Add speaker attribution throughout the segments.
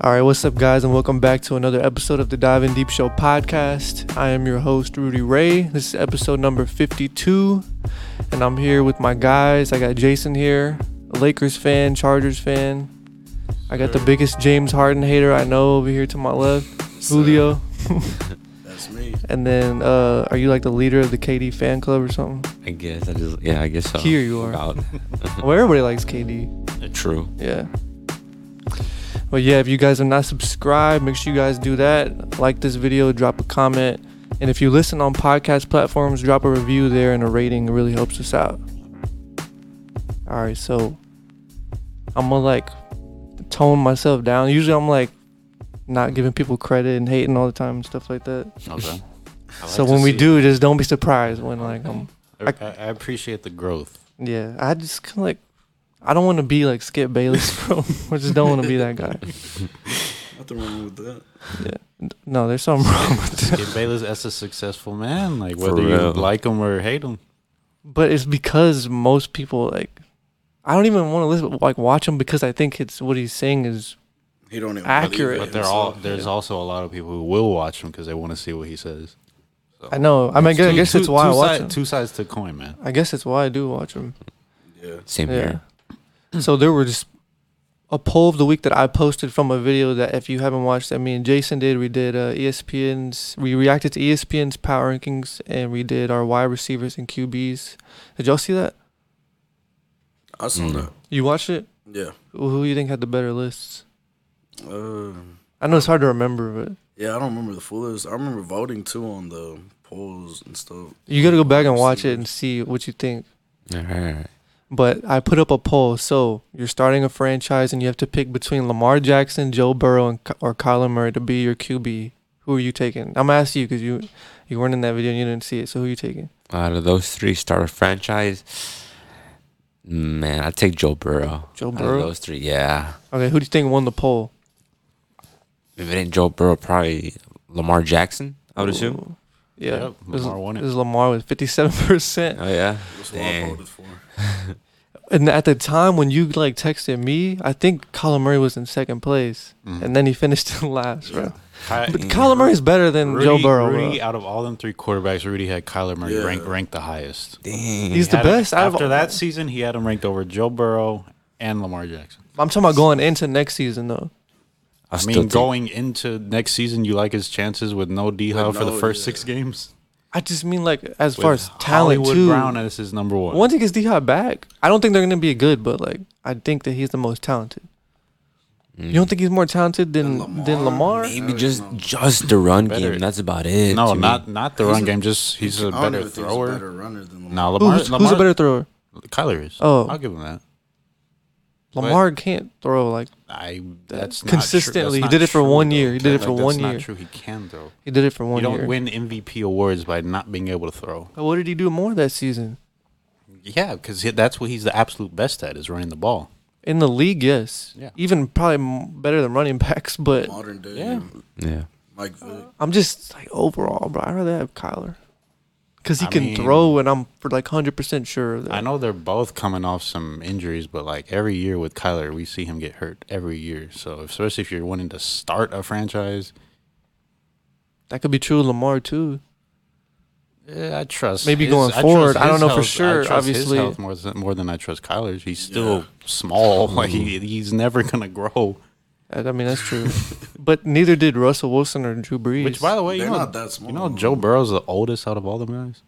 Speaker 1: All right, what's up, guys, and welcome back to another episode of the Dive in Deep Show podcast. I am your host, Rudy Ray. This is episode number 52, and I'm here with my guys. I got Jason here, a Lakers fan, Chargers fan. I got the biggest James Harden hater I know over here to my left, Julio.
Speaker 2: That's me.
Speaker 1: And then, uh, are you like the leader of the KD fan club or something?
Speaker 3: I guess I just yeah, I guess so.
Speaker 1: Here you are.
Speaker 3: About
Speaker 1: Well, everybody likes KD.
Speaker 3: true.
Speaker 1: Yeah. Well, yeah, if you guys are not subscribed, make sure you guys do that. Like this video, drop a comment. And if you listen on podcast platforms, drop a review there and a rating. It really helps us out. All right, so I'm going to like tone myself down. Usually I'm like not giving people credit and hating all the time and stuff like that.
Speaker 3: Okay.
Speaker 1: so when we do, just don't be surprised when like I'm
Speaker 2: I, I appreciate the growth.
Speaker 1: Yeah, I just kind of like, I don't want to be like Skip Bayless, bro. I just don't want to be that guy.
Speaker 4: Nothing wrong with that.
Speaker 1: No, there's something wrong with that.
Speaker 2: Skip Bayless as a successful man, like
Speaker 3: For
Speaker 2: whether you
Speaker 3: real.
Speaker 2: like him or hate him.
Speaker 1: But it's because most people like, I don't even want to listen, like watch him because I think it's what he's saying is
Speaker 4: He don't even believe
Speaker 1: Accurate.
Speaker 4: it
Speaker 2: But they're all
Speaker 4: himself.
Speaker 2: there's also a lot of people who will watch him because they want to see what he says.
Speaker 1: I know. I mean, I guess, I guess
Speaker 2: Two-
Speaker 1: Oh, it's why I
Speaker 2: two
Speaker 1: watch
Speaker 2: side-
Speaker 1: him.
Speaker 2: Two sides to the coin, man.
Speaker 1: I guess it's why I do watch him.
Speaker 4: Yeah.
Speaker 3: Same
Speaker 1: Yeah.
Speaker 3: here.
Speaker 1: so there were just a poll of the week that I posted from a video that if you haven't watched that me and Jason did, we did uh, ESPN's we reacted to E ESPN's power rankings and we did our wide receivers and QBs. Did y'all see that?
Speaker 4: I saw
Speaker 1: Hmm.
Speaker 4: that.
Speaker 1: You watched it?
Speaker 4: Yeah.
Speaker 1: Who who you think had the better lists?
Speaker 4: Uh,
Speaker 1: I know it's hard to remember, but
Speaker 4: yeah, I don't remember the full list. I remember voting too on the polls and stuff.
Speaker 1: you got to go back and watch it and see what you think.
Speaker 3: All right, all right.
Speaker 1: But I put up a poll. So you're starting a franchise and you have to pick between Lamar Jackson, Joe Burrow, and, Ky- or Kyler Murray to be your QB. Who are you taking? I'm asking you because you you weren't in that video and you didn't see it. So who are you taking?
Speaker 3: Out of those three, start a franchise. Man, I take Joe Burrow.
Speaker 1: Joe
Speaker 3: Out of
Speaker 1: Burrow?
Speaker 3: those three, yeah.
Speaker 1: Okay, who do you think won the poll?
Speaker 3: If it ain't Joe Burrow, probably Lamar Jackson. I would assume.
Speaker 1: Ooh. Yeah,
Speaker 2: Yep,
Speaker 1: It was-
Speaker 2: Lamar won it.
Speaker 1: was Lamar with 57%.
Speaker 3: Oh yeah.
Speaker 4: That's what I
Speaker 3: Dang.
Speaker 4: voted for.
Speaker 1: And at the time when you like texted me, I think Kyler Murray was in second place,
Speaker 2: Mm-hmm.
Speaker 1: and then he finished in last, bro.
Speaker 2: Ky-
Speaker 1: But Kyler Murray's better than
Speaker 2: Rudy,
Speaker 1: Joe Burrow. bro.
Speaker 2: Rudy, out of all them three quarterbacks, Rudy had Kyler Murray
Speaker 4: Yeah.
Speaker 2: ranked ranked the highest.
Speaker 1: He's
Speaker 2: He
Speaker 1: the
Speaker 2: had him-
Speaker 1: best. out of-
Speaker 2: After that season, he had him ranked over Joe Burrow and Lamar Jackson.
Speaker 1: I'm talking about going into next season though.
Speaker 3: I,
Speaker 2: I
Speaker 3: still
Speaker 2: mean,
Speaker 3: mean, going.
Speaker 2: going into next season, you like his chances with no D Hop
Speaker 4: With
Speaker 2: for the
Speaker 4: no-
Speaker 2: first
Speaker 4: yeah.
Speaker 2: six games.
Speaker 1: I just mean like as far
Speaker 2: With
Speaker 1: as talent
Speaker 2: Hollywood
Speaker 1: too.
Speaker 2: Brown as his number one.
Speaker 1: Once he gets D Hop back, I don't think they're gonna be good, but like I think that he's the most talented. You
Speaker 2: Mm.
Speaker 1: don't think he's more talented than
Speaker 4: Than
Speaker 1: than Lamar?
Speaker 4: Lamar?
Speaker 3: Maybe just just the run
Speaker 2: Better-
Speaker 3: game. That's about it.
Speaker 2: No,
Speaker 3: to me.
Speaker 2: not not the
Speaker 4: He's
Speaker 2: run
Speaker 4: a-
Speaker 2: game. Just he's a
Speaker 4: I don't
Speaker 2: better
Speaker 4: even think
Speaker 2: thrower.
Speaker 4: He's a better runner than Lamar.
Speaker 2: No,
Speaker 1: Who-
Speaker 2: Lamar,
Speaker 1: who's, who's a better thrower?
Speaker 2: Kyler is.
Speaker 1: Oh.
Speaker 2: I'll give him that.
Speaker 1: Lamar can't throw like
Speaker 2: I that's not true.
Speaker 1: Consistently.
Speaker 2: That's
Speaker 1: He
Speaker 2: not
Speaker 1: did it for
Speaker 2: true,
Speaker 1: one
Speaker 2: though.
Speaker 1: year. He did it
Speaker 2: Like,
Speaker 1: for
Speaker 2: that's
Speaker 1: one
Speaker 2: not
Speaker 1: year.
Speaker 2: True, he can throw.
Speaker 1: he did it for one
Speaker 2: you don't
Speaker 1: year.
Speaker 2: win MVP awards by not being able to throw.
Speaker 1: But What did he do more that season?
Speaker 2: Yeah, because that's what he's the absolute best at is running the ball.
Speaker 1: In the league, yes.
Speaker 2: Yeah.
Speaker 1: Even probably m- better than running backs, but
Speaker 4: Modern day
Speaker 2: Yeah.
Speaker 3: Yeah.
Speaker 4: Mike Vick.
Speaker 1: I'm just like overall, bro. I'd rather have Kyler because he
Speaker 2: I
Speaker 1: can
Speaker 2: mean-
Speaker 1: throw, and I'm for like hundred percent sure of that.
Speaker 2: I know they're both coming off some injuries, but like every year with Kyler, we see him get hurt every year. So especially if you're wanting to start a franchise,
Speaker 1: That could be true of Lamar too.
Speaker 2: eh, I trust
Speaker 1: Maybe
Speaker 2: his-
Speaker 1: going
Speaker 2: I trust
Speaker 1: forward, I
Speaker 2: his
Speaker 1: don't know for
Speaker 2: health- I
Speaker 1: sure,
Speaker 2: trust his
Speaker 1: obviously.
Speaker 2: health more than, more than I trust Kyler's. He's still small. Like he, he's never gonna grow.
Speaker 1: I I mean, that's true. but neither did Russell Wilson or Drew Brees.
Speaker 2: Which, by the way, you
Speaker 4: They're
Speaker 2: know,
Speaker 4: not that small.
Speaker 2: you know Joe Burrow's the oldest out of all the guys.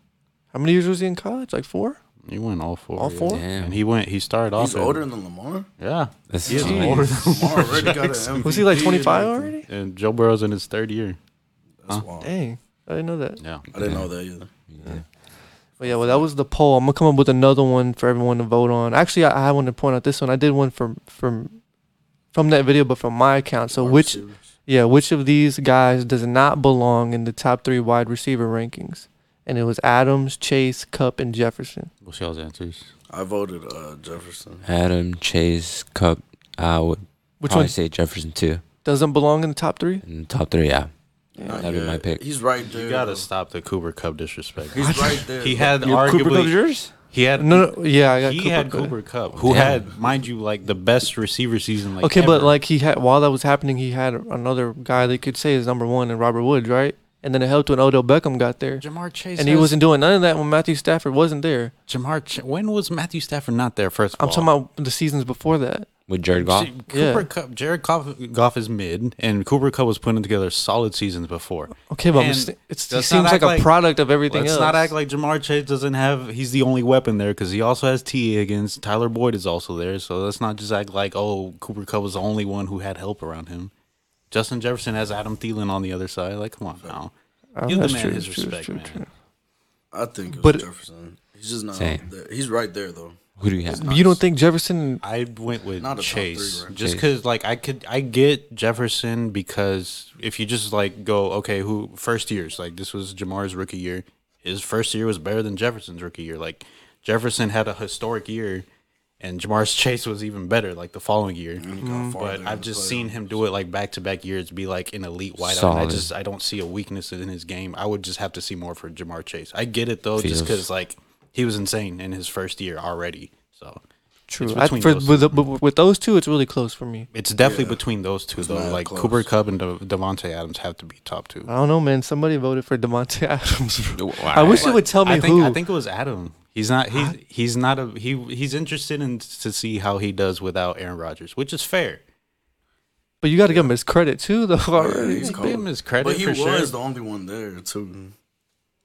Speaker 1: How many years was he in college? Like four?
Speaker 2: He went all four.
Speaker 1: All
Speaker 2: yeah.
Speaker 1: four?
Speaker 3: Damn.
Speaker 2: And he went. He started off.
Speaker 4: He's
Speaker 2: in-
Speaker 4: older than Lamar.
Speaker 2: Yeah.
Speaker 3: That's
Speaker 2: He is
Speaker 3: jeez.
Speaker 2: older than
Speaker 4: Lamar already got an MVP.
Speaker 1: Was he like
Speaker 4: and
Speaker 1: 25
Speaker 4: everything.
Speaker 1: already?
Speaker 2: And Joe Burrow's in his third year.
Speaker 4: That's wild.
Speaker 1: Dang, I didn't know that.
Speaker 2: Yeah.
Speaker 4: I didn't know that either.
Speaker 1: But yeah, well, that was the poll. I'm gonna come up with another one for everyone to vote on. Actually, I, I want to point out this one. I did one from from from that video, but from my account. So
Speaker 4: Wide
Speaker 1: which
Speaker 4: receivers.
Speaker 1: Yeah, which of these guys does not belong in the top three wide receiver rankings? And it was Adams, Chase, Cup, and Jefferson.
Speaker 2: What's y'all's answers?
Speaker 4: I voted uh, Jefferson.
Speaker 3: Adam Chase Cup. I would
Speaker 1: Which
Speaker 3: probably
Speaker 1: one
Speaker 3: say Jefferson too.
Speaker 1: doesn't belong in the top three?
Speaker 3: In the top three, yeah.
Speaker 4: Not
Speaker 3: That'd
Speaker 4: yet.
Speaker 3: be my pick.
Speaker 4: He's right there.
Speaker 2: You gotta
Speaker 4: though.
Speaker 2: stop the Cooper Cup disrespect.
Speaker 4: He's right there.
Speaker 2: He
Speaker 4: though.
Speaker 2: had
Speaker 3: Your Cooper Cup's
Speaker 2: arguably
Speaker 3: yours?
Speaker 2: He had
Speaker 1: No, no, yeah, I got
Speaker 2: he
Speaker 1: Cooper
Speaker 2: had
Speaker 1: Cup.
Speaker 2: Cooper Cup, who
Speaker 3: Damn.
Speaker 2: had, mind you, like the best receiver season. Like
Speaker 1: okay, but
Speaker 2: ever.
Speaker 1: like he had while that was happening, he had another guy they could say is number one in Robert Woods, right? And then it helped when Odell Beckham got there,
Speaker 2: Jamar Chase,
Speaker 1: and he
Speaker 2: has-
Speaker 1: wasn't doing none of that when Matthew Stafford wasn't there.
Speaker 2: Jamar. Ch- when was Matthew Stafford not there? First, of
Speaker 1: I'm
Speaker 2: all?
Speaker 1: talking about the seasons before that.
Speaker 3: with Jared Goff.
Speaker 2: See,
Speaker 1: Yeah.
Speaker 2: Cooper Cup, Jared Goff, Goff is mid, and Cooper Cup was putting together solid seasons before.
Speaker 1: Okay, but I'm
Speaker 2: And
Speaker 1: just- it's, he
Speaker 2: let's not
Speaker 1: seems like
Speaker 2: act
Speaker 1: a
Speaker 2: like-
Speaker 1: product of everything
Speaker 2: Let's
Speaker 1: else.
Speaker 2: not act like Jamar Chase doesn't have. He's the only weapon there because he also has T. Higgins. Tyler Boyd is also there, so let's not just act like oh Cooper Cup was the only one who had help around him. Justin Jefferson has Adam Thielen on the other side. Like, come on now.
Speaker 1: Oh,
Speaker 2: Give the
Speaker 1: that's
Speaker 2: man
Speaker 1: true,
Speaker 2: his
Speaker 1: true,
Speaker 2: respect,
Speaker 1: true,
Speaker 2: man.
Speaker 1: true.
Speaker 4: I think it was
Speaker 1: But-
Speaker 4: Jefferson. He's just not.
Speaker 3: Same.
Speaker 4: There. He's right there though.
Speaker 3: Who do you have?
Speaker 1: But You don't think Jefferson?
Speaker 2: I went with
Speaker 4: Not a top
Speaker 2: Chase
Speaker 4: three, right?
Speaker 2: just
Speaker 3: Chase.
Speaker 2: because, like, I could I get Jefferson because if you just like go okay, who first years like this was Jamar's rookie year, his first year was better than Jefferson's rookie year. Like Jefferson had a historic year, and Jamar's Chase was even better like the following year. Mm, But I've just seen him do it like back to back years, be like an elite wideout. and I
Speaker 3: Solid.
Speaker 2: just I don't see a weakness in his game. I would just have to see more for Jamar Chase. I get it though, just
Speaker 3: Feels.
Speaker 2: because like he was insane in his first year already. So.
Speaker 1: True.
Speaker 2: It's
Speaker 1: I,
Speaker 2: between
Speaker 1: for,
Speaker 2: those
Speaker 1: with, the- with, with those two, it's really close for me.
Speaker 2: It's definitely
Speaker 4: Yeah.
Speaker 2: between those two
Speaker 4: It's
Speaker 2: though.
Speaker 4: mad
Speaker 2: Like
Speaker 4: close.
Speaker 2: Cooper Cup and De- Devontae Adams have to be top two.
Speaker 1: I don't know, man. Somebody voted for Devontae Adams.
Speaker 3: Wow.
Speaker 1: I wish it would tell me
Speaker 2: I think
Speaker 1: who.
Speaker 2: I think it was Adam. He's not he's he's not a he he's interested in to see how he does without Aaron Rodgers, which is fair.
Speaker 1: but you got to give him his credit too, though. Already.
Speaker 4: he's
Speaker 2: Give
Speaker 4: cold.
Speaker 2: him his credit
Speaker 4: But he
Speaker 2: for
Speaker 4: was
Speaker 2: sure.
Speaker 4: the only one there too.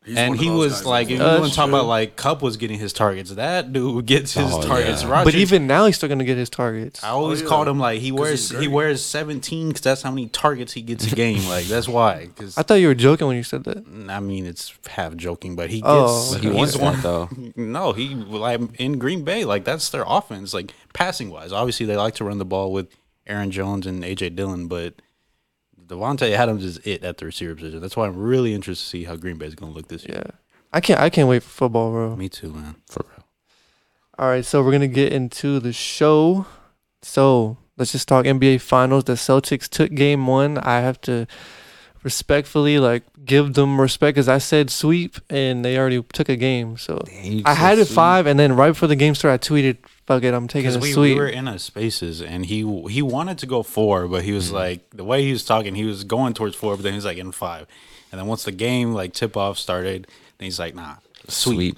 Speaker 4: He's one
Speaker 2: and
Speaker 4: of
Speaker 2: he
Speaker 4: those
Speaker 2: was
Speaker 4: guys
Speaker 2: like, if
Speaker 4: that's
Speaker 2: you
Speaker 1: That's
Speaker 2: want to talk about
Speaker 1: true.
Speaker 2: like Cup was getting his targets, that dude gets his
Speaker 3: Oh,
Speaker 2: targets.
Speaker 3: yeah.
Speaker 2: Rodgers,
Speaker 1: but even now, he's still gonna get his targets.
Speaker 2: I always
Speaker 4: Oh, yeah.
Speaker 2: called him like he
Speaker 4: he's
Speaker 2: wears he
Speaker 4: great.
Speaker 2: wears seventeen because that's how many targets he gets a game. like that's why. Because
Speaker 1: I thought you were joking when you said that.
Speaker 2: I mean, it's half joking, but he gets.
Speaker 1: Oh,
Speaker 3: But he
Speaker 2: he's
Speaker 3: wants
Speaker 2: one-
Speaker 3: that though.
Speaker 2: No, he like in Green Bay, like that's their offense, like passing wise. Obviously, they like to run the ball with Aaron Jones and AJ Dillon, but Devontae Adams is it at the receiver position. That's why I'm really interested to see how Green Bay is going to look this year.
Speaker 1: Yeah. I can't. I can't wait for football, bro.
Speaker 2: Me too, man.
Speaker 3: For real.
Speaker 1: All right, so we're gonna get into the show. So let's just talk NBA Finals. The Celtics took Game One. I have to respectfully like give them respect, as I said sweep, and they already took a game. So I had it five, and then right before the game started, I tweeted, "Fuck it, I'm taking
Speaker 2: Because
Speaker 1: a
Speaker 2: we, we
Speaker 1: sweep."
Speaker 2: were in a spaces, and he he wanted to go four, but he was
Speaker 3: Mm-hmm.
Speaker 2: like the way he was talking, he was going towards four, but then he's like in five, and then once the game like tip off started, then he's like, nah, sweet,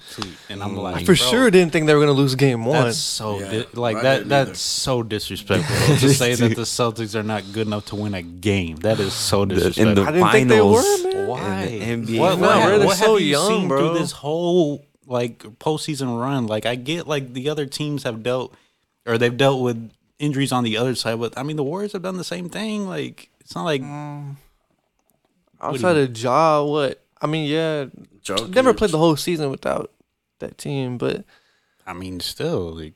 Speaker 3: Sweet. Mm.
Speaker 2: sweet, and I'm like,
Speaker 1: for
Speaker 2: "Bro,
Speaker 1: sure didn't think they were gonna lose Game One.
Speaker 2: That's so
Speaker 4: Yeah,
Speaker 2: di- like
Speaker 4: I
Speaker 2: that.
Speaker 4: didn't either.
Speaker 2: That's so disrespectful to say that the Celtics are not good enough to win a game. That is so disrespectful.
Speaker 1: I didn't think they were, man.
Speaker 3: Why? In the NBA.
Speaker 2: What,
Speaker 1: No,
Speaker 2: what-
Speaker 1: bro, they're
Speaker 2: what
Speaker 1: so
Speaker 2: have you
Speaker 1: young,
Speaker 2: seen
Speaker 1: bro.
Speaker 2: through this whole like postseason run? Like I get like the other teams have dealt or they've dealt with injuries on the other side, but I mean the Warriors have done the same thing. Like it's not like
Speaker 1: Outside of Ja, what? I mean, yeah,
Speaker 4: Jokic.
Speaker 1: never played the whole season without that team, but
Speaker 2: I mean still like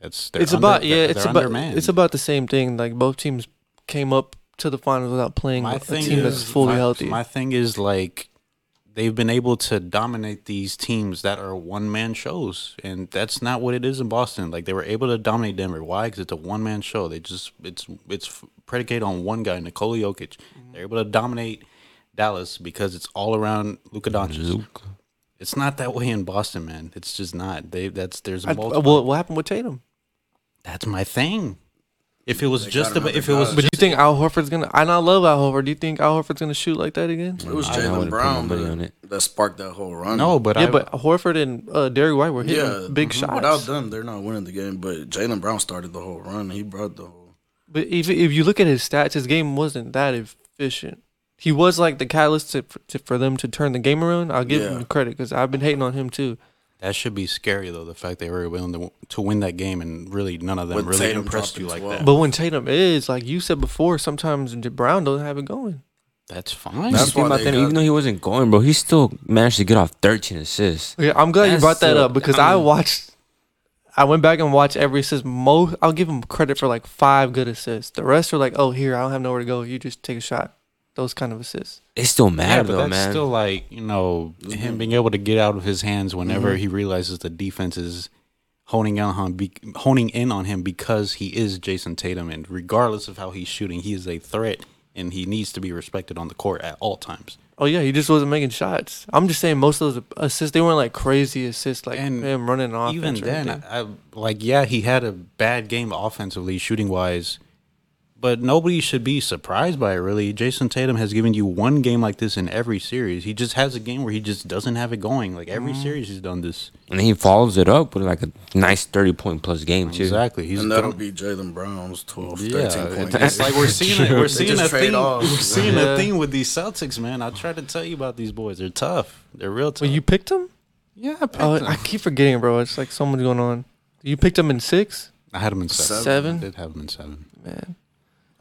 Speaker 2: that's they're
Speaker 1: it's
Speaker 2: under-
Speaker 1: about yeah,
Speaker 2: they're-
Speaker 1: it's
Speaker 2: they're
Speaker 1: about
Speaker 2: undermanned.
Speaker 1: it's about the same thing. Like both teams came up to the finals without playing
Speaker 2: my
Speaker 1: a
Speaker 2: thing
Speaker 1: team
Speaker 2: is,
Speaker 1: that's fully
Speaker 2: my,
Speaker 1: healthy.
Speaker 2: My thing is like they've been able to dominate these teams that are one man shows, and that's not what it is in Boston. Like they were able to dominate Denver. Why? Because it's a one man show. They just it's it's predicated on one guy, Nikola Jokic.
Speaker 1: Mm-hmm.
Speaker 2: They're able to dominate Dallas because it's all around Luka Doncic. It's not that way in Boston, man. It's just not. They that's there's
Speaker 1: I,
Speaker 2: multiple.
Speaker 1: well, what happened with Tatum?
Speaker 2: that's my thing. If it was just
Speaker 4: got
Speaker 2: about,
Speaker 4: another
Speaker 2: if it was
Speaker 4: guy.
Speaker 1: But you think Al Horford's gonna? I not love Al Horford. Do you think Al Horford's gonna shoot like that again?
Speaker 4: It was
Speaker 3: I wouldn't put
Speaker 4: Jalen
Speaker 3: my
Speaker 4: Brown
Speaker 3: money on
Speaker 4: that,
Speaker 3: it.
Speaker 4: that sparked that whole run.
Speaker 2: no, but
Speaker 1: yeah,
Speaker 2: I,
Speaker 1: but Horford and uh, Derrick White were hitting
Speaker 4: yeah,
Speaker 1: big
Speaker 4: mhm.
Speaker 1: shots.
Speaker 4: Without them, they're not winning the game. But Jalen Brown started the whole run. He brought the whole.
Speaker 1: But if if you look at his stats, his game wasn't that efficient. He was like the catalyst to, to, for them to turn the game around. I'll give
Speaker 4: Yeah.
Speaker 1: him credit because I've been hating on him too.
Speaker 2: That should be scary though. The fact they were willing to, to win that game and really none of them
Speaker 4: With
Speaker 2: really
Speaker 4: Tatum
Speaker 2: impressed
Speaker 4: dropping
Speaker 2: you like
Speaker 4: 12.
Speaker 2: that.
Speaker 1: But when Tatum is like you said before, sometimes Brown doesn't have it going.
Speaker 2: That's fine.
Speaker 4: That's
Speaker 3: That's
Speaker 4: why
Speaker 3: about
Speaker 4: they
Speaker 3: them,
Speaker 4: got-
Speaker 3: even though he wasn't going, bro, he still managed to get off 13 assists.
Speaker 1: Yeah, I'm glad you
Speaker 3: That's
Speaker 1: brought that
Speaker 3: the-
Speaker 1: up because
Speaker 3: I
Speaker 1: I
Speaker 3: mean-
Speaker 1: watched. I went back and watched every assist. Most I'll give him credit for like five good assists. The rest are like, oh, here I don't have nowhere to go. You just take a shot. Those kind of assists.
Speaker 3: It still mattered
Speaker 2: but
Speaker 3: though,
Speaker 2: that's
Speaker 3: man.
Speaker 2: still like you know him being able to get out of his hands whenever he realizes the defense is honing in on be, honing in on him because he is Jason Tatum, and regardless of how he's shooting, he is a threat, and he needs to be respected on the court at all times.
Speaker 1: Oh yeah, he just wasn't making shots. I'm just saying most of those assists they weren't like crazy assists, like
Speaker 2: And
Speaker 1: him running off.
Speaker 2: Even then, I, I, like yeah, he had a bad game offensively, shooting wise, but nobody should be surprised by it. Really, Jason Tatum has given you one game like this in every series. He just has a game where he just doesn't have it going. Like every
Speaker 4: Mm-hmm.
Speaker 2: series, he's done this.
Speaker 3: And he follows it up with like a nice 30 point plus game, too.
Speaker 2: Exactly, he's
Speaker 4: and that'll
Speaker 2: done-
Speaker 4: be Jalen Brown's 12,
Speaker 2: Yeah,
Speaker 4: 13
Speaker 2: it-
Speaker 4: points.
Speaker 2: it's like we're seeing it. We're seeing
Speaker 4: just
Speaker 2: a
Speaker 4: trade
Speaker 2: thing.
Speaker 4: off.
Speaker 2: We're seeing
Speaker 1: Yeah.
Speaker 2: a thing with these Celtics, man. I tried to tell you about these boys. They're tough. They're real tough.
Speaker 1: Well, you picked him.
Speaker 2: yeah, I, picked
Speaker 1: Oh,
Speaker 2: them.
Speaker 1: I keep forgetting, bro. It's like so much going on. You picked him in six,
Speaker 2: I had them in seven.
Speaker 1: Seven?
Speaker 2: I did have them in seven.
Speaker 1: man.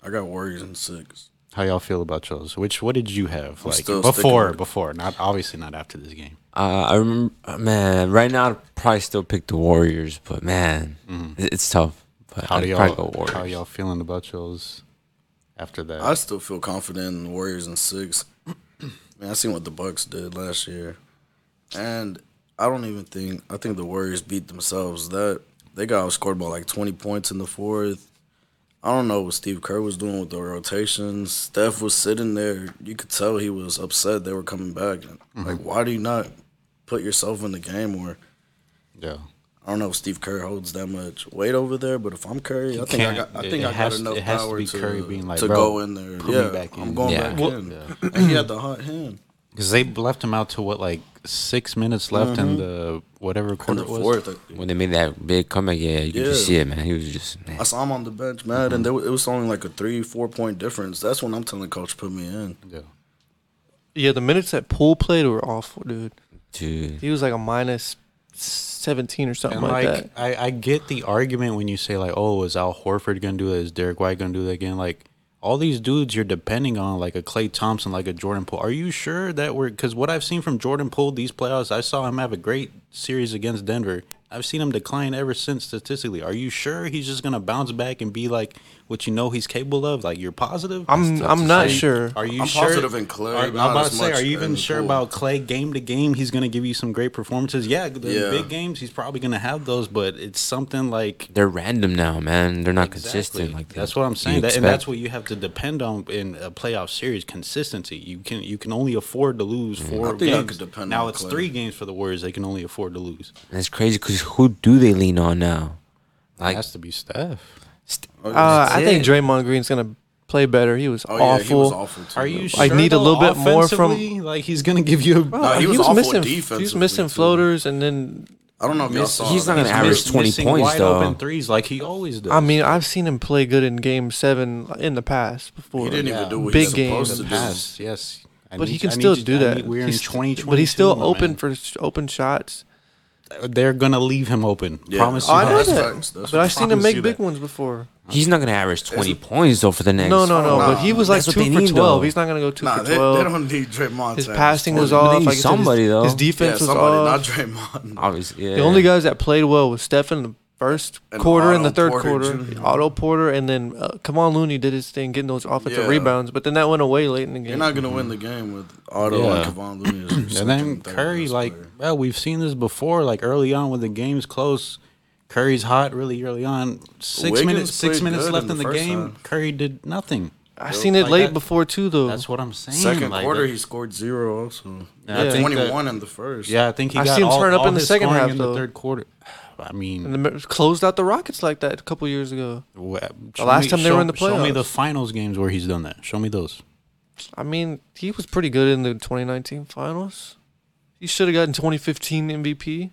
Speaker 4: I got Warriors in six.
Speaker 2: How y'all feel about yours? Which what did you have
Speaker 4: I'm
Speaker 2: like
Speaker 4: still sticking
Speaker 2: before?
Speaker 4: with it.
Speaker 2: Before not obviously not after this game.
Speaker 3: Uh, I remember, man, right now, I'd probably still pick the Warriors, but man, it- it's tough. But
Speaker 2: Mm-hmm. How
Speaker 3: I'd
Speaker 2: do
Speaker 3: probably
Speaker 2: y'all?
Speaker 3: go Warriors.
Speaker 2: How y'all feeling about yours after that?
Speaker 4: I still feel confident in the Warriors in six. Man, I seen what the Bucks did last year, and I don't even think I think the Warriors beat themselves. That they got outscored by like twenty points in the fourth. I don't know what Steve Kerr was doing with the rotations. Steph was sitting there. You could tell he was upset they were coming back. Like, why do you not put yourself in the game? Or
Speaker 2: yeah,
Speaker 4: I don't know if Steve Kerr holds that much weight over there. But if I'm Curry, I think I
Speaker 2: can't-
Speaker 4: got, I
Speaker 2: it-
Speaker 4: think
Speaker 2: it
Speaker 4: I got
Speaker 2: has-
Speaker 4: enough
Speaker 2: it has to
Speaker 4: power
Speaker 2: be
Speaker 4: to,
Speaker 2: Curry being like,
Speaker 4: to
Speaker 2: "Bro,
Speaker 4: go in there.
Speaker 2: put me
Speaker 4: Yeah,
Speaker 2: back
Speaker 4: I'm
Speaker 2: in."
Speaker 4: going
Speaker 3: Yeah.
Speaker 4: back
Speaker 3: Well-
Speaker 4: in. And he had the hot hand.
Speaker 2: because they left him out to what like six minutes left in the whatever
Speaker 4: Mm-hmm. In the
Speaker 2: quarter it was.
Speaker 4: fourth, I,
Speaker 3: When they made that big comeback, yeah, you can just
Speaker 4: Yeah.
Speaker 3: see it, man. He was just, man.
Speaker 4: I saw him on the bench, mad,
Speaker 2: Mm-hmm.
Speaker 4: and there, wa- it was only like a three, four point difference. That's when I'm telling coach put me in.
Speaker 2: Yeah.
Speaker 1: Yeah, the minutes that Poole played were awful, dude.
Speaker 3: dude.
Speaker 1: He was like a minus seventeen or something
Speaker 2: And
Speaker 1: like,
Speaker 2: like,
Speaker 1: that.
Speaker 2: I, I get the argument when you say like, oh, is Al Horford gonna do that? Is Derek White gonna do that again? Like all these dudes you're depending on, like a Clay Thompson, like a Jordan Poole. Are you sure that we're because what I've seen from Jordan Poole these playoffs, I saw him have a great series against Denver. I've seen him decline ever since statistically. Are you sure he's just gonna bounce back and be like what you know he's capable of? Like you're positive?
Speaker 1: I'm-
Speaker 2: That's tough
Speaker 1: I'm
Speaker 2: to
Speaker 1: not
Speaker 2: say.
Speaker 1: sure.
Speaker 2: Are you
Speaker 4: I'm
Speaker 2: sure?
Speaker 4: positive in Clay,
Speaker 2: Are- I'm
Speaker 4: not
Speaker 2: about
Speaker 4: as
Speaker 2: to say,
Speaker 4: much
Speaker 2: are you even
Speaker 4: in
Speaker 2: sure
Speaker 4: Poole.
Speaker 2: about Clay game to game? He's gonna give you some great performances. Yeah, the
Speaker 4: Yeah.
Speaker 2: big games he's probably gonna have those, but it's something like
Speaker 3: They're random now, man. They're not
Speaker 2: Exactly.
Speaker 3: consistent. Like
Speaker 2: that's what I'm
Speaker 3: you
Speaker 2: saying, that, and that's
Speaker 3: expect.
Speaker 2: what you have to depend on in a playoff series: consistency. You can you can only afford to lose four
Speaker 4: I think I
Speaker 2: games.
Speaker 4: could depend
Speaker 2: now
Speaker 4: on
Speaker 2: it's
Speaker 4: Clay.
Speaker 2: three games for the Warriors; they can only afford to lose.
Speaker 3: And it's crazy because who do they lean on now?
Speaker 2: It
Speaker 3: Like,
Speaker 2: has to be Steph.
Speaker 3: st-
Speaker 1: Uh, I think
Speaker 3: it.
Speaker 1: Draymond Green's gonna play better. He was
Speaker 4: Oh
Speaker 1: awful.
Speaker 4: yeah, he was awful too.
Speaker 2: Are you?
Speaker 1: I
Speaker 2: sure,
Speaker 1: need a
Speaker 2: though,
Speaker 1: little bit more from-
Speaker 2: offensively? Like he's gonna give you. A,
Speaker 4: Nah, he was awful
Speaker 1: missing. He Uh, was
Speaker 4: defensively,
Speaker 1: missing
Speaker 4: too.
Speaker 1: floaters, and then
Speaker 4: I don't know if y'all saw.
Speaker 3: he's not
Speaker 4: that.
Speaker 3: gonna average
Speaker 2: miss-
Speaker 3: 20
Speaker 2: missing
Speaker 3: points,
Speaker 2: wide
Speaker 3: though.
Speaker 2: Open threes like he always does.
Speaker 1: I mean, I've seen him play good in Game Seven in the past before.
Speaker 4: He didn't
Speaker 2: Yeah.
Speaker 4: even do what
Speaker 1: Big
Speaker 4: he's supposed
Speaker 1: games.
Speaker 4: to
Speaker 2: the
Speaker 4: do.
Speaker 2: pass, yes. I
Speaker 1: but he
Speaker 2: need-
Speaker 1: can
Speaker 2: I
Speaker 1: still
Speaker 2: need-
Speaker 1: do
Speaker 2: I
Speaker 1: that.
Speaker 2: need- We're in
Speaker 1: He's-
Speaker 2: 2020,
Speaker 1: but he's still
Speaker 2: my
Speaker 1: open
Speaker 2: man.
Speaker 1: for sh- open shots.
Speaker 2: They're gonna leave him open.
Speaker 4: Yeah.
Speaker 2: Promise you.
Speaker 1: I know
Speaker 2: that.
Speaker 4: that's
Speaker 1: that,
Speaker 4: facts. That's
Speaker 1: but I've seen him
Speaker 2: promise
Speaker 1: make
Speaker 2: you
Speaker 1: big
Speaker 2: that.
Speaker 1: ones before.
Speaker 3: he's not gonna average 20 points though for the next.
Speaker 1: No, no, no. But he was like
Speaker 3: That's what
Speaker 1: two
Speaker 3: they
Speaker 1: for
Speaker 3: need,
Speaker 1: twelve.
Speaker 3: though.
Speaker 1: He's not gonna go two
Speaker 4: Nah,
Speaker 1: for
Speaker 4: they, they
Speaker 1: twelve.
Speaker 4: don't need Draymond.
Speaker 1: his
Speaker 4: to average
Speaker 1: passing was
Speaker 4: 20.
Speaker 1: off.
Speaker 3: need
Speaker 1: Like I said,
Speaker 3: somebody,
Speaker 1: his,
Speaker 3: though.
Speaker 1: his
Speaker 4: Yeah,
Speaker 1: defense was
Speaker 4: somebody,
Speaker 1: off.
Speaker 4: not Draymond.
Speaker 3: Obviously, yeah.
Speaker 1: The only guys that played well was Steph in the first
Speaker 4: And
Speaker 1: quarter and the
Speaker 4: Otto
Speaker 1: third
Speaker 4: Porter
Speaker 1: quarter.
Speaker 4: Jr.
Speaker 1: Otto Porter and then uh, Kamon Looney did his thing, getting those offensive
Speaker 4: Yeah.
Speaker 1: rebounds. But then that went away late in the
Speaker 4: You're
Speaker 1: game.
Speaker 4: not gonna win the game with Otto
Speaker 2: Yeah.
Speaker 4: and Kevon Looney. as your
Speaker 2: And
Speaker 4: second
Speaker 2: then
Speaker 4: third
Speaker 2: Curry,
Speaker 4: best
Speaker 2: like,
Speaker 4: player.
Speaker 2: well, we've seen this before. Like early on, when the game's close, Curry's hot really early on. Six
Speaker 4: Wiggins
Speaker 2: minutes, six
Speaker 4: played
Speaker 2: minutes
Speaker 4: good
Speaker 2: left
Speaker 4: in
Speaker 2: in the,
Speaker 4: the first
Speaker 2: game.
Speaker 4: half.
Speaker 2: Curry did nothing.
Speaker 1: I've seen it
Speaker 2: Like
Speaker 1: late
Speaker 2: that-
Speaker 1: before too, though.
Speaker 2: That's what I'm saying.
Speaker 4: second
Speaker 2: like,
Speaker 4: quarter,
Speaker 2: that-
Speaker 4: he scored zero. Also,
Speaker 2: Yeah,
Speaker 1: I think
Speaker 2: that-
Speaker 4: 21 in the first.
Speaker 2: yeah, I think he
Speaker 1: I've
Speaker 2: got
Speaker 1: seen him
Speaker 2: all,
Speaker 1: turn up
Speaker 2: all
Speaker 1: in the
Speaker 2: his
Speaker 1: second
Speaker 2: scoring
Speaker 1: half,
Speaker 2: in
Speaker 1: though.
Speaker 2: the third quarter. I mean,
Speaker 1: and the, closed out the Rockets like that a couple years ago.
Speaker 2: wha- show
Speaker 1: last
Speaker 2: me-
Speaker 1: time they
Speaker 2: show-
Speaker 1: were in the
Speaker 2: show me
Speaker 1: playoffs.
Speaker 2: the finals games where he's done that. Show me those.
Speaker 1: I mean, he was pretty good in the 2019 Finals. He should have gotten 2015 MVP.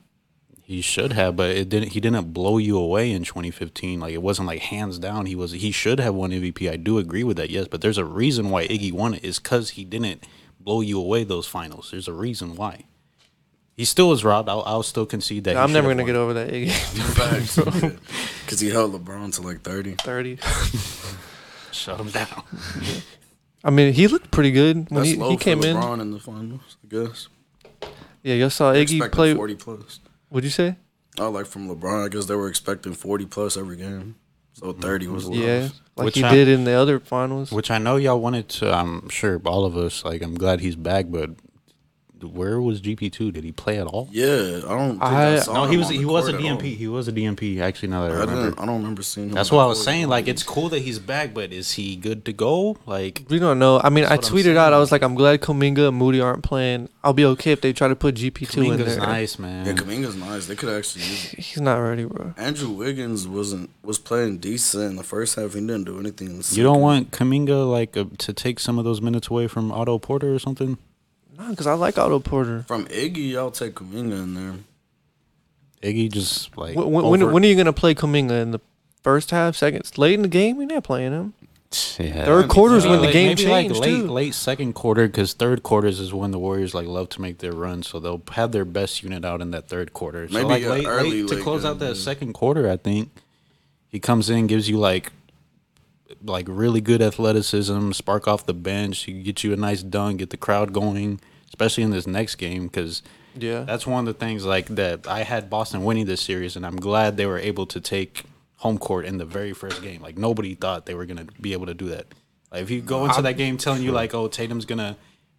Speaker 2: He should have, but it didn't. He didn't blow you away in 2015. Like it wasn't like hands down. He was. He should have won MVP. I do agree with that. Yes, but there's a reason why Iggy won it. Is because he didn't blow you away those finals. There's a reason why. He still was robbed. I'll, I'll still concede that. he
Speaker 1: I'm
Speaker 2: should
Speaker 1: never
Speaker 2: have
Speaker 1: gonna
Speaker 2: won.
Speaker 1: get over that Iggy
Speaker 4: because he held LeBron to like 30.
Speaker 1: 30.
Speaker 2: Shut him down.
Speaker 1: I mean, he looked pretty good when
Speaker 4: That's
Speaker 1: he,
Speaker 4: low
Speaker 1: he came
Speaker 4: for
Speaker 1: in.
Speaker 4: LeBron in the finals, I guess.
Speaker 1: Yeah, y'all saw Iggy
Speaker 4: Expected
Speaker 1: play.
Speaker 4: 40 plus.
Speaker 1: What'd you say?
Speaker 4: Oh, like from LeBron, I guess they were expecting 40 plus every game. So 30 was the
Speaker 1: Yeah,
Speaker 4: lowest.
Speaker 1: like
Speaker 2: Which
Speaker 1: he
Speaker 2: I-
Speaker 1: did in the other finals.
Speaker 2: Which I know y'all wanted to. I'm sure all of us. Like I'm glad he's back, but where was GP two? Did he play at all?
Speaker 4: Yeah, I don't. Think
Speaker 1: I-
Speaker 4: I,
Speaker 1: No,
Speaker 4: saw
Speaker 2: No, he
Speaker 4: him
Speaker 2: was
Speaker 4: on
Speaker 2: he
Speaker 4: the
Speaker 2: was a
Speaker 4: court at all.
Speaker 2: DMP. He was a DMP. Actually, now that I
Speaker 4: I
Speaker 2: remember,
Speaker 4: didn't. I don't remember seeing him.
Speaker 2: that's
Speaker 4: on
Speaker 2: what I
Speaker 4: the
Speaker 2: was
Speaker 4: court.
Speaker 2: saying. Like, it's cool that he's back, but is he good to go? Like,
Speaker 1: We don't know. I mean, I
Speaker 2: That's what I'm
Speaker 1: tweeted out. I
Speaker 2: saying.
Speaker 1: was like, I'm glad Kaminga and Moody aren't playing. I'll be okay if they try to put GP two in
Speaker 2: Kaminga's
Speaker 1: there.
Speaker 2: nice, man.
Speaker 4: Yeah, Kaminga's nice. They could actually use him.
Speaker 1: He's not ready, bro.
Speaker 4: Andrew Wiggins wasn't was playing decent in the first half. He didn't do anything. In the
Speaker 2: you don't want Kaminga like uh, to take some of those minutes away from Otto Porter or something.
Speaker 1: No, because I like Otto Porter.
Speaker 4: From Iggy, I'll take Kaminga in there.
Speaker 2: Iggy just like
Speaker 1: When, when,
Speaker 2: over-
Speaker 1: when, when are you gonna play Kaminga in the first half, seconds, late in the game? You're not playing him.
Speaker 2: Yeah.
Speaker 1: Third quarters
Speaker 2: Yeah,
Speaker 1: when the
Speaker 2: like,
Speaker 1: game
Speaker 2: maybe
Speaker 1: changed
Speaker 2: like late,
Speaker 1: too.
Speaker 2: late second quarter because third quarters is when the Warriors like love to make their run, so they'll have their best unit out in that third quarter. so
Speaker 4: Maybe
Speaker 2: like
Speaker 4: a
Speaker 2: late,
Speaker 4: early
Speaker 2: late to
Speaker 4: late
Speaker 2: close out
Speaker 4: game,
Speaker 2: that second quarter, I think he comes in, gives you like like really good athleticism, spark off the bench, he get you a nice dunk, get the crowd going, especially in this next game because.
Speaker 1: Yeah.
Speaker 2: That's one of the things like that I had Boston winning this series, and I'm glad they were able to take home court in the very first game. Like nobody thought they were gonna be able to do that. Like if you go into that game telling you like, oh, Tatum's gonna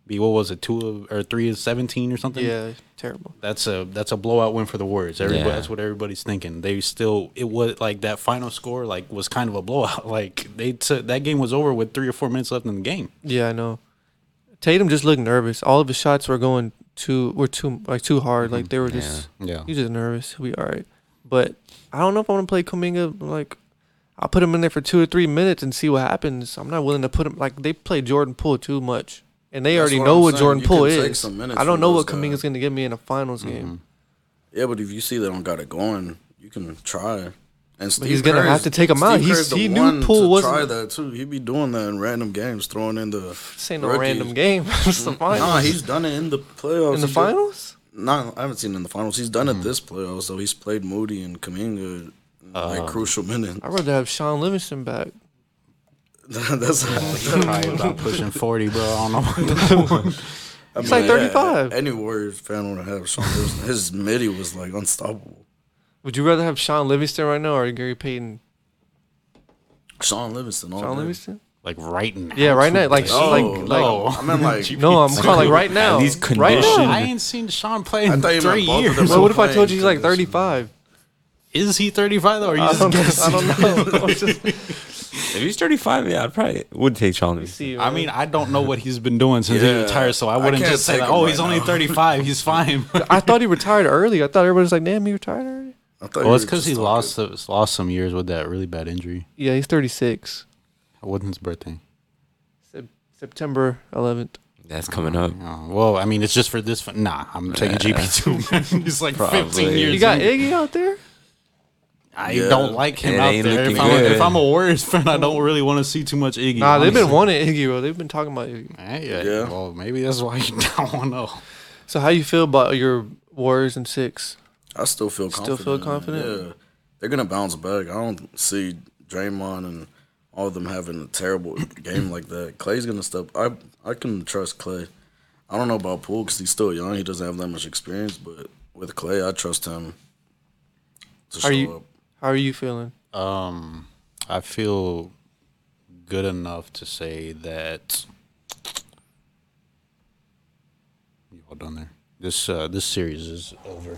Speaker 2: be what was it, two of, or three of seventeen or something?
Speaker 1: yeah, terrible.
Speaker 2: That's a that's a blowout win for the Warriors. Everybody,
Speaker 3: Yeah.
Speaker 2: that's what everybody's thinking. They still it was like that final score like was kind of a blowout. Like they took that game was over with three or four minutes left in the game.
Speaker 1: Yeah, I know. Tatum just looked nervous. All of his shots were going too were too like too hard. Like they were just
Speaker 2: Yeah.
Speaker 1: he's just nervous. He'll be all right. But I don't know if I want to play Kaminga. Like I'll put him in there for two or three minutes and see what happens. I'm not willing to put him like they play Jordan Poole too much, and they
Speaker 4: That's
Speaker 1: already
Speaker 4: what
Speaker 1: know
Speaker 4: I'm
Speaker 1: what
Speaker 4: saying.
Speaker 1: Jordan
Speaker 4: You
Speaker 1: Poole
Speaker 4: can take
Speaker 1: is.
Speaker 4: some minutes
Speaker 1: I don't
Speaker 4: from
Speaker 1: know
Speaker 4: those
Speaker 1: what Kaminga's
Speaker 4: guys. Mm-hmm.
Speaker 1: gonna give me in a finals game.
Speaker 4: Yeah, but if you see they don't got it going, you can try. And Steve
Speaker 1: he's gonna
Speaker 4: Kerr
Speaker 1: have
Speaker 4: is-
Speaker 1: to take 'em
Speaker 4: Steve
Speaker 1: out.
Speaker 4: Kerr
Speaker 1: He's-
Speaker 4: is the
Speaker 1: he knew
Speaker 4: one
Speaker 1: Poole
Speaker 4: to
Speaker 1: wasn't-
Speaker 4: Try that too. He'd be doing that in random games, throwing in the.
Speaker 1: This ain't no
Speaker 4: rookies. Mm-hmm.
Speaker 1: random game. it's the finals.
Speaker 4: Nah, he's done it in the playoffs.
Speaker 1: in the
Speaker 4: He did-
Speaker 1: finals.
Speaker 4: Nah, I haven't seen it in the finals. He's done it this playoffs, so he's played Moody and Kaminga in like crucial minutes.
Speaker 1: I'd rather have Sean Livingston back.
Speaker 4: That's
Speaker 2: Probably about pushing forty, bro. I don't know.
Speaker 1: He's like 35.
Speaker 4: Any Warriors fan would have Sean Livingston. His midi was like unstoppable.
Speaker 1: Would you rather have Sean Livingston right now or Gary Payton?
Speaker 4: Sean Livingston. All
Speaker 1: Sean
Speaker 4: day.
Speaker 1: Livingston?
Speaker 2: like right now.
Speaker 1: Yeah, right now, like,
Speaker 4: No,
Speaker 1: like,
Speaker 4: no.
Speaker 1: like.
Speaker 4: I meant like.
Speaker 1: No, I'm calling like right now.
Speaker 3: these
Speaker 1: Right now.
Speaker 3: conditions.
Speaker 2: I ain't seen Sean play in
Speaker 4: I thought you meant
Speaker 2: three
Speaker 4: both of them.
Speaker 2: years.
Speaker 1: Well, what if I
Speaker 4: playing
Speaker 1: told you he's like
Speaker 4: conditions.
Speaker 1: 35?
Speaker 2: Is he 35 though? Or are you
Speaker 1: I
Speaker 2: just
Speaker 1: don't know. I
Speaker 2: guessing?
Speaker 1: don't know. I'm just-
Speaker 3: If he's 35, yeah, I probably would take Sean Livingston.
Speaker 1: see,
Speaker 2: I
Speaker 1: man.
Speaker 2: mean, I don't know what he's been doing since he
Speaker 4: Yeah.
Speaker 2: retired, so I
Speaker 4: I
Speaker 2: wouldn't
Speaker 4: can't
Speaker 2: just say,
Speaker 4: take
Speaker 2: like,
Speaker 4: him
Speaker 2: "Oh,
Speaker 4: right
Speaker 2: he's only
Speaker 4: now."
Speaker 2: 35. He's fine." well,
Speaker 1: I thought he retired early. I thought everybody was like, damn, he retired early.
Speaker 4: I thought you
Speaker 2: it's
Speaker 4: were
Speaker 2: because
Speaker 4: just
Speaker 2: he
Speaker 4: talking-
Speaker 2: lost lost some years with that really bad injury.
Speaker 1: Yeah, he's 36.
Speaker 2: Wasn't his birthday?
Speaker 1: Sep- September 11th.
Speaker 3: That's coming up.
Speaker 2: Oh, well, I mean, it's just for this. Fun. Nah, I'm taking GP two. Man, he's like 15
Speaker 3: Probably.
Speaker 2: years.
Speaker 1: You got
Speaker 2: in.
Speaker 1: Iggy out there?
Speaker 2: I
Speaker 4: Yeah.
Speaker 2: don't like him
Speaker 3: It
Speaker 2: out
Speaker 3: ain't
Speaker 2: there. If
Speaker 3: looking
Speaker 2: I'm,
Speaker 3: good.
Speaker 2: if I'm a Warriors fan, I don't really want to see too much Iggy.
Speaker 1: Nah, they've been
Speaker 2: honestly.
Speaker 1: wanting Iggy, bro. They've been talking about Iggy.
Speaker 2: Eh, Yeah,
Speaker 4: Yeah.
Speaker 2: Well, maybe that's why you don't know.
Speaker 1: So how you feel about your Warriors and six?
Speaker 4: I still feel
Speaker 1: Still
Speaker 4: confident.
Speaker 1: feel confident?
Speaker 4: Yeah, they're gonna bounce back. I don't see Draymond and all of them having a terrible game like that. Clay's gonna step. I I can trust Clay. I don't know about Poole because he's still young. He doesn't have that much experience, but with Clay, I trust him to show
Speaker 1: Are you
Speaker 4: up.
Speaker 1: how are you feeling?
Speaker 2: Um, I feel good enough to say that you all done there. This uh, this series is over.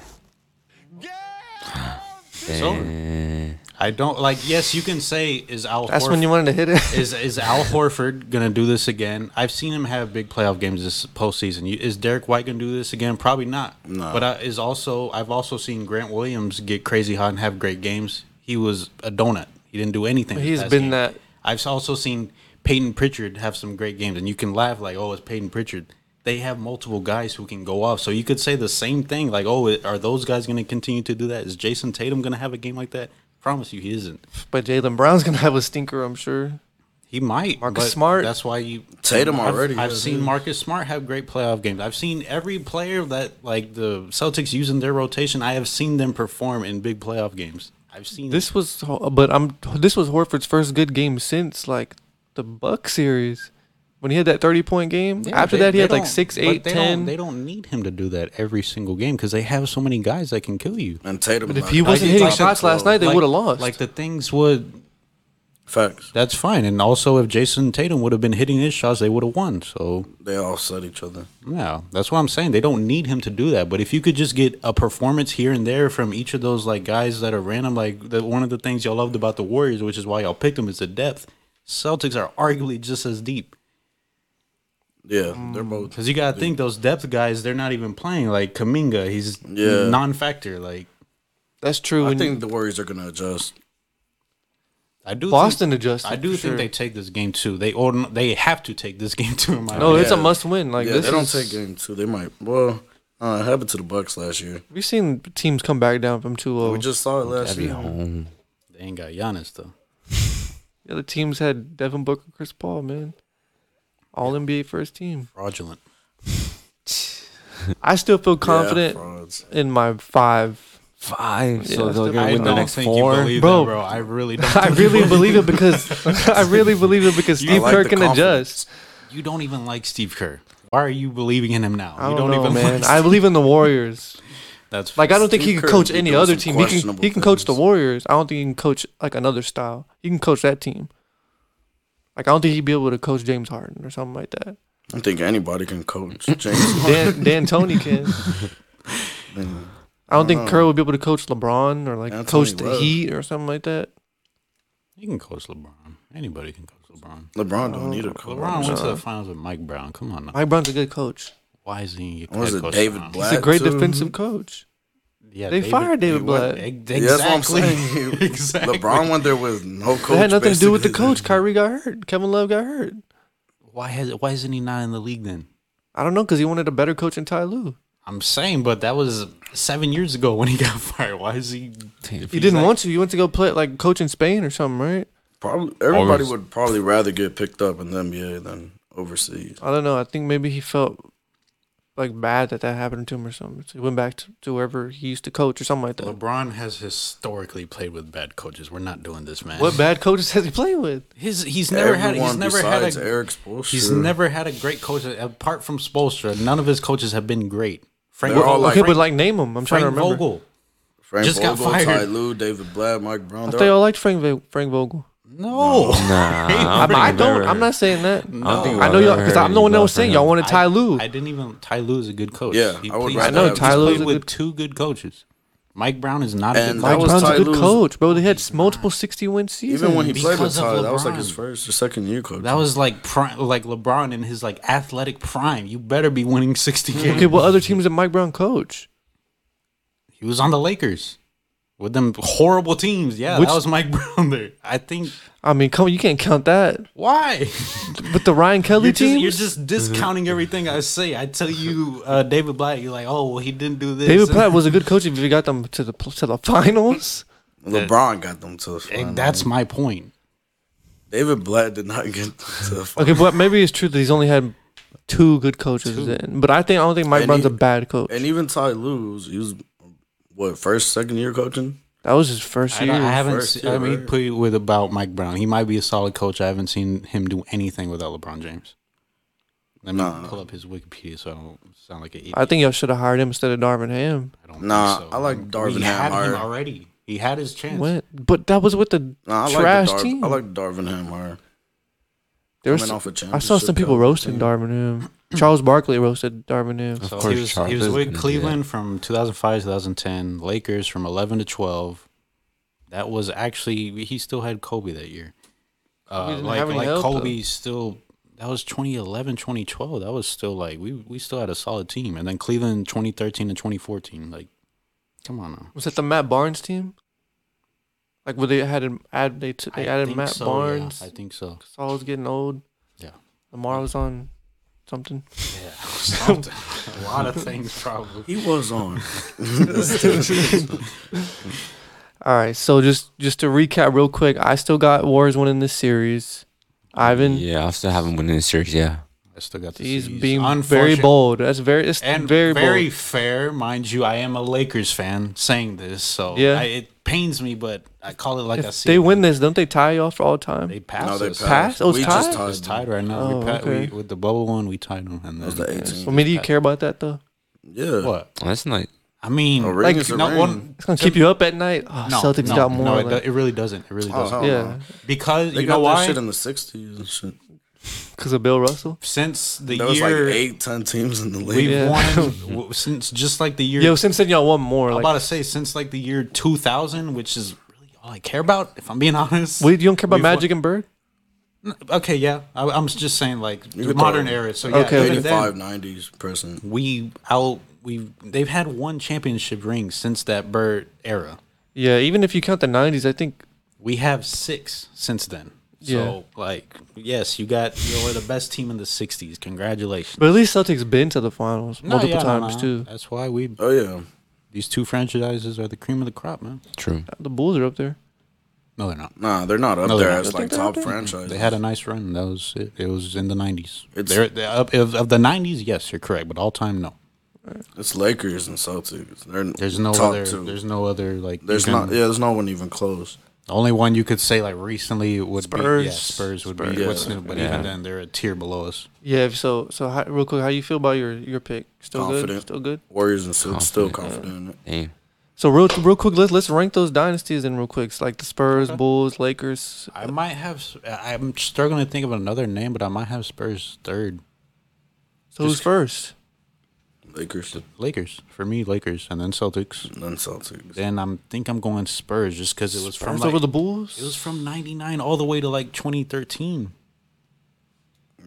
Speaker 2: It's over. I don't like. Yes, you can say is Al.
Speaker 1: Eh. That's when
Speaker 2: Horford-
Speaker 1: you wanted to hit it.
Speaker 2: is is Al Horford gonna do this again? I've seen him have big playoff games this postseason. You- Is Derek White gonna do this again? Probably not.
Speaker 4: No.
Speaker 2: But I, is also I've also seen Grant Williams get crazy hot and have great games. He was a donut. He didn't do anything. this
Speaker 1: He's
Speaker 2: past
Speaker 1: been
Speaker 2: game.
Speaker 1: that.
Speaker 2: I've also seen Peyton Pritchard have some great games, and you can laugh like, "Oh, it's Peyton Pritchard." They have multiple guys who can go off, so you could say the same thing. Like, "Oh, are those guys going to continue to do that? Is Jason Tatum going to have a game like that?" Promise you, he isn't.
Speaker 1: But Jalen Brown's gonna have a stinker, I'm sure.
Speaker 2: He might.
Speaker 1: Marcus
Speaker 2: but
Speaker 1: Smart.
Speaker 2: That's why you
Speaker 4: Tatum
Speaker 2: I've-
Speaker 4: already
Speaker 2: I've,
Speaker 4: has
Speaker 2: seen
Speaker 4: his.
Speaker 2: Marcus Smart have great playoff games. I've seen every player that like the Celtics use in their rotation. I have seen them perform in big playoff games. I've seen
Speaker 1: This was, ho- but I'm. This was Horford's first good game since like the Buck series, when he had that thirty point game.
Speaker 2: Yeah,
Speaker 1: After
Speaker 2: they-
Speaker 1: that, he
Speaker 2: they
Speaker 1: had like
Speaker 2: don't-
Speaker 1: six,
Speaker 2: but
Speaker 1: eight,
Speaker 2: they
Speaker 1: ten.
Speaker 2: Don't, they don't need him to do that every single game because they have so many guys that can kill you.
Speaker 4: And Tatum.
Speaker 1: But if
Speaker 4: like,
Speaker 1: he wasn't
Speaker 4: I
Speaker 1: hitting
Speaker 4: think
Speaker 1: shots last night, they
Speaker 2: Like-
Speaker 1: would have lost.
Speaker 2: Like the things would
Speaker 4: Facts.
Speaker 2: That's fine. And also, if Jason Tatum would have been hitting his shots, they would have won. So
Speaker 4: They offset each other.
Speaker 2: Yeah, that's what I'm saying. They don't need him to do that. But if you could just get a performance here and there from each of those like guys that are random, like the, one of the things y'all loved about the Warriors, which is why y'all picked them, is the depth. Celtics are arguably just as deep
Speaker 4: Yeah,
Speaker 1: Mm.
Speaker 4: they're both.
Speaker 2: because you gotta think those depth guys. They're not even playing like Kaminga. He's
Speaker 4: Yeah.
Speaker 2: non-factor. Like
Speaker 1: That's true.
Speaker 4: I
Speaker 1: When
Speaker 4: think the Warriors are gonna adjust.
Speaker 2: I do.
Speaker 1: Boston
Speaker 2: Think,
Speaker 1: adjusted.
Speaker 2: I do
Speaker 1: for
Speaker 2: think
Speaker 1: sure.
Speaker 2: they take this game too. They order, They have to take this game too. In my
Speaker 1: No,
Speaker 2: opinion.
Speaker 1: it's a must win. Like
Speaker 4: yeah,
Speaker 1: this
Speaker 4: they don't
Speaker 1: is-
Speaker 4: take game two. They might. Well, uh, it happened to the Bucks last year.
Speaker 1: We've seen teams come back down from oh. 2-0.
Speaker 4: We just saw it last
Speaker 3: That'd be
Speaker 4: year.
Speaker 3: home.
Speaker 2: they ain't got Giannis though.
Speaker 1: the other teams had Devin Booker, Chris Paul, man. All NBA first team.
Speaker 2: Fraudulent.
Speaker 1: I still feel
Speaker 4: Yeah,
Speaker 1: confident
Speaker 4: frauds.
Speaker 1: in my five.
Speaker 3: Five.
Speaker 1: Yeah,
Speaker 3: so
Speaker 1: that's
Speaker 3: they're
Speaker 1: the-
Speaker 3: gonna win the
Speaker 2: don't
Speaker 3: next
Speaker 2: think
Speaker 3: four.
Speaker 2: you believe
Speaker 1: Bro.
Speaker 2: that, bro. I really don't.
Speaker 1: I
Speaker 2: think you
Speaker 1: really believe it because I really believe it because
Speaker 4: I
Speaker 1: Steve
Speaker 4: like
Speaker 1: Kerr
Speaker 4: the
Speaker 1: can
Speaker 4: confidence.
Speaker 1: adjust.
Speaker 2: You don't even like Steve Kerr. Why are you believing in him now?
Speaker 1: I
Speaker 2: you
Speaker 1: don't, know, man.
Speaker 2: Like
Speaker 1: I believe in the Warriors.
Speaker 2: That's
Speaker 1: Like I don't think
Speaker 4: Steve
Speaker 1: he
Speaker 4: Kerr
Speaker 1: could coach
Speaker 4: be
Speaker 1: any
Speaker 4: doing
Speaker 1: other
Speaker 4: some
Speaker 1: team. He can
Speaker 4: questionable
Speaker 1: he can coach the
Speaker 4: things.
Speaker 1: Warriors. I don't think he can coach like another style. He can coach that team. Like I don't think he'd be able to coach James Harden or something like that.
Speaker 4: I think anybody can coach. James.
Speaker 1: Dan Dan Tony can. I don't think Kerr would be able to coach LeBron or like
Speaker 4: Anthony
Speaker 1: coach the
Speaker 4: Love.
Speaker 1: Heat or something like that.
Speaker 2: you can coach LeBron. Anybody can coach LeBron.
Speaker 4: LeBron don't need a
Speaker 2: LeBron
Speaker 4: coach.
Speaker 2: went to the finals with Mike Brown. Come on, now.
Speaker 1: Mike Brown's a good coach.
Speaker 2: why is he?
Speaker 4: What was
Speaker 2: head
Speaker 4: it,
Speaker 2: coach
Speaker 4: David
Speaker 2: now?
Speaker 4: Blatt?
Speaker 1: He's a great
Speaker 4: too.
Speaker 1: defensive coach.
Speaker 2: Yeah,
Speaker 1: They fired David
Speaker 2: he
Speaker 1: Blatt.
Speaker 2: went- e-
Speaker 4: Yeah, that's what I'm
Speaker 2: Exactly.
Speaker 4: saying.
Speaker 2: exactly.
Speaker 4: LeBron went there with no coach.
Speaker 1: It had nothing to do with the
Speaker 4: basically.
Speaker 1: coach. Kyrie got hurt. Kevin Love got hurt.
Speaker 2: Why has? Why isn't he not in the league then?
Speaker 1: I don't know because he wanted a better coach in Ty Lue.
Speaker 2: I'm saying, but that was seven years ago when he got fired. Why is he?
Speaker 1: You didn't want to. You went to go play like coach in Spain or something, right?
Speaker 4: Probably everybody
Speaker 3: Always.
Speaker 4: would probably rather get picked up in the NBA than overseas.
Speaker 1: I don't know. I think maybe he felt like bad that that happened to him or something. So he went back to, to wherever he used to coach or something like that.
Speaker 2: LeBron has historically played with bad coaches. We're not doing this, man.
Speaker 1: What bad coaches has he played with?
Speaker 2: His he's never had he's
Speaker 4: Everyone
Speaker 2: never had
Speaker 4: besides
Speaker 2: a
Speaker 4: Eric Spoelstra.
Speaker 2: He's never had a great coach apart from Spolstra. None of his coaches have been great. Frank
Speaker 4: They're all
Speaker 2: Vogel,
Speaker 4: like-
Speaker 1: Okay,
Speaker 2: Frank,
Speaker 1: but like name him. I'm trying
Speaker 2: Frank
Speaker 1: to remember.
Speaker 2: Vogel.
Speaker 4: Frank
Speaker 2: just got
Speaker 4: Vogel,
Speaker 2: fired.
Speaker 4: Ty Lue, David Blatt, Mike Brown.
Speaker 1: I thought
Speaker 4: they're all-
Speaker 1: y'all liked Frank Vo- Frank Vogel.
Speaker 2: No,
Speaker 1: I,
Speaker 3: Nah, I don't,
Speaker 1: I
Speaker 3: think I've
Speaker 1: don't.
Speaker 3: ever-
Speaker 1: I'm not saying that.
Speaker 3: I don't think I've
Speaker 1: I know y'all
Speaker 3: ever
Speaker 1: because
Speaker 3: heard
Speaker 1: I'm the one that
Speaker 3: anything
Speaker 1: was saying y'all
Speaker 3: about
Speaker 1: wanted Ty Lue.
Speaker 2: I didn't even. Ty Lue is a good coach.
Speaker 4: Yeah, I would
Speaker 2: please-
Speaker 4: rather
Speaker 1: I know,
Speaker 4: have-
Speaker 1: Ty
Speaker 2: he's
Speaker 1: Lue's
Speaker 2: played
Speaker 1: a
Speaker 2: with
Speaker 1: good-
Speaker 2: two good coaches. Mike Brown is not
Speaker 4: And
Speaker 2: a
Speaker 4: that
Speaker 2: good
Speaker 1: Mike
Speaker 2: coach.
Speaker 4: was
Speaker 1: Brown's
Speaker 4: Ty
Speaker 1: a good
Speaker 4: Lue's-
Speaker 1: coach, bro. They had multiple 60 win seasons.
Speaker 4: Even when he played with
Speaker 2: Because of
Speaker 4: Ty, that was like
Speaker 2: LeBron.
Speaker 4: his first or second year coach.
Speaker 2: that was like prime, like LeBron in his like athletic prime. You better be winning sixty games.
Speaker 1: okay, what other teams did Mike Brown coach?
Speaker 2: He was on the Lakers with them horrible teams. Yeah,
Speaker 1: Which-
Speaker 2: that was Mike Brown there. I think
Speaker 1: I mean, come on, you can't count that.
Speaker 2: why.
Speaker 1: But the Ryan Kelly
Speaker 2: You're just,
Speaker 1: team,
Speaker 2: you're just discounting
Speaker 4: Mm-hmm.
Speaker 2: everything I say. I tell you, uh, David Blatt, you're like, oh, well, he didn't do this.
Speaker 1: David Platt was a good coach if he got them to the to the finals.
Speaker 4: LeBron got them to the final.
Speaker 2: And that's my point.
Speaker 4: David Blatt did not get them to the final.
Speaker 1: Okay, but maybe it's true that he's only had two good coaches then. But I think I don't think Mike
Speaker 4: And
Speaker 1: Brown's
Speaker 4: he-
Speaker 1: a bad coach.
Speaker 4: And even Ty Lue, was- he was what first, second year coaching.
Speaker 1: That was his first
Speaker 2: I,
Speaker 1: year.
Speaker 2: don't- I haven't.
Speaker 4: first
Speaker 2: se-
Speaker 4: year,
Speaker 2: I mean,
Speaker 4: right?
Speaker 2: put it with about Mike Brown. He might be a solid coach. I haven't seen him do anything without LeBron James. Let me
Speaker 4: Nah.
Speaker 2: pull up his Wikipedia so I don't sound like an idiot.
Speaker 1: I think y'all should have hired him instead of Darvin Ham.
Speaker 2: I don't
Speaker 4: Nah,
Speaker 2: think
Speaker 4: I like Darvin
Speaker 2: We
Speaker 4: Ham
Speaker 2: had him
Speaker 4: higher.
Speaker 2: already. He had his chance.
Speaker 1: Went, but that was with the
Speaker 4: Nah, I
Speaker 1: trash
Speaker 4: like the Darv-
Speaker 1: team.
Speaker 4: I like Darvin Ham higher.
Speaker 1: There was
Speaker 4: coming off a
Speaker 1: I saw some
Speaker 4: championship
Speaker 1: people
Speaker 4: caliber
Speaker 1: roasting
Speaker 4: team.
Speaker 1: Darvin Ham. Charles Barkley roasted Darvin Ham.
Speaker 2: So
Speaker 3: Of course,
Speaker 2: he was,
Speaker 3: Charles
Speaker 2: he was
Speaker 3: is
Speaker 2: with
Speaker 3: gonna do
Speaker 2: Cleveland from 2005 2010, Lakers from 11 to 12. That was actually he still had Kobe that year. Uh,
Speaker 1: didn't
Speaker 2: like
Speaker 1: have any
Speaker 2: like
Speaker 1: help,
Speaker 2: Kobe still that was 2011 2012. That was still like we we still had a solid team. And then Cleveland 2013 and 2014 like come on now.
Speaker 1: Was that the Matt Barnes team? Like where they had him add they t- they
Speaker 2: I
Speaker 1: added
Speaker 2: think
Speaker 1: Matt
Speaker 2: so, yeah,
Speaker 1: Barnes.
Speaker 2: I think so.
Speaker 1: Saul was getting old.
Speaker 2: Yeah.
Speaker 1: Lamar was on something.
Speaker 2: Yeah. Something. a lot of things probably.
Speaker 4: He was on.
Speaker 1: All right, so just just to recap real quick, I still got Warriors winning this series. Ivan,
Speaker 3: Yeah, I still haven't won in this series. Yeah,
Speaker 2: I still got the
Speaker 1: he's
Speaker 2: C's.
Speaker 1: being very
Speaker 2: Unfortunate-
Speaker 1: bold. That's very it's
Speaker 2: and
Speaker 1: very,
Speaker 2: very,
Speaker 1: bold.
Speaker 2: fair, mind you. I am a Lakers fan saying this, so
Speaker 1: Yeah.
Speaker 2: I, it pains me, but I call it like I see.
Speaker 1: They
Speaker 2: it.
Speaker 1: win this, don't they tie you off for all time?
Speaker 2: They pass
Speaker 4: no, they
Speaker 2: us.
Speaker 4: passed.
Speaker 1: Passed? Oh, it's
Speaker 4: we
Speaker 1: tied?
Speaker 4: just
Speaker 2: It's
Speaker 4: tied.
Speaker 2: tied right now.
Speaker 1: Oh,
Speaker 2: we pa-
Speaker 1: okay.
Speaker 2: we, with the bubble one, we tied them, and
Speaker 4: That was
Speaker 2: then
Speaker 4: the
Speaker 1: I
Speaker 4: 18.
Speaker 1: mean, do you care about that though?
Speaker 4: Yeah.
Speaker 2: what?
Speaker 3: Well, that's not.
Speaker 2: I mean,
Speaker 4: A ring
Speaker 1: Like,
Speaker 4: is a
Speaker 2: no
Speaker 4: ring.
Speaker 2: one.
Speaker 1: It's gonna keep you up at night. Oh,
Speaker 2: No,
Speaker 1: Celtics
Speaker 2: no,
Speaker 1: got more.
Speaker 2: No, it,
Speaker 1: like-
Speaker 2: do- it really doesn't. It really
Speaker 4: Oh,
Speaker 2: doesn't.
Speaker 4: hell
Speaker 1: yeah,
Speaker 2: Because
Speaker 4: They
Speaker 2: you
Speaker 4: got
Speaker 2: know
Speaker 4: that
Speaker 2: why?
Speaker 4: shit in the '60s and shit.
Speaker 1: because of Bill Russell.
Speaker 2: since the
Speaker 4: There was like
Speaker 2: year
Speaker 4: eight, ten teams in the league.
Speaker 2: we've
Speaker 1: Yeah.
Speaker 2: won, w- since just like the year
Speaker 1: Yo, since then y'all won more.
Speaker 2: I'm
Speaker 1: Like,
Speaker 2: about to say since like the year 2000, which is really all I care about, if I'm being honest.
Speaker 1: wait, you don't care about
Speaker 2: we've won-
Speaker 1: Magic and Bird?
Speaker 2: okay, yeah, I, I'm just saying like
Speaker 4: You
Speaker 2: the
Speaker 4: could
Speaker 2: modern
Speaker 4: throw-
Speaker 2: era. So yeah,
Speaker 1: Okay.
Speaker 2: even then,
Speaker 4: 85, 90s person.
Speaker 2: we out we they've had one championship ring since that Bird era.
Speaker 1: Yeah, even if you count the '90s, I think
Speaker 2: We have six since then. So like yes, you got you were the best team in the 60s. Congratulations.
Speaker 1: But at least Celtics been to the finals
Speaker 2: No,
Speaker 1: multiple
Speaker 2: yeah, no,
Speaker 1: times
Speaker 2: no.
Speaker 1: too.
Speaker 2: That's why we
Speaker 4: Oh yeah,
Speaker 2: these two franchises are the cream of the crop, man.
Speaker 3: True.
Speaker 1: The Bulls are up there.
Speaker 2: No, they're not.
Speaker 4: nah, they're not up
Speaker 2: No, they're
Speaker 4: there
Speaker 2: not.
Speaker 4: as
Speaker 1: Don't
Speaker 4: like
Speaker 1: think they're up
Speaker 4: top
Speaker 1: there.
Speaker 4: franchise.
Speaker 2: They had a nice run. That was it. It was in the nineties.
Speaker 4: It's-
Speaker 2: They're, they're up, of, of the nineties. Yes, you're correct, but all time, no.
Speaker 4: it's Lakers and Celtics. They're
Speaker 2: There's no
Speaker 4: top
Speaker 2: other.
Speaker 4: two.
Speaker 2: There's no other like. you
Speaker 4: There's
Speaker 2: can-
Speaker 4: not. Yeah, there's no one even close.
Speaker 2: The only one you could say like recently would be yeah,
Speaker 1: Spurs.
Speaker 2: Spurs would
Speaker 1: Spurs.
Speaker 2: be. What's
Speaker 4: Yeah.
Speaker 2: new, but
Speaker 3: Yeah.
Speaker 2: even then, they're a tier below us.
Speaker 1: Yeah. if So so how, real quick, how you feel about your your pick? Still good.
Speaker 4: Confident.
Speaker 1: Still good.
Speaker 4: Warriors and
Speaker 2: Oh,
Speaker 4: still, still
Speaker 3: Confident.
Speaker 4: confident in it.
Speaker 3: Damn.
Speaker 1: So real real quick, let's let's rank those dynasties in real quick. It's like the Spurs, Bulls, Lakers.
Speaker 2: I might have. I'm struggling to think of another name, but I might have Spurs third.
Speaker 1: So who's
Speaker 2: Just-
Speaker 1: first?
Speaker 4: Lakers
Speaker 2: The Lakers for me, Lakers, and then Celtics.
Speaker 4: and then Celtics.
Speaker 2: Then I'm think I'm going Spurs just because it was from
Speaker 1: Spurs
Speaker 2: like,
Speaker 1: over the Bulls.
Speaker 2: it was from '99 all the way to like 2013.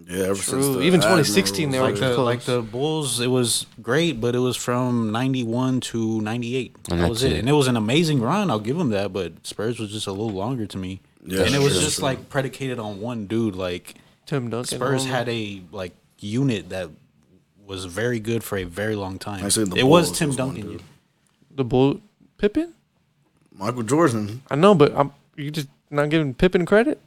Speaker 4: Yeah, ever since
Speaker 1: True.
Speaker 4: the
Speaker 1: Even
Speaker 4: Admiral
Speaker 1: 2016 they
Speaker 4: was
Speaker 2: like
Speaker 1: were-
Speaker 4: there.
Speaker 2: the,
Speaker 1: close.
Speaker 2: like the Bulls, it was great, but it was from '91 to '98.
Speaker 3: And
Speaker 2: That was
Speaker 3: that's
Speaker 2: it,
Speaker 3: it.
Speaker 2: and it was an amazing run. I'll give them that, but Spurs was just a little longer to me,
Speaker 4: Yeah,
Speaker 2: and it was
Speaker 4: sure,
Speaker 2: just
Speaker 4: sure.
Speaker 2: like predicated on one dude. Like
Speaker 1: Tim Duncan. oh.
Speaker 2: Spurs
Speaker 1: Homer.
Speaker 2: had a like unit that was very good for a very long time.
Speaker 4: I see the
Speaker 2: it was
Speaker 4: Bulls
Speaker 2: Tim
Speaker 4: was one
Speaker 2: Duncan.
Speaker 4: dude.
Speaker 1: the Bull Pippen.
Speaker 4: Michael Jordan.
Speaker 1: I know, but I'm you just not giving Pippen credit.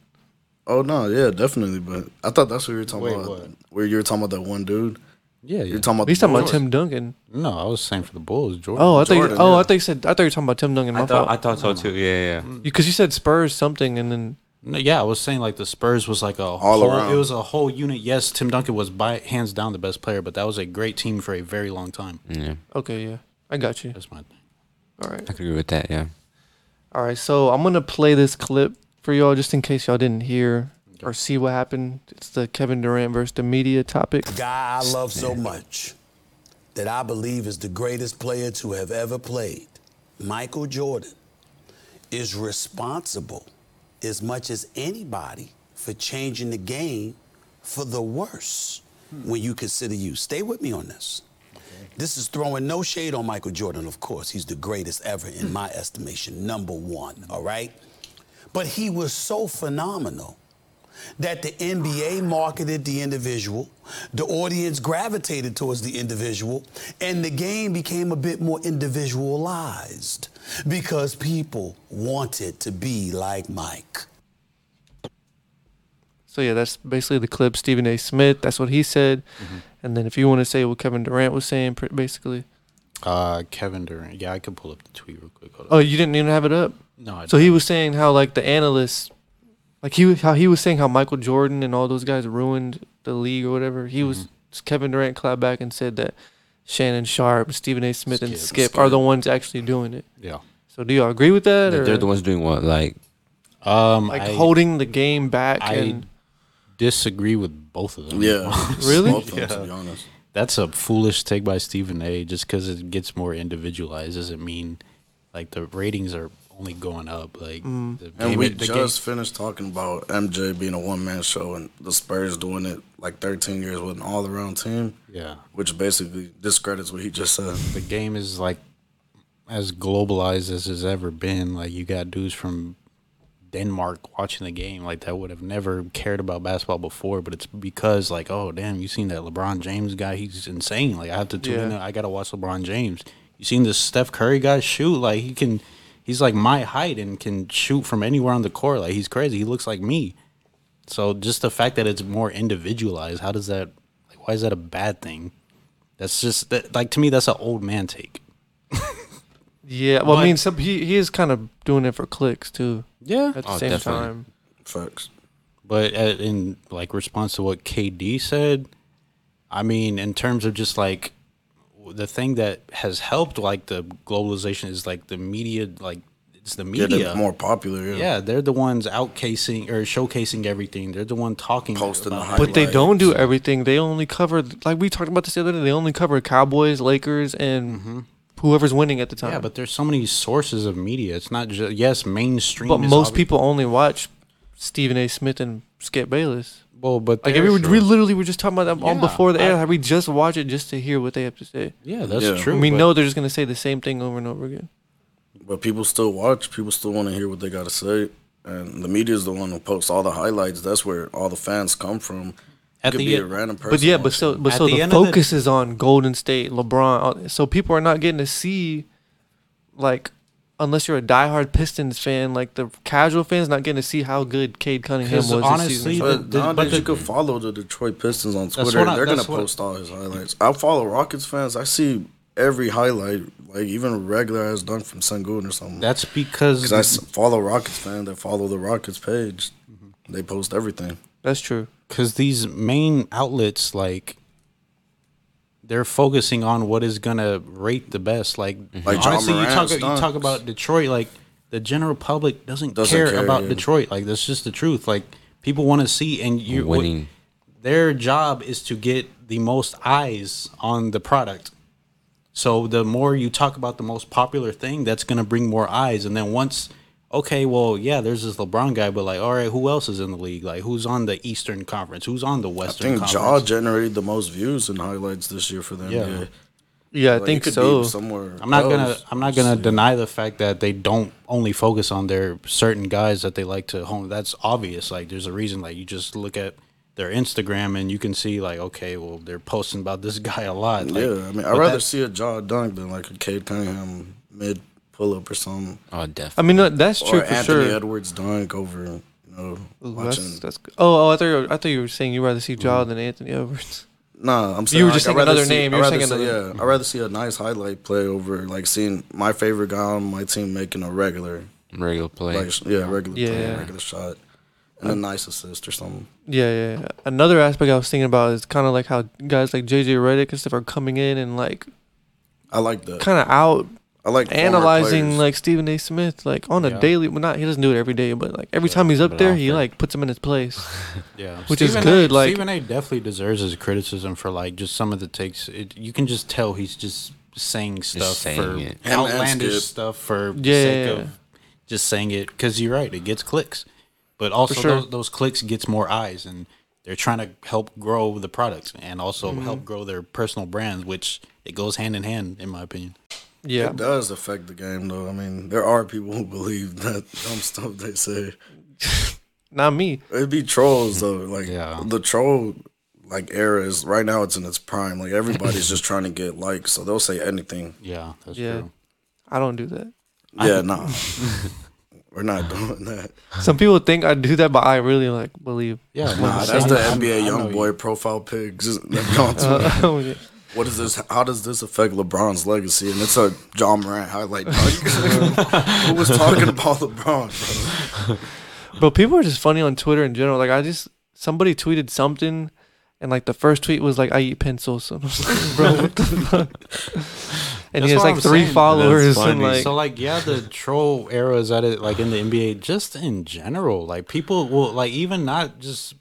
Speaker 4: Oh no, yeah, definitely. But I thought that's what you were talking
Speaker 2: Wait,
Speaker 4: about.
Speaker 2: what?
Speaker 4: Where you were talking about that one dude.
Speaker 2: Yeah, yeah.
Speaker 4: You're talking
Speaker 1: Oh,
Speaker 4: about.
Speaker 1: He's
Speaker 4: the
Speaker 1: talking about
Speaker 4: Bulls.
Speaker 1: Tim Duncan.
Speaker 2: no, I was saying for the Bulls, Jordan.
Speaker 1: Oh, I thought. you,
Speaker 4: Jordan,
Speaker 1: oh,
Speaker 4: yeah.
Speaker 1: I thought you said. I thought you were talking about Tim Duncan. My
Speaker 3: I thought I
Speaker 1: fault.
Speaker 3: thought so too. Yeah, yeah.
Speaker 1: Because you said Spurs something, and then
Speaker 2: No, yeah, I was saying like the Spurs was like a
Speaker 4: All
Speaker 2: whole,
Speaker 4: around.
Speaker 2: It was a whole unit. Yes, Tim Duncan was by hands down the best player, but that was a great team for a very long time.
Speaker 3: Yeah.
Speaker 1: okay, yeah, I got you.
Speaker 2: That's my thing.
Speaker 1: All right.
Speaker 3: I could agree with that. Yeah.
Speaker 1: All right, so I'm gonna play this clip for y'all just in case y'all didn't hear or see what happened. It's the Kevin Durant versus the media topic.
Speaker 5: guy I love so much that I believe is the greatest player to have ever played, Michael Jordan, is responsible as much as anybody for changing the game for the worse when you consider you. Stay with me on this. This is throwing no shade on Michael Jordan, of course. He's the greatest ever in my estimation, number one, all right? But he was so phenomenal that the NBA marketed the individual, the audience gravitated towards the individual, and the game became a bit more individualized because people wanted to be like Mike.
Speaker 1: So yeah, that's basically the clip. Stephen A. Smith. That's what he said.
Speaker 3: Mm-hmm.
Speaker 1: And then if you want to say what Kevin Durant was saying, pr- basically.
Speaker 2: Uh, Kevin Durant. Yeah, I could pull up the tweet real quick. Hold on.
Speaker 1: Oh, you didn't even have it up.
Speaker 2: no, I
Speaker 1: So he was saying how like the analysts, like he was- how he was saying how Michael Jordan and all those guys ruined the league or whatever. He was Kevin Durant clapped back and said that Shannon Sharp, Stephen A. Smith, and
Speaker 2: Skip,
Speaker 1: Skip, are the ones actually doing it.
Speaker 2: yeah.
Speaker 1: So do y'all agree with that?
Speaker 3: They're
Speaker 1: or?
Speaker 3: the ones doing what? Like,
Speaker 2: Um,
Speaker 1: like
Speaker 2: I
Speaker 1: holding the game back
Speaker 2: I-
Speaker 1: and
Speaker 2: disagree with both of them.
Speaker 4: Yeah.
Speaker 1: Really?
Speaker 4: Both of them, To be honest.
Speaker 2: that's a foolish take by Stephen A. Just because it gets more individualized doesn't mean like the ratings are only going up. Like the
Speaker 4: Mm. And
Speaker 2: game-
Speaker 4: we
Speaker 2: the game-
Speaker 4: just finished talking about MJ being a one man show and the Spurs doing it like 13 years with an all around team,
Speaker 2: yeah,
Speaker 4: which basically discredits what he just said.
Speaker 2: the game is like as globalized as it's ever been. Like you got dudes from Denmark watching the game like that would have never cared about basketball before, but it's because like, oh damn, you seen that LeBron James guy? He's insane. Like I have to tune in.
Speaker 1: Yeah.
Speaker 2: I gotta watch LeBron James. You seen this Steph Curry guy shoot? Like he can, he's like my height and can shoot from anywhere on the court. Like he's crazy. He looks like me. So just the fact that it's more individualized, how does that? Like why is that a bad thing? That's just that. Like to me, that's an old man take.
Speaker 1: yeah. Well, I
Speaker 2: but-
Speaker 1: mean, some, he he is kind of doing it for clicks too.
Speaker 2: Yeah,
Speaker 1: At the
Speaker 3: Oh,
Speaker 1: same
Speaker 3: definitely.
Speaker 1: time,
Speaker 4: Facts.
Speaker 2: But uh, in like response to what KD said, I mean, in terms of just like w- the thing that has helped like the globalization is like the media, like it's the
Speaker 4: Yeah,
Speaker 2: media.
Speaker 4: they're more popular. Yeah.
Speaker 2: Yeah, they're the ones outcasing or showcasing everything. They're the one talking,
Speaker 4: Posting the
Speaker 2: about
Speaker 4: hype.
Speaker 2: it.
Speaker 1: But they
Speaker 4: Like-
Speaker 1: don't do everything. They only cover like we talked about this the other day. They only cover Cowboys, Lakers, and whoever's winning at the time.
Speaker 2: Yeah, but there's so many sources of media. It's not just yes, mainstream.
Speaker 1: But
Speaker 2: is
Speaker 1: most
Speaker 2: obvi-
Speaker 1: people only watch Stephen A. Smith and Skip Bayless.
Speaker 2: Well, but
Speaker 1: Like
Speaker 2: they're-
Speaker 1: we, were, we literally were just talking about that on
Speaker 2: Yeah,
Speaker 1: before the air.
Speaker 2: I-
Speaker 1: how we just watch it just to hear what they have to say.
Speaker 2: yeah, that's
Speaker 4: Yeah.
Speaker 2: true.
Speaker 1: we
Speaker 2: but-
Speaker 1: know they're just gonna say the same thing over and over again.
Speaker 4: But people still watch. People still want to hear what they got to say. And the media is the one who posts all the highlights. That's where all the fans come from.
Speaker 2: At
Speaker 4: It could
Speaker 2: the e-
Speaker 4: be
Speaker 2: end-
Speaker 4: a random person.
Speaker 1: But yeah, but so but
Speaker 2: At
Speaker 1: so
Speaker 2: the
Speaker 1: the
Speaker 2: end of the-
Speaker 1: focus is on Golden State, LeBron. all- So people are not getting to see, like, unless you're a diehard Pistons fan, like the casual fans not getting to see how good Cade Cunningham
Speaker 2: 'Cause
Speaker 1: was.
Speaker 2: honestly,
Speaker 1: this season.
Speaker 2: the-
Speaker 4: But
Speaker 2: the- but
Speaker 4: nowadays
Speaker 2: the-
Speaker 4: you could follow the Detroit Pistons on
Speaker 2: That's
Speaker 4: Twitter.
Speaker 2: what I-
Speaker 4: They're gonna
Speaker 2: that's what-
Speaker 4: post all his highlights. I follow Rockets fans. I see every highlight, like even a regular ass dunk from Sengun or something.
Speaker 2: that's because
Speaker 4: Because I s- follow Rockets fan that follow the Rockets page.
Speaker 2: Mm-hmm.
Speaker 4: They post everything.
Speaker 1: that's true.
Speaker 2: because these main outlets like they're focusing on what is gonna rate the best. Like,
Speaker 4: Like Ja
Speaker 2: honestly, you
Speaker 4: Morant
Speaker 2: talk you
Speaker 4: stunts.
Speaker 2: talk about Detroit. Like the general public doesn't,
Speaker 4: Doesn't
Speaker 2: care,
Speaker 4: care,
Speaker 2: about
Speaker 4: yeah.
Speaker 2: Detroit. Like that's just the truth. Like people want to see and you what-
Speaker 3: Winning.
Speaker 2: Their job is to get the most eyes on the product. So the more you talk about the most popular thing, that's gonna bring more eyes. And then once, okay, well, yeah, there's this LeBron guy, but like, all right, who else is in the league? Like, who's on the Eastern Conference? Who's on the
Speaker 4: I
Speaker 2: Western
Speaker 4: think Jaw
Speaker 2: Conference?
Speaker 4: generated the most views and highlights this year for them.
Speaker 2: Yeah.
Speaker 4: Yeah,
Speaker 1: Yeah, I
Speaker 4: Like, it
Speaker 1: think
Speaker 4: could
Speaker 1: so.
Speaker 4: Be somewhere.
Speaker 2: I'm not gonna,
Speaker 4: else.
Speaker 2: I'm not gonna deny the fact that they don't only focus on their certain guys that they like to hone. That's obvious. Like, there's a reason. Like, you just look at their Instagram and you can see, like, okay, well, they're posting about this guy a lot. Like,
Speaker 4: yeah, I mean, I'd
Speaker 2: but
Speaker 4: rather
Speaker 2: that-
Speaker 4: see a Jaw dunk than like a Cade Cunningham mid pull up or something,
Speaker 3: Oh,
Speaker 1: I
Speaker 3: definitely.
Speaker 1: mean, no, that's true
Speaker 4: or
Speaker 1: for
Speaker 4: Anthony
Speaker 1: sure.
Speaker 4: Edwards dunk over you know
Speaker 1: Ooh,
Speaker 4: watching.
Speaker 1: that's, that's good. Oh, oh, I thought you were, I thought you were saying you'd rather see Jaw than Anthony Edwards.
Speaker 4: Nah, I'm saying
Speaker 1: were
Speaker 4: like,
Speaker 1: just
Speaker 4: I'd
Speaker 1: saying
Speaker 4: rather
Speaker 1: another
Speaker 4: see-
Speaker 1: name,
Speaker 4: I'd
Speaker 1: you were
Speaker 4: rather
Speaker 1: saying
Speaker 4: see-
Speaker 1: another-
Speaker 4: yeah, I'd rather see a nice highlight play over like seeing my favorite guy on my team making a regular,
Speaker 3: Regular play.
Speaker 4: like sh- yeah, regular play,
Speaker 1: Yeah.
Speaker 4: regular shot, and a nice assist or something.
Speaker 1: Yeah, yeah, yeah. Another aspect I was thinking about is kind of like how guys like JJ Redick and stuff are coming in and like
Speaker 4: I like that.
Speaker 1: kind of out
Speaker 4: I like former
Speaker 1: analyzing
Speaker 4: players.
Speaker 1: like Stephen A. Smith like on a daily. Well, not he doesn't do it every day, but like every time he's up
Speaker 3: but
Speaker 1: there,
Speaker 3: often.
Speaker 1: he like puts him in his place.
Speaker 2: Yeah,
Speaker 1: Which is
Speaker 2: Stephen
Speaker 1: good,
Speaker 2: A,
Speaker 1: like-
Speaker 2: Stephen A. definitely deserves his criticism for like just some of the takes. It, you can just tell he's just saying stuff
Speaker 3: saying
Speaker 2: for
Speaker 3: it.
Speaker 4: and
Speaker 2: outlandish
Speaker 4: Skip.
Speaker 2: stuff for the
Speaker 1: Yeah,
Speaker 2: sake
Speaker 1: yeah, yeah.
Speaker 2: of just saying it. Because you're right, it gets clicks, but also
Speaker 1: sure.
Speaker 2: those, those clicks gets more eyes, and they're trying to help grow the products and also
Speaker 1: Mm-hmm.
Speaker 2: help grow their personal brands, which it goes hand in hand, in my opinion.
Speaker 1: yeah,
Speaker 4: It does affect the game, though. I mean, there are people who believe that dumb stuff they say.
Speaker 1: not me.
Speaker 4: It'd be trolls, though. Like
Speaker 2: Yeah.
Speaker 4: the troll like era is right now. It's in its prime. Like everybody's just trying to get likes, so they'll say anything.
Speaker 2: Yeah, that's
Speaker 1: Yeah,
Speaker 2: true.
Speaker 1: I don't do that.
Speaker 4: Yeah, nah. We're not doing that.
Speaker 1: Some people think I do that, but I really like believe.
Speaker 2: Yeah,
Speaker 4: Nah,
Speaker 2: no,
Speaker 4: that's
Speaker 2: I-
Speaker 4: the
Speaker 2: I- I
Speaker 4: NBA
Speaker 2: know
Speaker 4: young
Speaker 2: you.
Speaker 4: boy profile pics. Just- they're going to-
Speaker 1: Uh,
Speaker 4: what is this? How does this affect LeBron's legacy? And it's a John Morant highlight. dunk. Who was talking about LeBron? Bro?
Speaker 1: But people are just funny on Twitter in general. Like I just somebody tweeted something, and like the first tweet was like I eat pencils. And I was like, bro, what the fuck? And
Speaker 2: That's
Speaker 1: he has
Speaker 2: what
Speaker 1: like
Speaker 2: I'm
Speaker 1: three
Speaker 2: saying.
Speaker 1: followers
Speaker 3: That's
Speaker 1: and
Speaker 3: funny.
Speaker 1: like
Speaker 2: so like yeah the troll era is at it like in the nba just in general like people will like even not just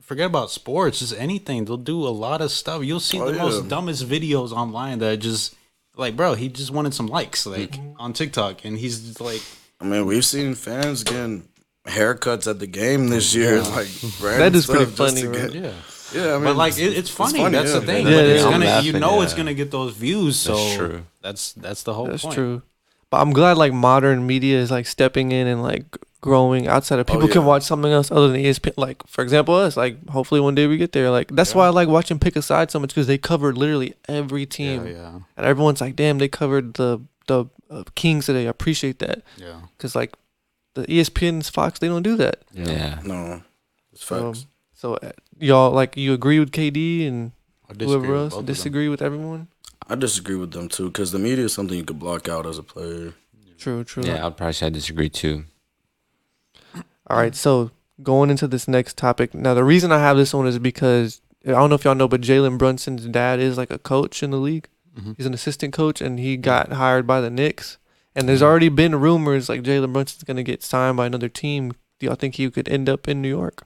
Speaker 2: forget about sports just anything they'll do a lot of stuff you'll see
Speaker 4: Oh,
Speaker 2: the
Speaker 4: yeah.
Speaker 2: most dumbest videos online that just like bro he just wanted some likes like on tiktok and he's just like
Speaker 4: I mean, we've seen fans getting haircuts at the game this year. Like brand
Speaker 1: That is
Speaker 4: stuff
Speaker 1: pretty
Speaker 4: just
Speaker 1: funny,
Speaker 4: to
Speaker 1: bro.
Speaker 4: get-
Speaker 2: yeah
Speaker 4: Yeah, I mean,
Speaker 2: but like it, it's funny that's the
Speaker 4: yeah.
Speaker 2: thing
Speaker 1: Yeah,
Speaker 2: Like,
Speaker 1: yeah,
Speaker 2: it's
Speaker 1: yeah.
Speaker 2: gonna
Speaker 3: I'm
Speaker 2: you
Speaker 3: laughing,
Speaker 2: know it's
Speaker 3: yeah.
Speaker 2: gonna get those views so that's
Speaker 3: true.
Speaker 2: that's that's the whole
Speaker 1: That's
Speaker 2: point
Speaker 1: true. But I'm glad like modern media is like stepping in and like growing outside
Speaker 2: Oh,
Speaker 1: of people can
Speaker 4: yeah.
Speaker 1: watch something else other than E ESPN. Like for example, us. Like hopefully one day we get there. Like that's why I like watching Pick a Side so much because they covered literally every team,
Speaker 2: yeah yeah
Speaker 1: and everyone's like, damn, they covered the the uh, Kings today. I appreciate that
Speaker 2: yeah
Speaker 1: because like the E ESPN's Fox they don't do that.
Speaker 3: yeah.
Speaker 4: no, it's
Speaker 1: Um,
Speaker 4: facts.
Speaker 1: so uh, y'all like you agree with KD and
Speaker 2: I disagree
Speaker 1: whoever
Speaker 2: with
Speaker 1: else
Speaker 2: both of them.
Speaker 1: disagree with everyone.
Speaker 4: I disagree with them too because the media is something you could block out as a player.
Speaker 1: True, true.
Speaker 3: Yeah, I'd probably say I disagree too.
Speaker 1: All right, so going into this next topic. Now, the reason I have this one is because I don't know if y'all know, but Jalen Brunson's dad is like a coach in the league. He's an assistant coach, and he got hired by the Knicks. And there's already been rumors like Jalen Brunson's gonna get signed by another team. Do y'all think he could end up in New York?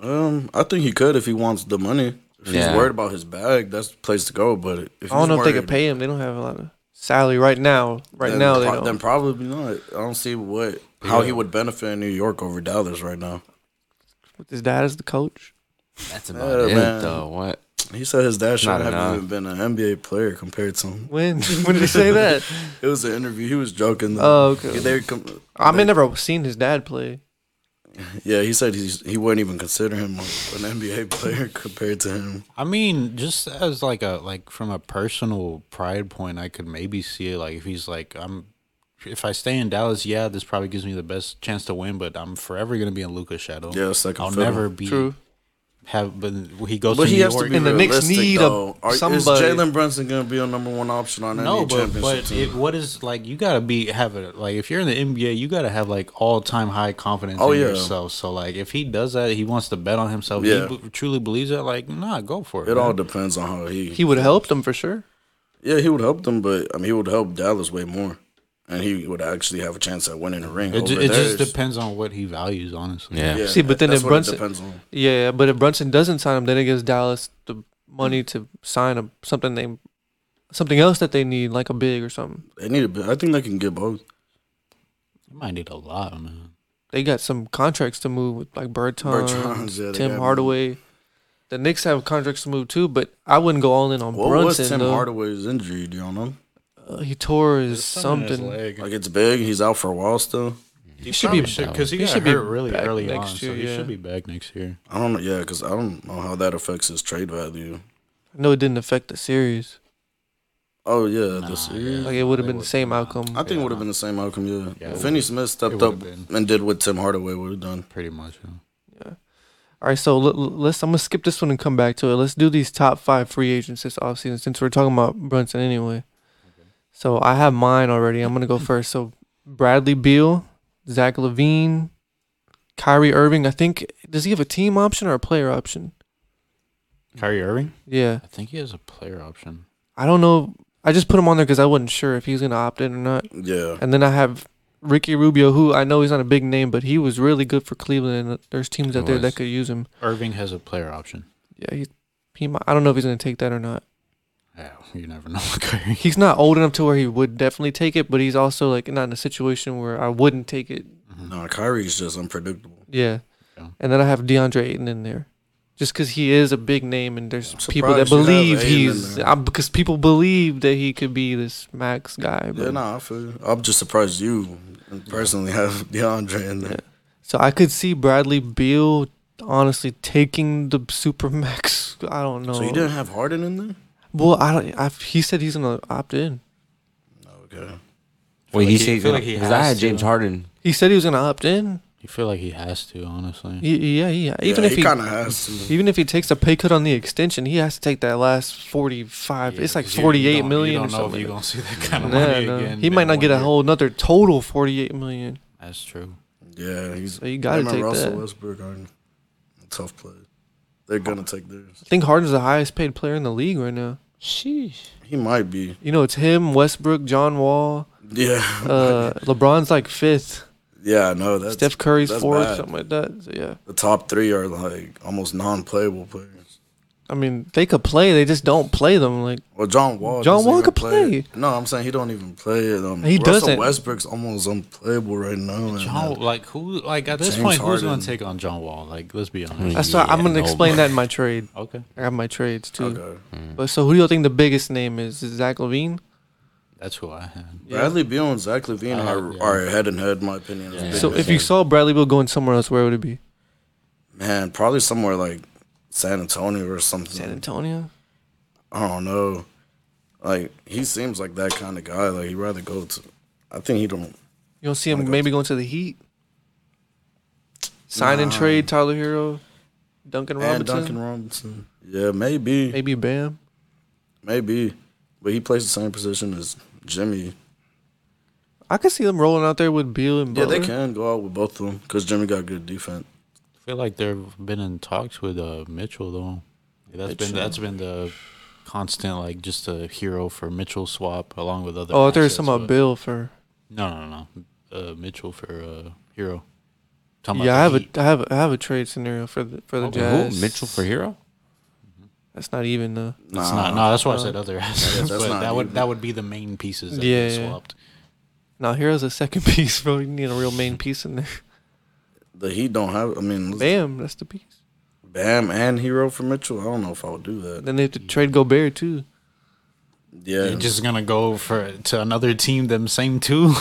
Speaker 4: Um, I think he could if he wants the money. If
Speaker 3: Yeah.
Speaker 4: he's worried about his bag, that's the place to go. But if he's
Speaker 1: I don't know if they
Speaker 4: worried,
Speaker 1: could pay him. They don't have a lot of salary right now. Right
Speaker 4: then
Speaker 1: now they
Speaker 4: pro-
Speaker 1: don't.
Speaker 4: Then probably not. I don't see what how he would benefit in New York over Dallas right now.
Speaker 1: With his dad as the coach.
Speaker 3: That's about
Speaker 4: Yeah,
Speaker 3: it,
Speaker 4: man.
Speaker 3: though. What?
Speaker 4: He said his dad should
Speaker 3: Not
Speaker 4: have
Speaker 3: enough.
Speaker 4: even been an NBA player compared to him.
Speaker 1: When when did he say that?
Speaker 4: It was an interview. He was joking. Though.
Speaker 1: Oh, okay.
Speaker 4: They com-
Speaker 1: I mean, never seen his dad play.
Speaker 4: yeah, he said he's, he wouldn't even consider him an NBA player compared to him.
Speaker 2: I mean, just as like a like from a personal pride point, I could maybe see it. Like if he's like, I'm, if I stay in Dallas, yeah, this probably gives me the best chance to win. But I'm forever gonna be in Luca's shadow.
Speaker 4: Yeah, second
Speaker 2: I'll
Speaker 4: fiddle.
Speaker 2: never be
Speaker 1: True.
Speaker 2: Have but he goes
Speaker 4: But
Speaker 2: to
Speaker 4: he
Speaker 2: New
Speaker 4: has
Speaker 2: York.
Speaker 4: to be
Speaker 1: And the Knicks
Speaker 4: realistic,
Speaker 1: need a-
Speaker 4: though. Are- Is
Speaker 1: somebody.
Speaker 4: Jalen Brunson going to be a number one option on any
Speaker 2: No, but
Speaker 4: championship
Speaker 2: but
Speaker 4: team?
Speaker 2: it, what is like you gotta be have it like if you're in the NBA, you gotta have like all time high confidence
Speaker 4: Oh,
Speaker 2: in
Speaker 4: yeah.
Speaker 2: yourself. So like if he does that, he wants to bet on himself.
Speaker 4: Yeah.
Speaker 2: He b- truly believes that. Like nah, go for it.
Speaker 4: It
Speaker 2: man.
Speaker 4: all depends on how he.
Speaker 1: He would have helped them for sure.
Speaker 4: Yeah, he would help them, but I mean, he would help Dallas way more, and he would actually have a chance at winning a ring.
Speaker 2: It, ju-
Speaker 4: over
Speaker 2: it just
Speaker 4: theirs.
Speaker 2: depends on what he values, honestly.
Speaker 3: Yeah.
Speaker 1: See, but then
Speaker 4: that's
Speaker 1: if
Speaker 4: what
Speaker 1: Brunson-
Speaker 4: it depends on.
Speaker 1: Yeah, yeah, but if Brunson doesn't sign him, then it gives Dallas the money to sign a, something they, something else that they need, like a big or something.
Speaker 4: They need a bit. I think they can get both.
Speaker 2: You might need a lot, man.
Speaker 1: They got some contracts to move with like Bertons,
Speaker 4: Bertans, yeah, they got
Speaker 1: Tim
Speaker 4: them.
Speaker 1: Hardaway. The Knicks have contracts to move too, but I wouldn't go all in on
Speaker 4: What
Speaker 1: Brunson.
Speaker 4: was Tim
Speaker 1: though.
Speaker 4: Hardaway's injury? Do y'all know?
Speaker 1: Uh, he tore his something.
Speaker 4: Like it's big. He's out for a while still.
Speaker 2: He
Speaker 1: should be back.
Speaker 2: because he,
Speaker 1: He
Speaker 2: got
Speaker 1: should be
Speaker 2: hurt really
Speaker 1: back
Speaker 2: early
Speaker 1: next
Speaker 2: on, so
Speaker 1: year,
Speaker 2: he
Speaker 1: yeah.
Speaker 2: should be back next year.
Speaker 4: I don't know. Yeah, because I don't know how that affects his trade value.
Speaker 1: I know it didn't affect the series.
Speaker 4: Oh yeah, the series.
Speaker 1: Like it would have been the same outcome.
Speaker 4: I think it would have been the same outcome. Yeah.
Speaker 2: Yeah,
Speaker 4: if
Speaker 2: it
Speaker 4: Finney Smith stepped
Speaker 2: would've
Speaker 4: up
Speaker 2: been.
Speaker 4: and did what Tim Hardaway would have done.
Speaker 2: Pretty much. Yeah.
Speaker 1: All right, so let, let's. I'm gonna skip this one and come back to it. Let's do these top five free agents this offseason since we're talking about Brunson anyway. So I have mine already. I'm gonna go first. So Bradley Beal, Zach Levine, Kyrie Irving. I think does he have a team option or a player option?
Speaker 2: Kyrie Irving?
Speaker 1: Yeah,
Speaker 2: I think he has a player option.
Speaker 1: I don't know. I just put him on there because I wasn't sure if he's gonna opt in or not.
Speaker 4: Yeah.
Speaker 1: And then I have Ricky Rubio, who I know he's not a big name, but he was really good for Cleveland. And there's teams out
Speaker 3: He
Speaker 1: there
Speaker 3: was.
Speaker 1: that could use him.
Speaker 2: Irving has a player option.
Speaker 1: Yeah, he. He might, I don't know if he's gonna take that or not.
Speaker 2: Yeah, you never know, with Kyrie.
Speaker 1: he's not old enough to where he would definitely take it, but he's also like not in a situation where I wouldn't take it.
Speaker 4: No, Kyrie's just unpredictable.
Speaker 1: Yeah.
Speaker 2: Yeah.
Speaker 1: And then I have DeAndre Ayton in there, just because he is a big name, and there's people that
Speaker 4: surprised you have
Speaker 1: believe
Speaker 4: Ayton in
Speaker 1: he's
Speaker 4: there.
Speaker 1: i because people believe that he could be this max guy.
Speaker 4: Yeah,
Speaker 1: but-
Speaker 4: no, I feel. You. I'm just surprised you personally have DeAndre in there.
Speaker 1: So I could see Bradley Beal honestly taking the super max. I don't know.
Speaker 4: So you didn't have Harden in there?
Speaker 1: Well, I don't. I, he said he's gonna opt in.
Speaker 4: Okay.
Speaker 3: Wait,
Speaker 2: like
Speaker 3: he
Speaker 2: he-
Speaker 3: said
Speaker 2: feel like he
Speaker 3: because I
Speaker 2: has
Speaker 3: had James
Speaker 2: to.
Speaker 3: Harden.
Speaker 1: He said he was gonna opt in.
Speaker 2: You feel like he has to, honestly.
Speaker 1: He, yeah, yeah. Even
Speaker 4: Yeah,
Speaker 1: if
Speaker 4: he
Speaker 1: he
Speaker 4: kind of has to.
Speaker 1: Even if he takes a pay cut on the extension, he has to take that last forty-five. it's like forty-eight million or something.
Speaker 2: You don't see that kind of
Speaker 1: Nah,
Speaker 2: money
Speaker 1: nah.
Speaker 2: again.
Speaker 1: He
Speaker 2: in
Speaker 1: might not get a
Speaker 2: one year.
Speaker 1: whole another total forty-eight million.
Speaker 2: That's true.
Speaker 4: Yeah, he's.
Speaker 1: So you gotta
Speaker 4: him and
Speaker 1: take
Speaker 4: Russell
Speaker 1: that.
Speaker 4: Westbrook are a tough play. They're gonna take theirs.
Speaker 1: I think Harden's the highest-paid player in the league right now.
Speaker 3: Sheesh.
Speaker 4: He might be.
Speaker 1: You know, it's him, Westbrook, John Wall.
Speaker 4: Yeah.
Speaker 1: Uh, LeBron's like fifth.
Speaker 4: yeah, I know that's
Speaker 1: Steph Curry's
Speaker 4: that's
Speaker 1: fourth,
Speaker 4: bad.
Speaker 1: something like that. So, yeah,
Speaker 4: The top three are like almost non-playable players.
Speaker 1: I mean, they could play. They just don't play them. Like
Speaker 4: Well, John Wall.
Speaker 1: John
Speaker 4: doesn't
Speaker 1: Wall
Speaker 4: even
Speaker 1: could play.
Speaker 4: No, I'm saying he don't even play it. Um,
Speaker 1: He
Speaker 4: Russell
Speaker 1: doesn't.
Speaker 4: Westbrook's almost unplayable right now. and,
Speaker 2: John,
Speaker 4: uh,
Speaker 2: like who, like at this
Speaker 4: James
Speaker 2: point, who's
Speaker 4: Harden.
Speaker 2: gonna take on John Wall? Like, let's be honest.
Speaker 1: that's why I'm
Speaker 3: Yeah,
Speaker 1: gonna
Speaker 3: no,
Speaker 1: explain
Speaker 3: but-
Speaker 1: that in my trade.
Speaker 2: Okay,
Speaker 1: I have my trades too.
Speaker 4: okay.
Speaker 1: But so, who do you think the biggest name is? Is it Zach Levine?
Speaker 2: that's who I had.
Speaker 4: Bradley Beal and Zach Levine are,
Speaker 2: yeah.
Speaker 4: are head and head, in my opinion. as big
Speaker 1: So,
Speaker 4: as-
Speaker 1: if you saw Bradley Bill going somewhere else, where would it be?
Speaker 4: man, probably somewhere like San Antonio or something.
Speaker 1: San Antonio.
Speaker 4: I don't know. Like he seems like that kind of guy. Like he'd rather go to. I think he don't.
Speaker 1: You don't see him maybe going to the Heat. Sign and trade Tyler Hero, Duncan
Speaker 4: And
Speaker 1: Robinson,
Speaker 4: Duncan Robinson. Yeah, maybe,
Speaker 1: maybe Bam.
Speaker 4: maybe, but he plays the same position as Jimmy.
Speaker 1: I could see them rolling out there with Beal and
Speaker 4: Yeah,
Speaker 1: Butler.
Speaker 4: they can go out with both of them because Jimmy got good defense.
Speaker 2: I feel like they've been in talks with uh, Mitchell though. That's been that's been the constant like just a hero for Mitchell swap along with other.
Speaker 1: Oh, I thought there was
Speaker 2: assets,
Speaker 1: some about
Speaker 2: but-
Speaker 1: Bill for.
Speaker 2: No, no, no, no. Uh, Mitchell for uh, hero. Talking
Speaker 1: Yeah, I have
Speaker 2: the
Speaker 1: a,
Speaker 2: Heat.
Speaker 1: I have, a, I have a trade scenario for the for the
Speaker 3: Who?
Speaker 1: Jazz.
Speaker 3: Mitchell for hero?
Speaker 1: That's not even uh, the.
Speaker 2: It's not. No, that's why I said other assets.
Speaker 4: that's
Speaker 2: but
Speaker 4: not
Speaker 2: that would
Speaker 4: even-
Speaker 2: that would be the main pieces that
Speaker 1: Yeah,
Speaker 2: get
Speaker 1: yeah.
Speaker 2: swapped.
Speaker 1: No, here's a second piece, bro. You need a real main piece in there.
Speaker 4: The Heat don't have. I mean, Bam,
Speaker 1: Bam, that's the piece.
Speaker 4: and Hero for Mitchell. I don't know if I would do that.
Speaker 1: Then they have to trade Gobert too.
Speaker 4: Yeah,
Speaker 2: They're just gonna go for to another team. Them same two.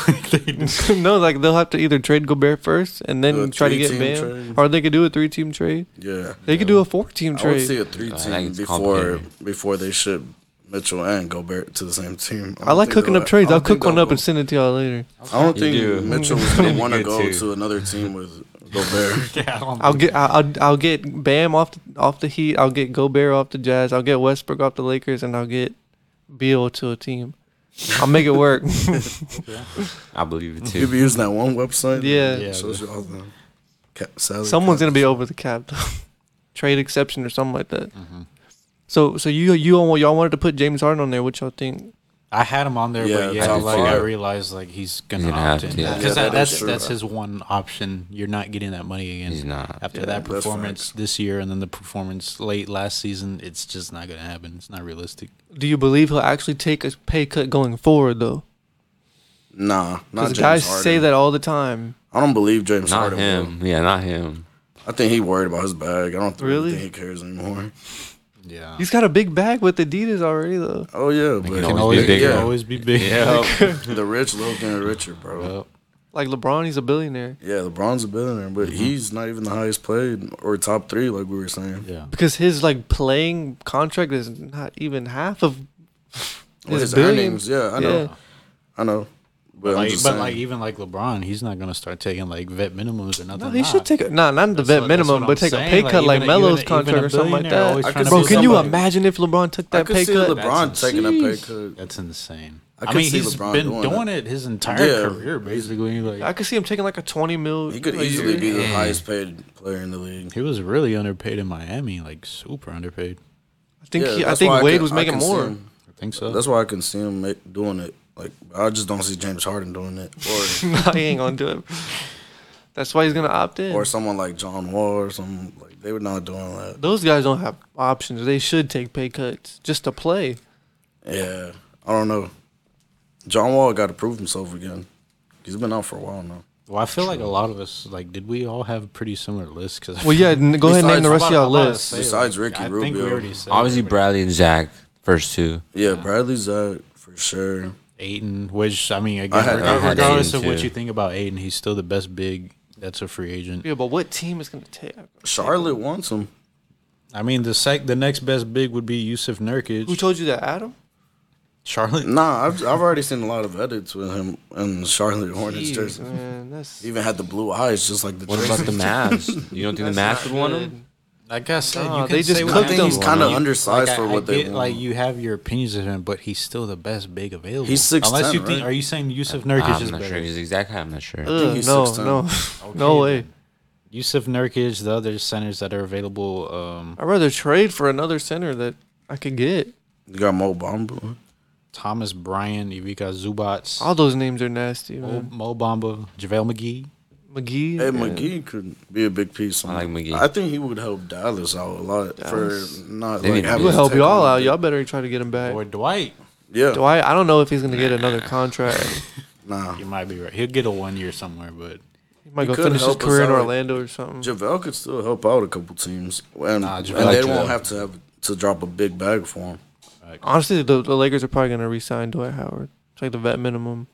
Speaker 1: no, like they'll have to either trade Gobert first and
Speaker 4: Do a
Speaker 1: then try to get
Speaker 4: three-team
Speaker 1: Bam,
Speaker 4: trade.
Speaker 1: or they could do a three-team trade.
Speaker 4: yeah.
Speaker 1: They could do a four-team
Speaker 4: I would
Speaker 1: trade.
Speaker 4: see a three
Speaker 3: I
Speaker 4: team
Speaker 3: think it's
Speaker 4: before
Speaker 3: Uh, complicated.
Speaker 4: before they ship Mitchell and Gobert to the same team.
Speaker 1: I like hooking up trades. I'll cook one up and
Speaker 4: and.
Speaker 1: send it to y'all later.
Speaker 4: I don't
Speaker 3: You
Speaker 4: think
Speaker 3: do.
Speaker 4: Mitchell was gonna
Speaker 3: You
Speaker 4: want to
Speaker 3: do
Speaker 4: go
Speaker 3: too.
Speaker 4: to another team with Gobert.
Speaker 2: yeah, I don't
Speaker 1: I'll get I'll, I'll I'll get Bam off the, off the Heat. I'll get Gobert off the Jazz. I'll get Westbrook off the Lakers, and I'll get Beal to a team. I'll make it work.
Speaker 3: I believe it
Speaker 4: you
Speaker 3: too.
Speaker 4: be using that one website.
Speaker 1: Yeah.
Speaker 4: that
Speaker 2: Yeah,
Speaker 4: shows you all the ca- salary
Speaker 1: Someone's gonna
Speaker 4: caps.
Speaker 1: be over the cap though. Trade exception or something like that.
Speaker 4: Mm-hmm.
Speaker 1: So so you you all, y'all wanted to put James Harden on there. What y'all think?
Speaker 2: I had him on there,
Speaker 4: Yeah,
Speaker 2: but
Speaker 4: it's
Speaker 2: yeah,
Speaker 4: on
Speaker 2: like I
Speaker 4: fire.
Speaker 2: realized like he's gonna,
Speaker 3: He's gonna
Speaker 2: opt
Speaker 3: have
Speaker 2: in
Speaker 3: to, yeah.
Speaker 2: because
Speaker 4: Yeah, that
Speaker 2: that,
Speaker 4: is
Speaker 2: that's
Speaker 4: true.
Speaker 2: that's his one option. You're not getting that money again.
Speaker 3: He's not.
Speaker 2: after
Speaker 4: Yeah,
Speaker 2: that
Speaker 4: that's
Speaker 2: performance
Speaker 4: facts.
Speaker 2: this year and then the performance late last season. It's just not gonna happen. It's not realistic.
Speaker 1: Do you believe he'll actually take a pay cut going forward though?
Speaker 4: Nah, not
Speaker 1: Because
Speaker 4: James
Speaker 1: guys
Speaker 4: Harden.
Speaker 1: say that all the time.
Speaker 4: I don't believe James
Speaker 3: Not
Speaker 4: Harden. will.
Speaker 3: him. Yeah, not him.
Speaker 4: I think he worried about his bag. I don't
Speaker 1: Really?
Speaker 4: really think he cares anymore.
Speaker 2: Yeah,
Speaker 1: He's got a big bag with Adidas already though.
Speaker 4: Oh yeah, but
Speaker 3: can always
Speaker 2: can always
Speaker 3: be
Speaker 2: be,
Speaker 3: bigger.
Speaker 2: can always be big.
Speaker 4: the rich look and richer, bro.
Speaker 1: Like LeBron, he's a billionaire
Speaker 4: Yeah, LeBron's a billionaire, but
Speaker 1: Mm-hmm.
Speaker 4: he's not even the highest played or top three, like we were saying.
Speaker 2: yeah.
Speaker 1: because his like playing contract is not even half of
Speaker 4: Well,
Speaker 1: his
Speaker 4: his
Speaker 1: billion.
Speaker 4: earnings, yeah, I know,
Speaker 1: Yeah.
Speaker 4: I know. But, I'm
Speaker 2: Like,
Speaker 4: just
Speaker 2: but
Speaker 4: saying,
Speaker 2: like even like LeBron, he's not gonna start taking like vet minimums or nothing.
Speaker 1: No, he should take a nah, not the
Speaker 2: That's
Speaker 1: vet
Speaker 2: what- that's
Speaker 1: minimum,
Speaker 2: what
Speaker 1: but
Speaker 2: I'm
Speaker 1: take a
Speaker 2: saying,
Speaker 1: pay
Speaker 2: like,
Speaker 1: cut like
Speaker 2: even a- even a-
Speaker 1: Melo's
Speaker 2: even a
Speaker 1: contract or something like
Speaker 2: billionaire
Speaker 1: that.
Speaker 2: always
Speaker 1: Bro,
Speaker 4: trying to
Speaker 1: can
Speaker 4: be
Speaker 1: you
Speaker 4: somebody.
Speaker 1: imagine if LeBron took
Speaker 4: I
Speaker 1: that
Speaker 4: could
Speaker 1: pay
Speaker 4: see
Speaker 1: cut?
Speaker 4: LeBron
Speaker 2: That's
Speaker 4: taking a pay
Speaker 2: insane.
Speaker 4: cut.
Speaker 2: That's insane.
Speaker 4: I
Speaker 2: I,
Speaker 4: could
Speaker 2: mean,
Speaker 4: see
Speaker 2: he's
Speaker 4: LeBron
Speaker 2: been
Speaker 4: doing
Speaker 2: doing, it his entire
Speaker 4: Yeah.
Speaker 2: career, basically. Like
Speaker 1: I could see him taking like a twenty mil.
Speaker 4: He could
Speaker 1: a
Speaker 4: easily
Speaker 1: year.
Speaker 4: be the highest paid player in the league.
Speaker 2: He was really underpaid in Miami, like super underpaid.
Speaker 1: I think
Speaker 4: Yeah,
Speaker 1: he, I
Speaker 4: that's why
Speaker 1: think Wade
Speaker 4: can-
Speaker 1: was
Speaker 4: I
Speaker 1: making
Speaker 4: can see
Speaker 1: more.
Speaker 4: him-
Speaker 2: I think so.
Speaker 4: That's why I can see him make, doing it. Like I just don't see James Harden doing it, or
Speaker 1: nah, he ain't gonna do it. That's why he's gonna opt in.
Speaker 4: or someone like John Wall or something. Like they were not doing that.
Speaker 1: Those guys don't have options. They should take pay cuts just to play.
Speaker 4: Yeah, I don't know. John Wall got to prove himself again. He's been out for a while now.
Speaker 2: well, I feel like a lot of us, like, did we all have pretty similar lists? Cause
Speaker 1: Well, yeah. n- Go ahead and name
Speaker 4: Besides-
Speaker 1: the rest of
Speaker 2: I'm about-
Speaker 1: y'all
Speaker 2: I'm about to
Speaker 1: list.
Speaker 2: say,
Speaker 4: Besides
Speaker 2: like,
Speaker 4: Ricky
Speaker 2: I think we
Speaker 4: Rubio.
Speaker 2: already said
Speaker 3: Obviously, Bradley and Zach, first two.
Speaker 4: Yeah, Bradley's out for sure.
Speaker 2: Aiden, which I mean,
Speaker 4: I had-
Speaker 2: again,
Speaker 4: I had
Speaker 2: regardless
Speaker 3: Aiden
Speaker 2: of what
Speaker 3: too.
Speaker 2: you think about Aiden, he's still the best big. That's a free agent.
Speaker 1: Yeah, but what team is gonna take?
Speaker 4: Charlotte wants him.
Speaker 2: I mean, the sec, the next best big would be Yusuf Nurkic.
Speaker 1: Who told you that, Adam?
Speaker 2: Charlotte?
Speaker 4: Nah, I've I've already seen a lot of edits with him in Charlotte Hornets
Speaker 1: Jeez,
Speaker 4: jersey.
Speaker 1: man, that's.
Speaker 4: Even had the blue eyes, just like the.
Speaker 3: What about
Speaker 4: jersey.
Speaker 3: the Mavs? You don't think the Mavs
Speaker 1: that's
Speaker 3: would
Speaker 1: not
Speaker 3: want
Speaker 1: good.
Speaker 3: him?
Speaker 2: Like I said,
Speaker 1: Nah,
Speaker 2: you can
Speaker 1: they just
Speaker 2: say what
Speaker 1: cooked
Speaker 2: you
Speaker 1: him.
Speaker 2: want.
Speaker 1: He's
Speaker 4: kinda
Speaker 2: You-
Speaker 4: undersized
Speaker 2: like,
Speaker 4: for
Speaker 2: I,
Speaker 4: what
Speaker 2: I
Speaker 4: they
Speaker 2: get, Like
Speaker 4: want.
Speaker 2: you have your opinions of him, but he's still the best big available.
Speaker 4: He's 6'10",
Speaker 2: Unless you think,
Speaker 4: right?
Speaker 2: are you saying Yusuf Nurkic
Speaker 3: I'm
Speaker 2: is
Speaker 3: not
Speaker 2: better?
Speaker 3: sure. He's exact. I'm not sure.
Speaker 1: Ugh,
Speaker 4: he's
Speaker 1: no,
Speaker 4: 6'10".
Speaker 1: no, no way.
Speaker 2: Yusuf Nurkic, the other centers that are available. Um,
Speaker 1: I'd rather trade for another center that I could get.
Speaker 4: You got Mo Bamba.
Speaker 2: Thomas Bryan, Ivica Zubats,
Speaker 1: All those names are nasty,
Speaker 2: Mo,
Speaker 1: man.
Speaker 2: Mo Bamba, JaVale McGee.
Speaker 1: McGee.
Speaker 4: Oh, Hey,
Speaker 1: yeah.
Speaker 4: McGee could be a big piece.
Speaker 3: I like McGee.
Speaker 4: I think he would help Dallas out a lot
Speaker 1: Dallas?
Speaker 4: for not
Speaker 3: They
Speaker 4: like
Speaker 3: need to
Speaker 4: having
Speaker 1: He would
Speaker 4: to
Speaker 1: help
Speaker 4: take
Speaker 1: y'all
Speaker 4: on-
Speaker 1: out. Y'all better try to get him back.
Speaker 2: Or Dwight.
Speaker 4: Yeah,
Speaker 1: Dwight, I don't know if he's gonna get another contract.
Speaker 4: nah.
Speaker 2: You might be right. He'll get a one year somewhere, but
Speaker 1: He might
Speaker 4: He
Speaker 1: go
Speaker 4: could
Speaker 1: finish his
Speaker 4: help us
Speaker 1: career in
Speaker 4: out.
Speaker 1: Orlando or something.
Speaker 4: JaVale could still help out a couple teams, and,
Speaker 2: Nah,
Speaker 4: and they
Speaker 2: JaVale could.
Speaker 4: won't have to have to drop a big bag for him.
Speaker 1: Honestly, the, the Lakers are probably gonna re-sign Dwight Howard. It's like the vet minimum.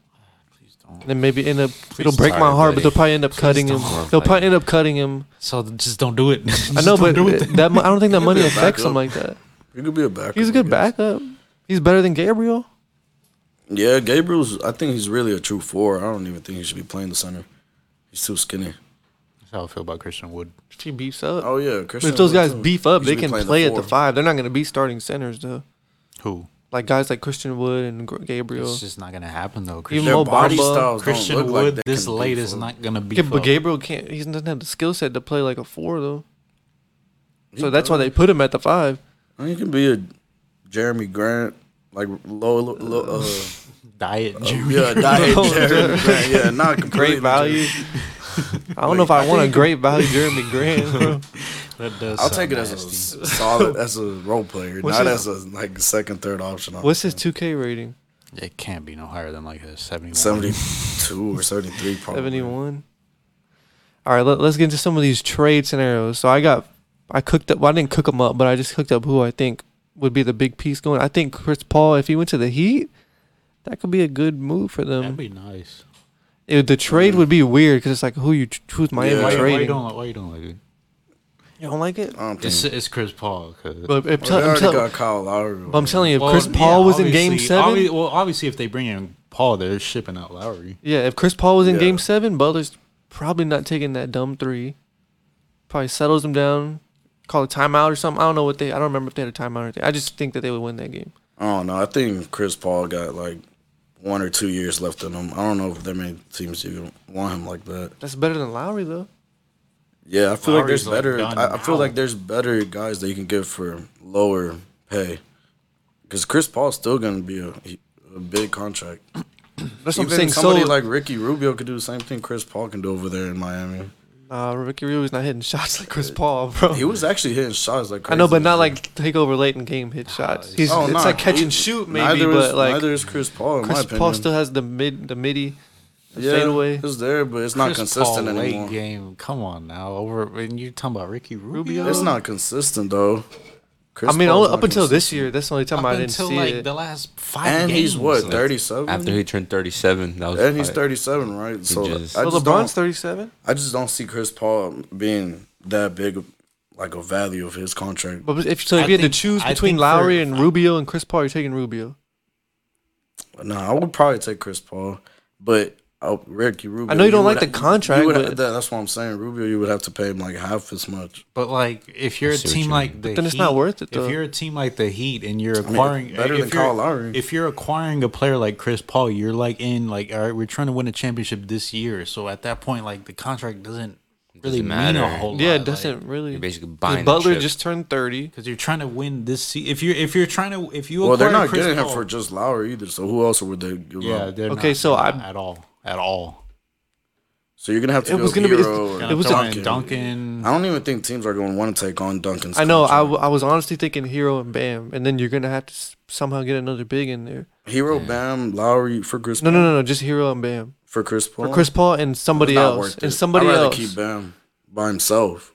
Speaker 2: please don't.
Speaker 1: And then maybe end up. it'll
Speaker 2: Please
Speaker 1: break my
Speaker 3: don't,
Speaker 1: heart, but
Speaker 3: buddy.
Speaker 1: they'll probably end up cutting him.
Speaker 3: don't.
Speaker 1: They'll probably end up cutting him.
Speaker 2: So just don't do it. Just
Speaker 1: I know, but
Speaker 2: don't do it.
Speaker 1: that mo- I don't think that
Speaker 4: could
Speaker 1: money
Speaker 4: be a
Speaker 1: affects him
Speaker 4: backup.
Speaker 1: like that.
Speaker 4: He could be a backup.
Speaker 1: He's a
Speaker 4: I
Speaker 1: good
Speaker 4: guess.
Speaker 1: backup. He's better than Gabriel.
Speaker 4: Yeah, Gabriel's. I think he's really a true four. I don't even think he should be playing the center. He's too skinny.
Speaker 2: That's how I feel about Christian Wood.
Speaker 1: If he beefs up.
Speaker 4: Oh yeah,
Speaker 1: But
Speaker 4: Christian
Speaker 1: if those
Speaker 4: Wood,
Speaker 1: guys
Speaker 4: too.
Speaker 1: beef up,
Speaker 4: He
Speaker 1: they
Speaker 4: should be
Speaker 1: can
Speaker 4: playing
Speaker 1: play at the
Speaker 4: four.
Speaker 1: five. They're not going to be starting centers though.
Speaker 2: Who?
Speaker 1: Like guys like Christian Wood and Gr- Gabriel.
Speaker 2: It's just not gonna happen though.
Speaker 1: Even
Speaker 2: Christian,
Speaker 4: Their
Speaker 1: Mo
Speaker 4: body
Speaker 1: Bamba,
Speaker 4: styles don't
Speaker 2: Christian
Speaker 4: look like
Speaker 2: Wood
Speaker 4: they
Speaker 2: this
Speaker 4: can
Speaker 2: late
Speaker 4: beef
Speaker 2: is
Speaker 4: up.
Speaker 2: not gonna be.
Speaker 1: Yeah, but Gabriel can't. He doesn't have the skill set to play like a four though. So
Speaker 4: He
Speaker 1: that's why they put him at the five.
Speaker 4: I mean, He can be a Jeremy Grant, like low, low, low uh,
Speaker 2: Diet
Speaker 4: Oh.
Speaker 2: Jeremy.
Speaker 4: yeah, diet Jeremy Grant. Yeah, not completely
Speaker 1: Great value. I don't know if I want a great value Jeremy Grant, bro.
Speaker 2: That does
Speaker 4: I'll
Speaker 2: sound
Speaker 4: take it as a
Speaker 2: nasty.
Speaker 4: s- solid as a role player,
Speaker 1: What's
Speaker 4: not
Speaker 1: his-
Speaker 4: as a like second, third option.
Speaker 1: What's his 2K rating?
Speaker 2: It can't be no higher than like a 71.
Speaker 4: seventy-two or seventy-three? Probably
Speaker 1: 71. All right, let, us get into some of these trade scenarios. So I got, I cooked up, well, I didn't cook them up, but I just cooked up who I think would be the big piece going. I think Chris Paul, if he went to the Heat, that could be a good move for them.
Speaker 2: That'd be nice.
Speaker 1: It- the trade would be weird because it's like, who you, who's Miami
Speaker 4: Yeah.
Speaker 2: Why, why you
Speaker 1: trading?
Speaker 2: don't, why you don't like it?
Speaker 1: you don't like it?
Speaker 4: I don't think.
Speaker 2: It's, it's Chris Paul. 'cause-
Speaker 1: But if,
Speaker 4: Well, they
Speaker 1: I'm,
Speaker 4: already
Speaker 1: tell-
Speaker 4: got Kyle Lowry.
Speaker 1: but I'm telling you, if
Speaker 2: Well,
Speaker 1: Chris
Speaker 2: yeah,
Speaker 1: Paul was in Game
Speaker 2: obviously-
Speaker 1: Seven,
Speaker 2: obvi- well, obviously, if they bring in Paul, they're shipping out Lowry.
Speaker 1: yeah, if Chris Paul was in
Speaker 4: Yeah.
Speaker 1: Game Seven, Butler's probably not taking that dumb three. Probably settles them down, call a timeout or something. I don't know what they. I don't remember if they had a timeout or anything. I just think that they would win that game.
Speaker 4: I don't know. I think Chris Paul got like one or two years left in him. I don't know if there many teams even want him like that.
Speaker 1: That's better than Lowry though.
Speaker 4: Yeah, I feel like
Speaker 2: Lowry's,
Speaker 4: there's
Speaker 2: like,
Speaker 4: better.
Speaker 2: done
Speaker 4: I, I feel
Speaker 2: now.
Speaker 4: like there's better guys that you can get for lower pay. Because Chris Paul's still gonna be a, a big contract.
Speaker 1: That's what I'm
Speaker 4: Even
Speaker 1: saying.
Speaker 4: somebody
Speaker 1: so,
Speaker 4: like Ricky Rubio could do the same thing Chris Paul can do over there in Miami.
Speaker 1: uh, Ricky Ruby's not hitting shots like Chris Paul, bro.
Speaker 4: Uh, He was actually hitting shots like
Speaker 1: I
Speaker 4: crazy. Oh,
Speaker 1: know, but not like take over late in game hit shots. He's, it's
Speaker 4: nah,
Speaker 1: like catch
Speaker 4: he-
Speaker 1: and shoot maybe,
Speaker 4: neither
Speaker 1: but
Speaker 4: is,
Speaker 1: like
Speaker 4: neither is Chris Paul. In my
Speaker 1: Chris
Speaker 4: opinion.
Speaker 1: Paul still has the mid, the midi, the fadeaway.
Speaker 4: It's there, but it's not
Speaker 2: Chris
Speaker 4: consistent
Speaker 2: Paul
Speaker 4: anymore.
Speaker 2: late game. Come on now. Over and you're talking about Ricky Rubio.
Speaker 4: It's not consistent though.
Speaker 1: I
Speaker 4: Chris
Speaker 1: mean,
Speaker 4: Paul's
Speaker 1: o- up
Speaker 4: not
Speaker 1: until
Speaker 4: consistent.
Speaker 1: this year, that's the only time
Speaker 2: Up
Speaker 1: I didn't
Speaker 2: until
Speaker 1: see
Speaker 2: like
Speaker 1: it.
Speaker 2: the last five.
Speaker 4: and he's
Speaker 2: games.
Speaker 4: what
Speaker 2: Like,
Speaker 4: thirty seven.
Speaker 3: After he turned 37, that was
Speaker 4: and he's
Speaker 3: probably-
Speaker 4: thirty seven, right? So
Speaker 3: just-
Speaker 4: I
Speaker 1: Well,
Speaker 4: just
Speaker 1: LeBron's
Speaker 4: don't.
Speaker 1: 37,
Speaker 4: I just don't see Chris Paul being that big, of- like a value of his contract.
Speaker 1: but if so,
Speaker 2: I
Speaker 1: if you had to
Speaker 2: think-
Speaker 1: choose
Speaker 2: I
Speaker 1: between
Speaker 2: think for-
Speaker 1: Lowry and Rubio and Chris Paul, you're taking Rubio.
Speaker 4: No, I would probably take Chris Paul, but uh, Ricky Rubio.
Speaker 1: I know you don't like
Speaker 4: would-
Speaker 1: the contract,
Speaker 4: you would-
Speaker 1: but-
Speaker 4: that- that's what I'm saying. Rubio, you would have to pay him like half as much.
Speaker 2: But like, if you're a
Speaker 3: see what you
Speaker 2: team
Speaker 3: mean.
Speaker 2: like the
Speaker 1: then it's
Speaker 2: Heat,
Speaker 1: not worth it, though.
Speaker 2: If you're a team like the Heat and you're
Speaker 4: mean,
Speaker 2: acquiring
Speaker 4: better than
Speaker 2: if you're-
Speaker 4: Kyle Lowry.
Speaker 2: if you're acquiring a player like Chris Paul, you're like in like all right, we're trying to win a championship this year. So at that point, like the contract doesn't really
Speaker 3: matter.
Speaker 2: mean a whole lot.
Speaker 1: Yeah, it doesn't really.
Speaker 3: you're basically
Speaker 1: 'cause
Speaker 3: buying the
Speaker 1: Butler
Speaker 3: chip.
Speaker 1: just turned 30.
Speaker 2: because you're trying to win this. Se- if you're if you're trying to if you
Speaker 4: Well, they're
Speaker 2: acquire
Speaker 4: not
Speaker 2: Chris
Speaker 4: getting him
Speaker 2: Paul-
Speaker 4: for just Lowry either. So who else would they give
Speaker 2: yeah,
Speaker 4: up?
Speaker 2: they're
Speaker 1: Okay,
Speaker 2: not-
Speaker 1: so
Speaker 2: they're
Speaker 1: I'm-
Speaker 2: not at all at all.
Speaker 4: So you're gonna have to.
Speaker 1: It
Speaker 4: go
Speaker 1: was gonna be-
Speaker 4: Hero
Speaker 1: it's-
Speaker 4: or
Speaker 1: it was a-
Speaker 2: Duncan.
Speaker 4: Duncan.
Speaker 2: Duncan.
Speaker 4: I don't even think teams are going to want to take on Duncan's.
Speaker 1: I know. I,
Speaker 4: contract.
Speaker 1: w- I was honestly thinking Hero and Bam, and then you're gonna have to s- somehow get another big in there.
Speaker 4: Hero Bam Lowry for Chris.
Speaker 1: No,
Speaker 4: Paul.
Speaker 1: no, no, no. Just Hero and Bam
Speaker 4: For Chris Paul.
Speaker 1: for Chris Paul and somebody
Speaker 4: Not
Speaker 1: else
Speaker 4: worth
Speaker 1: and
Speaker 4: it.
Speaker 1: somebody
Speaker 4: I'd rather
Speaker 1: else.
Speaker 4: keep Bam by himself.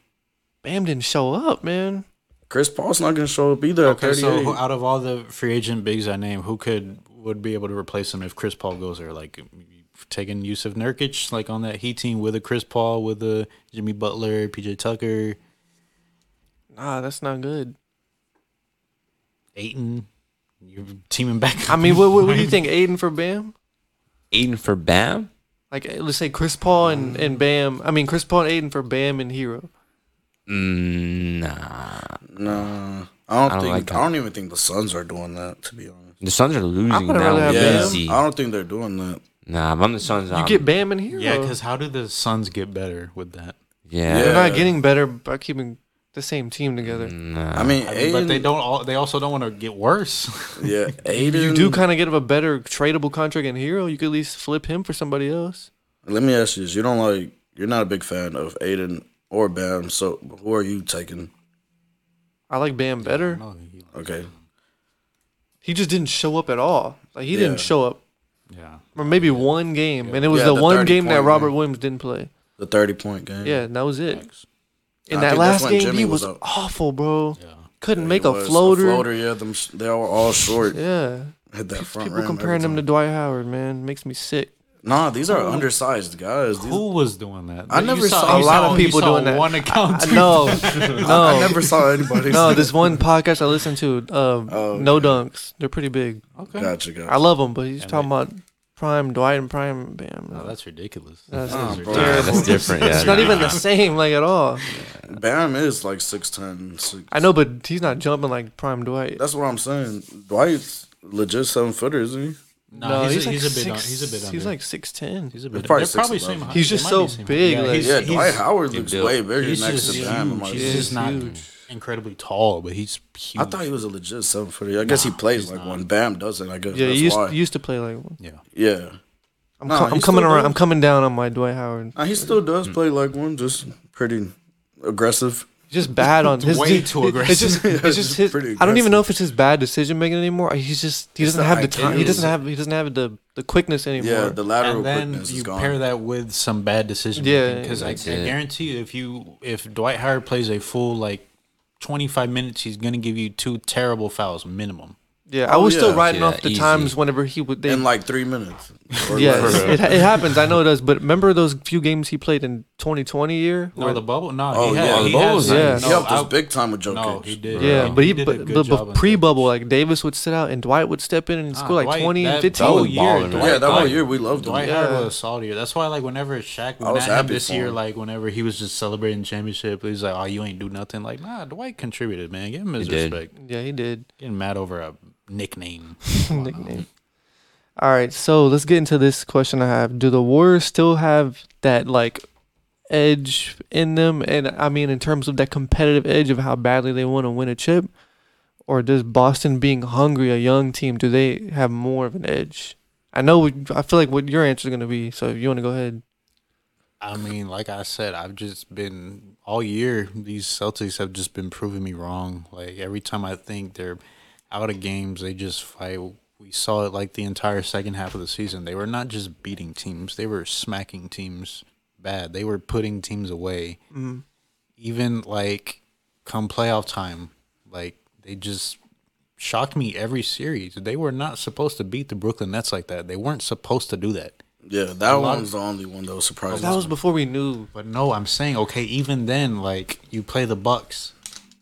Speaker 1: Bam didn't show up, man.
Speaker 4: Chris Paul's not going to show up either.
Speaker 2: Okay,
Speaker 4: at
Speaker 2: so
Speaker 4: 38.
Speaker 2: who, out of all the free agent bigs I named, who could would be able to replace him if Chris Paul goes there? Like taking Yusuf Nurkic, like on that Heat team with a Chris Paul, with a Jimmy Butler, PJ Tucker,
Speaker 1: Nah, that's not good.
Speaker 2: Aiton. You're teaming back.
Speaker 1: I mean, what, what, what do you think, Aiden for Bam?
Speaker 3: Aiden for Bam?
Speaker 1: Like, eh, let's say Chris Paul and, and Bam. I mean, Chris Paul and Aiden for Bam and Hero.
Speaker 3: Mm, nah.
Speaker 4: nah, I don't,
Speaker 3: don't
Speaker 4: think.
Speaker 3: like
Speaker 4: I don't even think the Suns are doing that. To be honest,
Speaker 3: The Suns are losing
Speaker 1: would've rather
Speaker 3: now.
Speaker 1: have
Speaker 4: yeah,
Speaker 1: Bam.
Speaker 3: Easy.
Speaker 4: I don't think they're doing that.
Speaker 3: Nah, if I'm the Suns,
Speaker 1: You
Speaker 3: I'm,
Speaker 1: get Bam and Hero.
Speaker 2: Yeah, because how do the Suns get better with that?
Speaker 3: yeah.
Speaker 1: they're not
Speaker 4: Yeah.
Speaker 1: getting better by keeping the same team together.
Speaker 3: uh,
Speaker 4: I mean, Aiden,
Speaker 2: I mean, but they don't. All, they also don't want to get worse.
Speaker 4: Yeah, Aiden.
Speaker 1: You do kind of get a better tradable contract in Hero. You could at least flip him for somebody else.
Speaker 4: Let me ask you this: You don't like. You're not a big fan of Aiden or Bam. So who are you taking?
Speaker 1: I like Bam better.
Speaker 2: No, he-
Speaker 4: Okay,
Speaker 1: He just didn't show up at all. Like he
Speaker 4: Yeah.
Speaker 1: didn't show up
Speaker 2: yeah,
Speaker 1: or maybe one game, and it was
Speaker 4: Yeah,
Speaker 1: the,
Speaker 4: the
Speaker 1: one
Speaker 4: 30
Speaker 1: game that
Speaker 4: point
Speaker 1: Robert
Speaker 4: game.
Speaker 1: Williams didn't play.
Speaker 4: the thirty point game.
Speaker 1: Yeah, and that was it. In
Speaker 4: Mm. I
Speaker 1: that
Speaker 4: think that's
Speaker 1: last
Speaker 4: when
Speaker 1: game,
Speaker 4: Jimmy
Speaker 1: he
Speaker 4: was
Speaker 1: was
Speaker 4: out.
Speaker 1: awful, bro. Couldn't
Speaker 4: It
Speaker 1: make a
Speaker 4: was
Speaker 1: floater.
Speaker 4: floater. Yeah, them, sh- they were all short.
Speaker 1: Yeah,
Speaker 4: Hit that front
Speaker 1: people comparing him to Dwight Howard, man, makes me sick.
Speaker 4: Nah, these are undersized guys. These,
Speaker 2: who was doing that?
Speaker 4: I
Speaker 2: You
Speaker 4: never saw-
Speaker 1: A
Speaker 2: Oh, you
Speaker 1: lot
Speaker 2: saw-
Speaker 1: of
Speaker 2: you
Speaker 1: people
Speaker 2: saw
Speaker 1: doing that.
Speaker 2: One account.
Speaker 1: I- no,
Speaker 4: I
Speaker 1: no,
Speaker 4: never saw anybody.
Speaker 1: no. This one podcast I listened to, uh,
Speaker 4: Oh,
Speaker 1: No Dunks, they're pretty big.
Speaker 2: okay.
Speaker 4: gotcha, gotcha.
Speaker 1: I love them, but he's talking about prime Dwight and prime Bam.
Speaker 2: No, Oh, that's ridiculous.
Speaker 1: That's-
Speaker 2: Those
Speaker 1: Nah,
Speaker 2: are
Speaker 4: bro.
Speaker 3: Nah,
Speaker 2: terrible.
Speaker 3: that's different. Yeah,
Speaker 1: it's not even the same, like at all.
Speaker 4: Bam is like 6'10. Six,
Speaker 1: I know, but he's not jumping like prime Dwight.
Speaker 4: That's what I'm saying. Dwight's legit seven footer, isn't he?
Speaker 2: No, he's, a, he's a bit. un- he's a bit. Under.
Speaker 1: He's like six ten.
Speaker 2: He's a bit.
Speaker 4: probably
Speaker 2: Probably they're probably
Speaker 4: 6'11".
Speaker 2: same height.
Speaker 1: He's
Speaker 2: They
Speaker 1: just
Speaker 2: might
Speaker 1: so
Speaker 2: be same height.
Speaker 1: big, like-
Speaker 4: Yeah, Dwight Howard
Speaker 2: in
Speaker 4: looks
Speaker 2: build.
Speaker 4: way bigger
Speaker 2: He's
Speaker 4: next
Speaker 2: just
Speaker 4: to Bam. I'm
Speaker 2: huge.
Speaker 4: like,
Speaker 2: He's
Speaker 1: Yeah,
Speaker 2: just
Speaker 1: he's
Speaker 2: not
Speaker 1: huge.
Speaker 2: incredibly tall, but he's huge.
Speaker 4: I thought he was a legit seven footer. I guess he plays like one. Bam doesn't. I guess
Speaker 1: Yeah,
Speaker 4: that's
Speaker 1: he used,
Speaker 4: why.
Speaker 1: he used to play like. one.
Speaker 2: Yeah.
Speaker 4: yeah.
Speaker 1: I'm,
Speaker 4: Nah,
Speaker 1: co- I'm
Speaker 4: he's
Speaker 1: coming
Speaker 4: still
Speaker 1: around.
Speaker 4: good.
Speaker 1: I'm coming down on my Dwight Howard.
Speaker 4: Nah, he still does play like one, just pretty aggressive.
Speaker 1: He's just bad on his.
Speaker 2: Way too
Speaker 1: It's just,
Speaker 4: aggressive.
Speaker 1: it's just his.
Speaker 4: Pretty
Speaker 1: I don't even
Speaker 4: aggressive.
Speaker 1: know if it's his bad decision making anymore. He's just he
Speaker 4: It's
Speaker 1: doesn't
Speaker 4: the
Speaker 1: have the
Speaker 4: IQ.
Speaker 1: time. He doesn't have he doesn't have the the quickness anymore.
Speaker 4: Yeah, the lateral
Speaker 2: And then
Speaker 4: quickness is
Speaker 2: you
Speaker 4: gone.
Speaker 2: pair that with some bad decision.
Speaker 1: Yeah,
Speaker 2: because I, I
Speaker 3: that's it.
Speaker 2: guarantee you, if you if Dwight Howard plays a full like twenty five minutes, he's gonna give you two terrible fouls minimum.
Speaker 1: yeah. I
Speaker 4: Oh,
Speaker 1: was still
Speaker 4: yeah.
Speaker 1: writing
Speaker 3: Yeah,
Speaker 1: off the
Speaker 3: easy.
Speaker 1: times whenever he would. They,
Speaker 4: in like three minutes. Or
Speaker 1: yeah,
Speaker 4: less.
Speaker 1: it, it happens. I know it does. But remember those few games he played in 2020 year?
Speaker 2: No,
Speaker 1: Where-
Speaker 2: the bubble. No,
Speaker 4: Oh,
Speaker 2: he had,
Speaker 4: yeah,
Speaker 2: he
Speaker 4: the
Speaker 2: had-
Speaker 3: bubbles,
Speaker 1: yeah.
Speaker 4: he helped
Speaker 2: I-
Speaker 4: us big time with Jokic.
Speaker 2: No, he did.
Speaker 1: yeah,
Speaker 2: and
Speaker 1: but he,
Speaker 2: did a
Speaker 1: but,
Speaker 2: good
Speaker 1: but,
Speaker 2: job on that.
Speaker 1: pre bubble like Davis would sit out and Dwight would step in and
Speaker 2: Nah,
Speaker 1: score like
Speaker 2: Ah, Dwight,
Speaker 1: 20
Speaker 2: that
Speaker 1: 15.
Speaker 3: whole
Speaker 2: whole
Speaker 3: year,
Speaker 2: year,
Speaker 3: Dwight
Speaker 2: Dwight,
Speaker 4: Yeah, that whole
Speaker 2: Howard-
Speaker 4: year we loved him.
Speaker 2: Dwight
Speaker 1: Yeah.
Speaker 2: Howard was solid year. That's why, like, whenever Shaq
Speaker 4: I
Speaker 2: went
Speaker 4: was
Speaker 2: at him
Speaker 4: happy
Speaker 2: this
Speaker 4: for
Speaker 2: year,
Speaker 4: him.
Speaker 2: like, whenever he was just celebrating championship, he was like, "Oh, you ain't do nothing." Like, nah, Dwight contributed, man. Give him his
Speaker 3: He did.
Speaker 2: respect.
Speaker 1: Yeah, he did.
Speaker 2: Getting mad over a nickname.
Speaker 1: nickname. All right, so let's get into this question I have. Do the Warriors still have that like edge in them? And I mean, in terms of that competitive edge of how badly they want to win a chip, or does Boston being hungry, a young team, do they have more of an edge? I know. we- I feel like what your answer is going to be. So if you want to go ahead,
Speaker 2: I mean, like I said, I've just been all year. These Celtics have just been proving me wrong. Like every time I think they're out of games, they just fight. We saw it like the entire second half of the season. They were not just beating teams; they were smacking teams bad. They were putting teams away. Even like come playoff time, like they just shocked me every series. They were not supposed to beat the Brooklyn Nets like that. They weren't supposed to do that.
Speaker 4: Yeah, that one's the only one that was surprising.
Speaker 1: Oh, that was before we knew.
Speaker 2: But no, I'm saying okay. Even then, like you play the Bucks,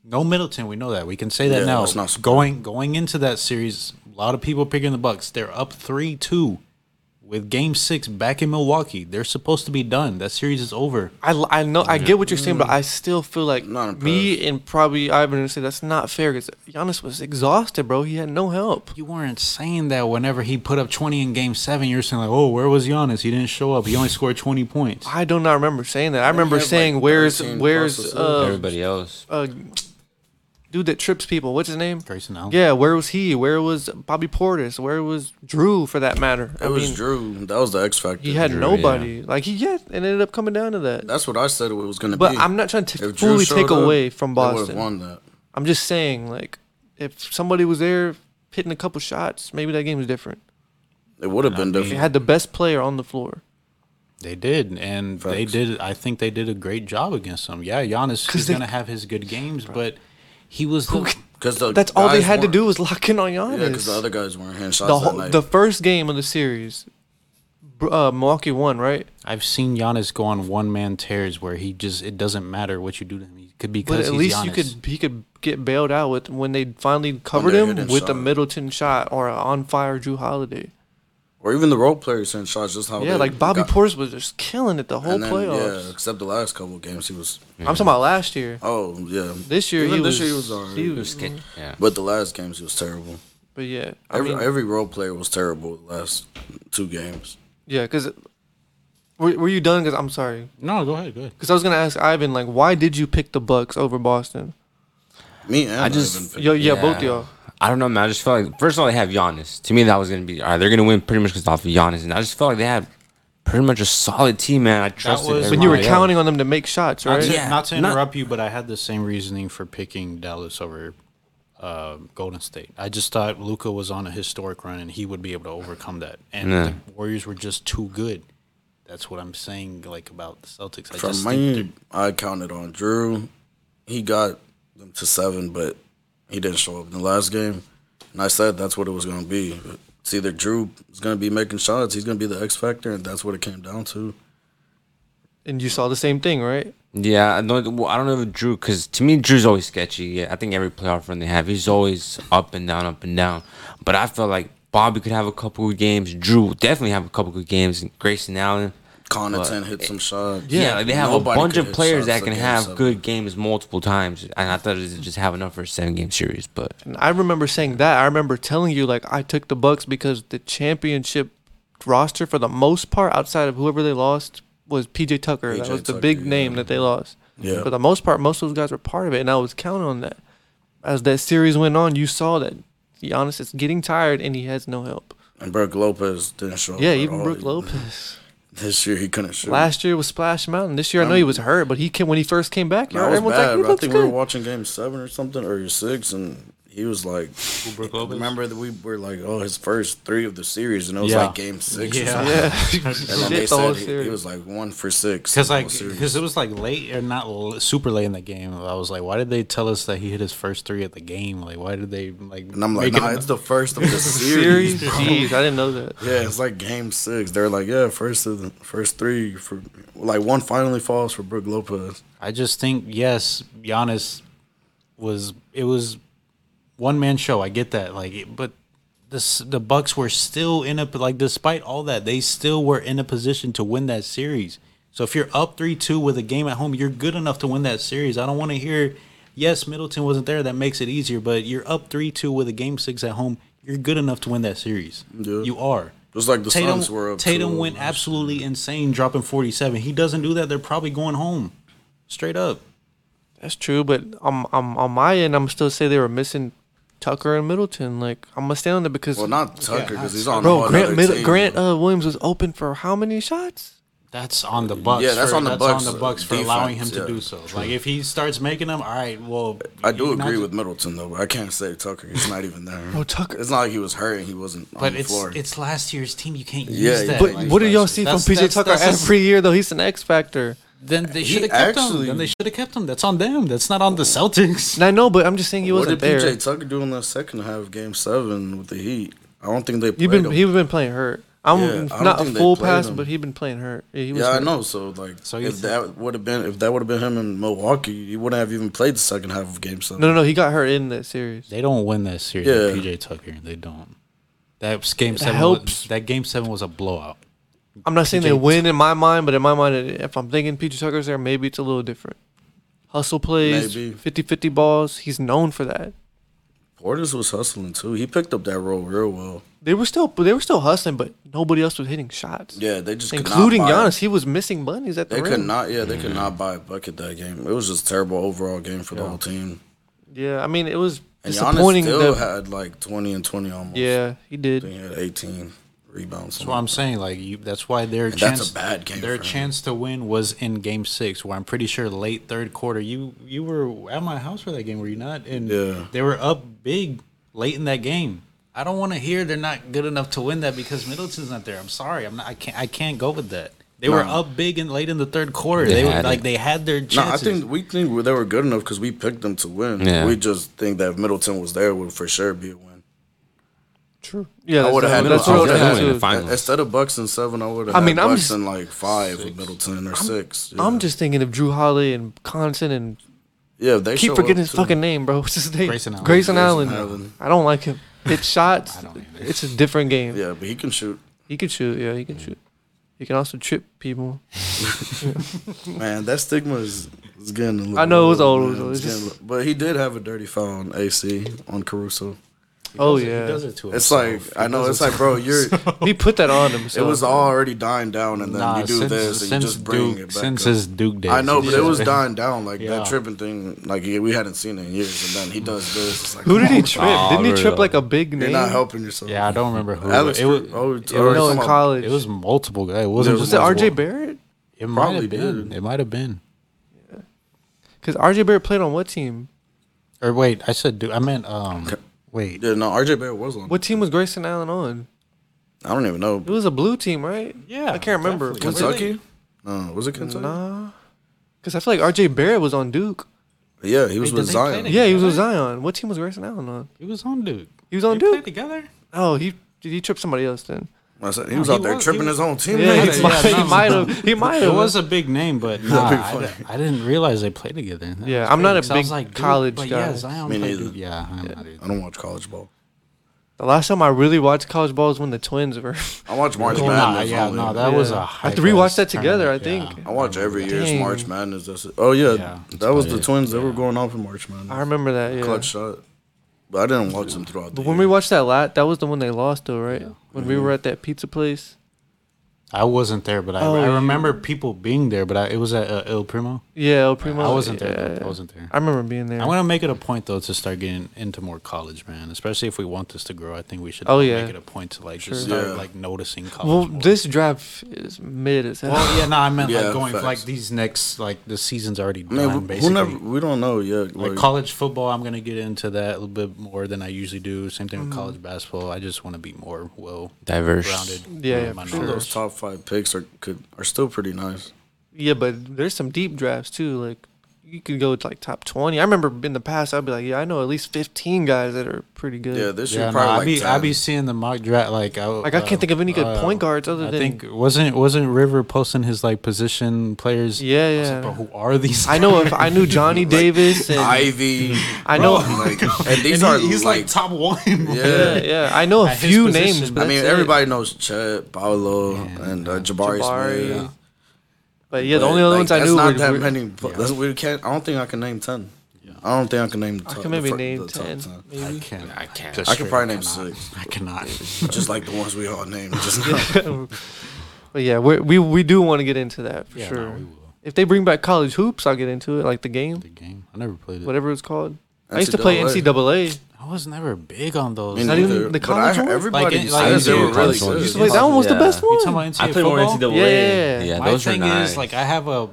Speaker 2: no Middleton. We know that. We can say that
Speaker 4: Yeah,
Speaker 2: now.
Speaker 4: that's not surprising.
Speaker 2: going going into that series, a lot of people picking the Bucks. They're up three two, with Game Six back in Milwaukee. They're supposed to be done. That series is over.
Speaker 1: I, l- I know I get what you're saying, but I still feel like
Speaker 4: Not impressed.
Speaker 1: me and probably Ivan would say that's not fair because Giannis was exhausted, bro. He had no help.
Speaker 2: You weren't saying that whenever he put up 20 in Game Seven. You're saying like, oh, where was Giannis? He didn't show up. He only scored 20 points.
Speaker 1: I do not remember saying that. I remember
Speaker 4: had, like,
Speaker 1: saying, "Where's
Speaker 4: 13
Speaker 1: where's
Speaker 4: plus
Speaker 1: uh,
Speaker 3: Everybody else.
Speaker 1: uh dude that trips people? What's his name?
Speaker 2: Grayson Allen.
Speaker 1: Yeah, where was he? Where was Bobby Portis? Where was Drew for that matter? I
Speaker 4: it was
Speaker 1: mean,
Speaker 4: Drew. That was the X factor.
Speaker 1: he had
Speaker 3: Drew,
Speaker 1: nobody. Like he yeah, and it ended up coming down to that.
Speaker 4: That's what I said it was going to
Speaker 1: But
Speaker 4: be.
Speaker 1: I'm not trying to
Speaker 4: If Drew
Speaker 1: fully
Speaker 4: showed
Speaker 1: take
Speaker 4: up,
Speaker 1: away from
Speaker 4: they would've
Speaker 1: Boston.
Speaker 4: won that.
Speaker 1: I'm just saying, like, if somebody was there hitting a couple shots, maybe that game was different.
Speaker 4: It would have been
Speaker 1: If you
Speaker 4: different.
Speaker 1: had the best player on the floor,
Speaker 2: They did, and they
Speaker 4: Facts.
Speaker 2: did. I think they did a great job against them. Yeah, Giannis is
Speaker 1: they-
Speaker 2: gonna have his good games, but he was the
Speaker 4: Because the
Speaker 1: that's all they
Speaker 4: guys
Speaker 1: had to
Speaker 4: weren't-
Speaker 1: do was lock in on Giannis.
Speaker 4: Yeah, because the other guys weren't hand shots
Speaker 1: the
Speaker 4: that
Speaker 1: whole,
Speaker 4: night.
Speaker 1: the first game of the series, br- uh, Milwaukee won, right?
Speaker 2: I've seen Giannis go on one man tears where he just it doesn't matter what you do to him. He could because
Speaker 1: But at least you
Speaker 2: Giannis.
Speaker 1: could he could get bailed out with when they finally covered
Speaker 4: they
Speaker 1: him
Speaker 4: hit him
Speaker 1: with a
Speaker 4: shot.
Speaker 1: Middleton shot or on fire Drew Holiday.
Speaker 4: or even the role players hand shots. Just how
Speaker 1: Yeah,
Speaker 4: they
Speaker 1: like Bobby
Speaker 4: got-
Speaker 1: Portis was just killing it the whole
Speaker 4: and then, Yeah,
Speaker 1: playoffs.
Speaker 4: except the last couple of games he was.
Speaker 1: I'm talking about last year.
Speaker 4: Oh yeah.
Speaker 1: This year
Speaker 4: Even
Speaker 1: he was.
Speaker 4: this year he was alright.
Speaker 1: he
Speaker 4: He
Speaker 1: was-
Speaker 3: Yeah.
Speaker 4: But the last games he was terrible.
Speaker 1: but yeah, I
Speaker 4: Every
Speaker 1: mean,
Speaker 4: every role player was terrible the last two games.
Speaker 1: yeah, because were, were you done? Because I'm sorry,
Speaker 2: No, go ahead, go ahead.
Speaker 1: because I was gonna ask Ivan like, why did you pick the Bucks over Boston?
Speaker 4: Me and
Speaker 3: I just-
Speaker 4: Ivan picked-
Speaker 1: Yo, yeah, both y'all.
Speaker 3: I don't know, man. I just felt like first of all they have Giannis. To me, that was gonna be all right. They're gonna win pretty much because off of Giannis, and I just felt like they had pretty much a solid team, man. I trusted.
Speaker 2: was-
Speaker 1: But you were
Speaker 3: everybody else.
Speaker 1: counting on them to make shots,
Speaker 2: Not
Speaker 1: right?
Speaker 2: to,
Speaker 3: Yeah,
Speaker 2: not to
Speaker 3: not-
Speaker 2: interrupt you, but I had the same reasoning for picking Dallas over uh, Golden State. I just thought Luca was on a historic run and he would be able to overcome that. And
Speaker 3: Yeah.
Speaker 2: the Warriors were just too good. That's what I'm saying, like about the Celtics. I
Speaker 4: From
Speaker 2: just think
Speaker 4: me, I counted on Drew. He got them to seven, but he didn't show up in the last game. And I said that's what it was going to be. It's either Drew is going to be making shots, he's going to be the X factor, and that's what it came down to.
Speaker 1: And you saw the same thing, right?
Speaker 3: Yeah, I don't. Well, I don't know if Drew, because to me, Drew's always sketchy. Yeah, I think every playoff run they have, he's always up and down, up and down. But I felt like Bobby could have a couple good games. Drew would definitely have a couple good games. And Grayson Allen,
Speaker 4: Connaughton
Speaker 3: But
Speaker 4: hit
Speaker 3: it-
Speaker 4: some shots.
Speaker 3: Yeah, like they have a
Speaker 4: Nobody
Speaker 3: bunch
Speaker 4: could
Speaker 3: of
Speaker 4: hit
Speaker 3: players
Speaker 4: shots
Speaker 3: that can
Speaker 4: game
Speaker 3: have
Speaker 4: seven.
Speaker 3: good games multiple times, and I thought it was just have enough for a seven game series. But
Speaker 1: And I remember saying that. I remember telling you like I took the Bucks because the championship roster for the most part, outside of whoever they lost, was PJ Tucker. that
Speaker 4: PJ
Speaker 1: was the
Speaker 4: Tucker,
Speaker 1: big
Speaker 4: yeah.
Speaker 1: name that they lost.
Speaker 4: Yeah.
Speaker 1: For the most part, most of those guys were part of it, and I was counting on that. As that series went on, you saw that Giannis is getting tired and he has no help.
Speaker 4: And Brooke Lopez didn't show up.
Speaker 1: Yeah,
Speaker 4: at
Speaker 1: even
Speaker 4: Oh, all.
Speaker 1: Brooke Lopez.
Speaker 4: This year he couldn't shoot.
Speaker 1: Last year was Splash Mountain. This year I know he was hurt, but he came when he first came back.
Speaker 4: That was
Speaker 1: everyone's
Speaker 4: bad.
Speaker 1: like, he
Speaker 4: bro. I
Speaker 1: looks
Speaker 4: think we were
Speaker 1: good.
Speaker 4: watching game seven or something, or six, and he was like, remember that we were like, oh, his first three of the series, and it was
Speaker 2: Yeah.
Speaker 4: like game six. Or
Speaker 2: Yeah.
Speaker 4: something.
Speaker 1: yeah,
Speaker 4: And then
Speaker 1: shit,
Speaker 4: they
Speaker 1: the whole
Speaker 4: said he,
Speaker 1: series.
Speaker 4: he was like one for six.
Speaker 2: Because
Speaker 4: the whole
Speaker 2: like,
Speaker 4: series.
Speaker 2: because it was like late or not l- super late in the game. I was like, why did they tell us that he hit his first three at the game? Like, why did they like?
Speaker 4: and I'm like,
Speaker 2: make it
Speaker 4: nah,
Speaker 2: a-
Speaker 4: it's the first of the
Speaker 1: series.
Speaker 4: series. bro."
Speaker 1: Jeez, I didn't know that.
Speaker 4: Yeah, it's like game six. They're like, yeah, first of the first three for like one finally falls for Brooke Lopez.
Speaker 2: I just think yes, Giannis was it was one man show. I get that, like, it- but this the Bucks were still in a like despite all that they still were in a position to win that series. So if you're up three two with a game at home, you're good enough to win that series. I don't want to hear yes, Middleton wasn't there. That makes it easier, but you're up three two with a game six at home. You're good enough to win that series.
Speaker 4: Yeah.
Speaker 2: You are.
Speaker 4: Just like the
Speaker 2: Tatum,
Speaker 4: Suns were up.
Speaker 2: Tatum
Speaker 4: 2-0
Speaker 2: went
Speaker 4: last
Speaker 2: absolutely insane, dropping 47. He doesn't do that. They're probably going home, straight up.
Speaker 1: That's true, but on on on my end, I'm still say they were missing Tucker and Middleton. Like I'm gonna stand on that because
Speaker 4: Well, not Tucker because he's on. a
Speaker 1: bro,
Speaker 4: whole
Speaker 1: Grant
Speaker 4: other
Speaker 1: Mid-
Speaker 4: team.
Speaker 1: Grant uh, Williams was open for how many shots?
Speaker 2: That's on the Bucks.
Speaker 4: Yeah, that's
Speaker 2: for,
Speaker 4: on the
Speaker 2: that's
Speaker 4: Bucks,
Speaker 2: on the Bucks for
Speaker 4: uh,
Speaker 2: allowing him
Speaker 4: defense,
Speaker 2: to
Speaker 4: yeah.
Speaker 2: do so. Like if he starts making them, all right. Well,
Speaker 4: I do
Speaker 2: you're not
Speaker 4: agree
Speaker 2: ju-
Speaker 4: with Middleton though, but I can't say Tucker. He's not even there.
Speaker 1: Bro, Tucker-
Speaker 4: It's not like he was hurt and he wasn't on
Speaker 2: But
Speaker 4: the
Speaker 2: it's
Speaker 4: floor.
Speaker 2: it's last year's team. You can't
Speaker 4: Yeah,
Speaker 2: use that.
Speaker 1: But
Speaker 4: like,
Speaker 1: what do y'all see from
Speaker 2: that's-
Speaker 1: PJ
Speaker 2: that's-
Speaker 1: Tucker
Speaker 2: that's just-
Speaker 1: every year though? He's an X factor.
Speaker 2: then they
Speaker 4: He
Speaker 2: should have kept him.
Speaker 4: actually-
Speaker 2: Then they should have kept him. That's on them. That's not on the Celtics.
Speaker 1: And I know, but I'm just saying he
Speaker 4: what did
Speaker 1: wasn't there.
Speaker 4: PJ Tucker do in the second half of Game Seven with the Heat? I don't think they played
Speaker 1: You've been
Speaker 4: him.
Speaker 1: he's been playing hurt. I'm
Speaker 4: Yeah, I don't
Speaker 1: not a
Speaker 4: think they
Speaker 1: full
Speaker 4: played
Speaker 1: pass,
Speaker 4: him.
Speaker 1: but he'd been playing hurt. Yeah, he was
Speaker 4: yeah, I
Speaker 1: hurt.
Speaker 4: know. So like,
Speaker 2: So you
Speaker 4: if
Speaker 2: think-
Speaker 4: that would have been if that would have been him in Milwaukee, he wouldn't have even played the second half of Game Seven.
Speaker 1: No, no, no. He got hurt in that series.
Speaker 2: They don't win that series.
Speaker 4: with Yeah.
Speaker 2: PJ Tucker. They don't. That game
Speaker 1: seven
Speaker 2: seven.
Speaker 1: was- helps.
Speaker 2: that game seven was a blowout.
Speaker 1: I'm not saying they
Speaker 2: PJ
Speaker 1: win in my mind, but in my mind, if I'm thinking PJ Tucker's there, maybe it's a little different. Hustle plays,
Speaker 4: Maybe.
Speaker 1: 50-50 balls. He's known for that.
Speaker 4: Portis was hustling too. He picked up that role real well.
Speaker 1: They were still they were still hustling, but nobody else was hitting shots.
Speaker 4: Yeah, they just
Speaker 1: including
Speaker 4: could not buy-
Speaker 1: Giannis. He was missing bunnies at the
Speaker 4: They
Speaker 1: rim.
Speaker 4: could not. Yeah, they could not buy a bucket that game. It was just a terrible overall game for the whole team.
Speaker 1: Yeah, I mean it was
Speaker 4: And Giannis
Speaker 1: disappointing.
Speaker 4: still
Speaker 1: that-
Speaker 4: had like twenty and twenty almost.
Speaker 1: yeah, he
Speaker 4: Then
Speaker 1: did.
Speaker 4: he had 18 rebounds.
Speaker 2: That's what I'm saying. Like you, that's why their
Speaker 4: that's
Speaker 2: chance,
Speaker 4: a bad game
Speaker 2: their
Speaker 4: for him.
Speaker 2: chance to win was in Game Six, where I'm pretty sure late third quarter. You you were at my house for that game, were you not? And
Speaker 4: Yeah.
Speaker 2: they were up big late in that game. I don't want to hear they're not good enough to win that because Middleton's not there. I'm sorry, I'm not. I can't. I can't go with that. They were
Speaker 4: No.
Speaker 2: up big and late in the third quarter.
Speaker 3: They
Speaker 2: They, were
Speaker 3: had
Speaker 2: like
Speaker 3: it.
Speaker 2: they had their
Speaker 4: No, I
Speaker 2: chances.
Speaker 4: think we think they were good enough because we picked them to win.
Speaker 3: Yeah.
Speaker 4: We just think that if Middleton was there, would for sure be a win.
Speaker 1: True. Yeah,
Speaker 4: I
Speaker 1: that's,
Speaker 4: would have
Speaker 1: that's
Speaker 4: had
Speaker 3: I
Speaker 1: what I
Speaker 4: Middleton.
Speaker 1: would've
Speaker 3: would've
Speaker 1: had
Speaker 3: had
Speaker 1: too.
Speaker 3: him in the final. Finals.
Speaker 4: Instead of Bucks and seven, I would have.
Speaker 1: I
Speaker 4: I
Speaker 1: mean,
Speaker 4: mean,
Speaker 1: I'm
Speaker 4: Bucks
Speaker 1: just-
Speaker 4: and like five with Middleton or six. Yeah,
Speaker 1: I'm just thinking of Drew Holiday and Conson and
Speaker 4: yeah if they show
Speaker 1: keep forgetting
Speaker 4: up
Speaker 1: his
Speaker 4: to-
Speaker 1: fucking name, bro. What's his name?
Speaker 2: Grayson Allen.
Speaker 1: Grayson
Speaker 4: Grayson
Speaker 1: Allen.
Speaker 4: Allen.
Speaker 1: I don't like him. It's shots.
Speaker 2: don't either.
Speaker 1: it's a different game.
Speaker 4: Yeah, but he can shoot.
Speaker 1: He can shoot. Yeah, he can shoot. He can also trip people.
Speaker 4: Man, that stigma is, is getting. A little
Speaker 1: I know, it was
Speaker 4: old,
Speaker 1: old,
Speaker 4: man.
Speaker 1: it was
Speaker 4: It's getting
Speaker 1: just-
Speaker 4: a little- but he did have a dirty foul on AC on Caruso.
Speaker 1: oh
Speaker 2: He does
Speaker 1: yeah,
Speaker 2: it to
Speaker 4: It's like
Speaker 2: himself. He
Speaker 4: I know. It's
Speaker 2: does it to
Speaker 4: like, bro, you're.
Speaker 1: he put that on him.
Speaker 4: It was already dying down, and then
Speaker 2: Nah,
Speaker 4: you do
Speaker 2: since,
Speaker 4: this, and
Speaker 2: since
Speaker 4: you just bring
Speaker 2: Duke,
Speaker 4: it back.
Speaker 2: since
Speaker 4: up.
Speaker 2: his Duke days.
Speaker 4: I know,
Speaker 2: he
Speaker 4: but it was
Speaker 2: does
Speaker 4: dying down. Like
Speaker 2: Yeah.
Speaker 4: that tripping thing, like yeah, we hadn't seen it in years, and then he does this. It's like, "Oh,
Speaker 1: Who did he trip?
Speaker 3: Aw,
Speaker 1: Didn't he
Speaker 3: bro.
Speaker 1: trip like a big name?
Speaker 4: You're not helping yourself.
Speaker 2: Yeah, I don't remember who.
Speaker 4: Alex.
Speaker 2: it was.
Speaker 4: oh,
Speaker 2: it
Speaker 4: oh,
Speaker 1: No,
Speaker 2: was-
Speaker 1: in
Speaker 4: come on.
Speaker 1: college.
Speaker 2: It was multiple guys. It wasn't.
Speaker 1: was
Speaker 2: just
Speaker 1: it
Speaker 2: one.
Speaker 1: RJ Barrett?
Speaker 2: It might
Speaker 4: Probably
Speaker 2: have been. It might have been.
Speaker 1: Because RJ Barrett played on what team?
Speaker 2: Or wait, I said. Duke. I meant. Um. Wait.
Speaker 4: Yeah, no, RJ Barrett was on.
Speaker 1: What team was Grayson Allen on?
Speaker 4: I don't even know.
Speaker 1: It was a blue team, right?
Speaker 2: Yeah,
Speaker 1: I can't remember.
Speaker 2: definitely.
Speaker 1: Was it?
Speaker 4: Kentucky? No, was it Kentucky?
Speaker 1: Nah. Because I feel like RJ Barrett was on Duke.
Speaker 4: Yeah, he was
Speaker 2: Wait,
Speaker 4: with
Speaker 2: did they play
Speaker 4: Zion.
Speaker 2: together?
Speaker 1: Yeah, he was on Zion. What team was Grayson Allen on?
Speaker 2: He was on Duke.
Speaker 1: He was on
Speaker 2: They played
Speaker 1: Duke.
Speaker 2: together.
Speaker 1: Oh, he did he trip somebody else then?
Speaker 4: I said, he was
Speaker 2: He
Speaker 4: out there
Speaker 2: was- he
Speaker 4: tripping
Speaker 2: was-
Speaker 4: his own team.
Speaker 1: Yeah,
Speaker 2: Yeah,
Speaker 1: he
Speaker 2: yeah,
Speaker 1: might he
Speaker 2: no.
Speaker 1: might have. He might
Speaker 2: It
Speaker 1: have.
Speaker 2: was a big name, but nah,
Speaker 4: be
Speaker 2: I,
Speaker 4: funny.
Speaker 2: I didn't realize they played together. That
Speaker 1: Yeah,
Speaker 2: was
Speaker 1: I'm not
Speaker 2: weird,
Speaker 1: a
Speaker 2: 'cause I was
Speaker 1: big
Speaker 2: like, Duke,
Speaker 1: college
Speaker 2: but
Speaker 1: guy.
Speaker 2: Yeah, Zion
Speaker 4: Me
Speaker 2: played
Speaker 4: neither.
Speaker 2: Duke. Yeah, I'm not either.
Speaker 4: I don't watch college ball.
Speaker 1: The last time I really watched college ball was when the Twins were.
Speaker 4: I watch March
Speaker 2: Nah,
Speaker 4: Madness.
Speaker 2: yeah,
Speaker 4: only.
Speaker 2: no, that was
Speaker 1: Yeah.
Speaker 2: a.
Speaker 1: I
Speaker 2: hype
Speaker 1: had to rewatch
Speaker 2: ass
Speaker 1: that together, I
Speaker 2: tournament.
Speaker 1: think.
Speaker 4: I watch every year's
Speaker 1: Dang.
Speaker 4: March Madness. That's it. Oh yeah,
Speaker 2: Yeah.
Speaker 4: that was the Twins that were going off in March Madness.
Speaker 1: I remember that. Yeah.
Speaker 4: Clutch shot, but I didn't watch them throughout. The
Speaker 1: But when we
Speaker 4: year.
Speaker 1: watched that lat, that was the one they lost though, right? When we were at that pizza place.
Speaker 2: I wasn't there, but I,
Speaker 1: Oh,
Speaker 2: I
Speaker 1: yeah.
Speaker 2: remember people being there. But I, it was at uh, El Primo.
Speaker 1: Yeah, El Primo.
Speaker 2: I wasn't
Speaker 1: yeah.
Speaker 2: there. Though. I wasn't there.
Speaker 1: I remember being there.
Speaker 2: I want to make it a point though to start getting into more college, man. Especially if we want this to grow, I think we should.
Speaker 1: Oh, yeah.
Speaker 2: make it a point to like
Speaker 1: Sure.
Speaker 2: just start
Speaker 4: Yeah.
Speaker 2: like noticing college.
Speaker 1: well,
Speaker 2: more.
Speaker 1: this draft is mid as hell.
Speaker 2: Well, yeah, no, I meant
Speaker 4: Yeah,
Speaker 2: like going like
Speaker 4: facts.
Speaker 2: these next like the season's already done.
Speaker 4: Man, we,
Speaker 2: basically,
Speaker 4: we'll never, we don't know yet.
Speaker 2: like,
Speaker 4: Like,
Speaker 2: college football, I'm gonna get into that a little bit more than I usually do. Same thing with
Speaker 4: Mm-hmm.
Speaker 2: college basketball. I just want to be more well
Speaker 3: Diverse.
Speaker 2: rounded.
Speaker 1: Yeah, yeah, for sure.
Speaker 4: those top five picks are could are still pretty nice.
Speaker 1: Yeah, but there's some deep drafts too. Like you could go to like top twenty. I remember in the past I'd be like, yeah, I know at least fifteen guys that are pretty good.
Speaker 4: Yeah, this
Speaker 2: Yeah,
Speaker 4: year
Speaker 2: no,
Speaker 4: probably
Speaker 2: I
Speaker 4: like
Speaker 2: be
Speaker 4: 10.
Speaker 2: I be seeing the mock draft like I, uh,
Speaker 1: Like, I can't think of any good point guards other
Speaker 2: I
Speaker 1: than-
Speaker 2: think wasn't wasn't River posting his like position players.
Speaker 1: Yeah,
Speaker 2: I was like,
Speaker 1: yeah.
Speaker 2: Bro, who are these?
Speaker 1: I know if I knew Johnny Davis and
Speaker 4: Ivy.
Speaker 1: I know-
Speaker 4: like, and these
Speaker 2: And
Speaker 4: are
Speaker 2: he- he's like,
Speaker 4: like
Speaker 2: top one. bro.
Speaker 4: Yeah.
Speaker 1: yeah, yeah, I know a
Speaker 2: At his
Speaker 1: few
Speaker 2: position.
Speaker 1: names. But
Speaker 4: I mean,
Speaker 1: that's it.
Speaker 4: everybody knows Chet, Paolo, and uh, Jabari,
Speaker 1: Jabari.
Speaker 4: Smith.
Speaker 1: But yeah, the
Speaker 4: But,
Speaker 1: only other
Speaker 4: like,
Speaker 1: ones I
Speaker 4: that's
Speaker 1: knew
Speaker 4: not
Speaker 1: were
Speaker 4: that
Speaker 1: were-
Speaker 4: many. pl- That's, we can't. I don't think I can name ten. I don't think I can name.
Speaker 1: I can
Speaker 4: top- the
Speaker 1: maybe
Speaker 4: fir-
Speaker 1: name
Speaker 4: the top
Speaker 1: ten.
Speaker 4: 10.
Speaker 2: I
Speaker 1: Maybe.
Speaker 2: can't. I
Speaker 3: I
Speaker 2: can't. Just
Speaker 4: could
Speaker 2: straight
Speaker 4: probably
Speaker 2: up
Speaker 4: name
Speaker 2: cannot.
Speaker 4: six.
Speaker 2: I cannot.
Speaker 4: just like the ones we all named just now.
Speaker 1: But yeah, we we we do want to get into that for
Speaker 2: Yeah,
Speaker 1: sure.
Speaker 2: no, we will.
Speaker 1: If they bring back college hoops, I'll get into it, like the game,
Speaker 2: The game. I never played it.
Speaker 1: whatever it's called. I used to play
Speaker 4: NCAA.
Speaker 1: NCAA.
Speaker 2: I was never big on those.
Speaker 4: Me
Speaker 1: Not even
Speaker 4: neither.
Speaker 1: the
Speaker 4: But
Speaker 1: college
Speaker 4: I,
Speaker 1: ones?
Speaker 2: Like,
Speaker 4: everybody like,
Speaker 2: it- like,
Speaker 4: says they were
Speaker 3: NCAA
Speaker 4: really
Speaker 3: ones.
Speaker 4: good.
Speaker 1: Used to play that one was the
Speaker 3: Yeah.
Speaker 1: best
Speaker 2: You talking
Speaker 1: one.
Speaker 2: about NCAA
Speaker 3: I played more
Speaker 2: football?
Speaker 3: NCAA.
Speaker 1: Yeah.
Speaker 3: yeah
Speaker 2: My
Speaker 3: those
Speaker 2: thing
Speaker 3: were nice.
Speaker 2: is, like, I have a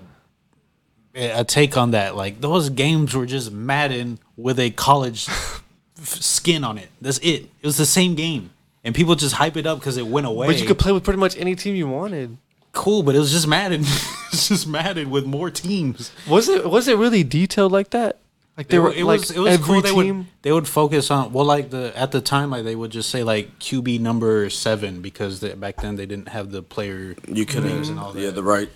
Speaker 2: a take on that. Like, those games were just Madden with a college f- skin on it. That's it. It was the same game, and people just hype it up because it went away.
Speaker 1: But you could play with pretty much any team you wanted.
Speaker 2: cool, but it was just Madden. it's just Madden with more teams.
Speaker 1: Was it was it really detailed like that? Like they
Speaker 2: It
Speaker 1: were
Speaker 2: wa- it
Speaker 1: like
Speaker 2: was it was
Speaker 1: every
Speaker 2: cool. They
Speaker 1: team.
Speaker 2: would they would focus on well, like the at the time, like they would just say like QB number seven because they, back then they didn't have the player
Speaker 4: You can
Speaker 2: names and all that.
Speaker 4: Yeah, the right.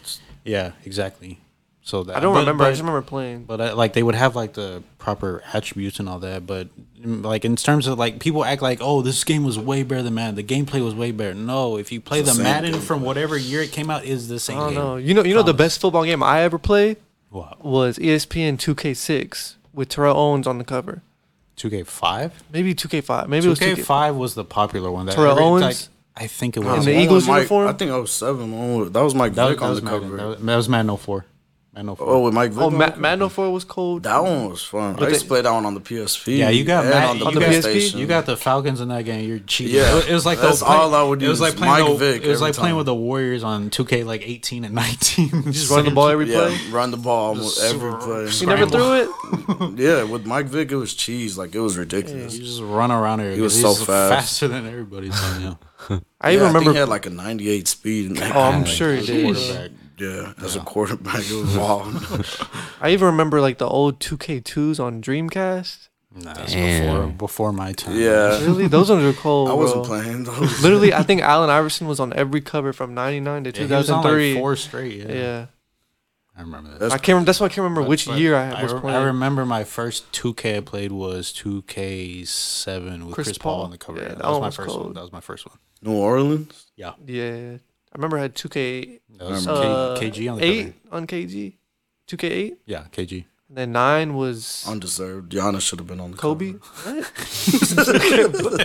Speaker 2: Yeah, exactly. So that
Speaker 1: I don't
Speaker 2: but-
Speaker 1: remember. I
Speaker 2: but-
Speaker 1: just remember playing.
Speaker 2: But uh, like they would have like the proper attributes and all that, but mm, like in terms of like people act like, oh, this game was way better than Madden. The gameplay was way better. No, if you play
Speaker 4: It's
Speaker 2: the,
Speaker 4: the same
Speaker 2: Madden
Speaker 4: game.
Speaker 2: from whatever year it came out, is the same.
Speaker 1: I don't
Speaker 2: game.
Speaker 1: know. You know, you know the best football game I ever played
Speaker 2: Wow,
Speaker 1: was E ESPN 2K6 with Terrell Owens on the cover.
Speaker 2: two K five.
Speaker 1: Maybe 2K5. Maybe
Speaker 2: Two
Speaker 1: it
Speaker 2: K
Speaker 1: was 2K5.
Speaker 2: five was the popular one. That
Speaker 1: Terrell
Speaker 2: every-
Speaker 1: Owens?
Speaker 2: like, I think it
Speaker 1: In
Speaker 2: was.
Speaker 1: the
Speaker 4: That
Speaker 1: Eagles
Speaker 4: was Mike-
Speaker 1: uniform?
Speaker 4: I think oh seven. one was- That was Mike
Speaker 2: That was,
Speaker 4: Vick
Speaker 2: that
Speaker 4: on
Speaker 2: was
Speaker 4: the
Speaker 2: Madden.
Speaker 4: cover.
Speaker 2: That was, that was Madden 04. Madden 04.
Speaker 4: Oh, with Mike Vick.
Speaker 1: Oh,
Speaker 4: on the
Speaker 1: Ma-
Speaker 4: cover?
Speaker 1: Madden 04 was cold.
Speaker 4: That one was fun. I used to play that one on the PSP.
Speaker 2: Yeah, you got
Speaker 4: and
Speaker 2: Madden-
Speaker 4: on the
Speaker 2: you got-
Speaker 4: PlayStation.
Speaker 2: You got the Falcons in that game. You're cheating.
Speaker 4: Yeah.
Speaker 2: it was, it was like
Speaker 4: That's
Speaker 2: the, play-
Speaker 4: all I would
Speaker 2: It was
Speaker 4: use.
Speaker 2: like
Speaker 4: Mike
Speaker 2: playing the,
Speaker 4: Vick
Speaker 2: It was
Speaker 4: every
Speaker 2: like playing
Speaker 4: time.
Speaker 2: with the Warriors on 2K like 18 and 19.
Speaker 1: Just run the ball every
Speaker 4: yeah,
Speaker 1: play.
Speaker 4: run the ball almost every play.
Speaker 1: He never threw it.
Speaker 4: Yeah, with Mike Vick, it was cheese. Like it was ridiculous.
Speaker 2: You just run around there. He
Speaker 4: was so fast.
Speaker 2: faster than everybody. So, yeah.
Speaker 1: I
Speaker 4: I
Speaker 1: even
Speaker 4: remember
Speaker 1: remember.
Speaker 4: he had like a 98 speed. in that
Speaker 1: Oh, I'm
Speaker 4: game.
Speaker 1: sure he
Speaker 2: As a
Speaker 1: did.
Speaker 2: quarterback.
Speaker 4: yeah, as a quarterback, it was wild.
Speaker 1: I even remember like the old 2K2s on Dreamcast.
Speaker 2: Nah, that's
Speaker 3: Damn.
Speaker 2: before before my time.
Speaker 4: yeah,
Speaker 1: Really, those ones were cold.
Speaker 4: I wasn't
Speaker 1: bro.
Speaker 4: playing those.
Speaker 1: Literally, I think Allen Iverson was on every cover from '99 to
Speaker 2: Yeah, he was on
Speaker 1: 2003.
Speaker 2: like four straight. Yeah.
Speaker 1: yeah,
Speaker 2: I remember that.
Speaker 4: That's-
Speaker 1: I can't. Remember, that's why I can't remember which
Speaker 2: But
Speaker 1: year I
Speaker 2: I,
Speaker 1: was
Speaker 2: re-
Speaker 1: playing.
Speaker 2: I remember my first 2K I played was 2K7 with
Speaker 1: Chris
Speaker 2: Chris, Paul.
Speaker 1: Paul.
Speaker 2: on the cover.
Speaker 1: Yeah,
Speaker 2: Yeah,
Speaker 1: that
Speaker 2: that, was
Speaker 1: one
Speaker 2: my
Speaker 1: was
Speaker 2: first one.
Speaker 1: cold.
Speaker 2: That was my first one.
Speaker 4: New Orleans.
Speaker 2: Yeah.
Speaker 1: yeah, I remember I had 2K
Speaker 2: That was
Speaker 1: uh,
Speaker 2: K- KG on the cover.
Speaker 1: eight on KG, 2K8,
Speaker 2: Yeah, KG.
Speaker 1: and then nine was
Speaker 4: Undeserved. Giannis should have been on the
Speaker 1: Kobe.
Speaker 4: cover.
Speaker 1: What?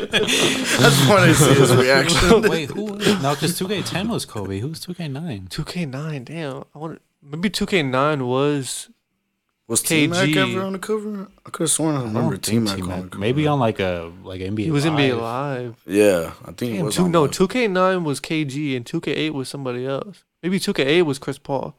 Speaker 4: That's why they see his reaction.
Speaker 2: Wait, who was No, because 2K10 was Kobe. Who was 2K9?
Speaker 1: 2K9. Damn, I want maybe 2K9 was
Speaker 4: Was T Mac
Speaker 1: KG.
Speaker 4: ever on the cover? I could have sworn I remember T Mac on the cover.
Speaker 2: Oh, Maybe on like a like NBA.
Speaker 1: he was NBA
Speaker 2: Live.
Speaker 1: Live.
Speaker 4: Yeah, I think it
Speaker 1: Damn,
Speaker 4: was.
Speaker 1: two,
Speaker 4: on
Speaker 1: no,
Speaker 4: that.
Speaker 1: 2K9 was KG and 2K8 was somebody else. Maybe 2K8 was Chris Paul.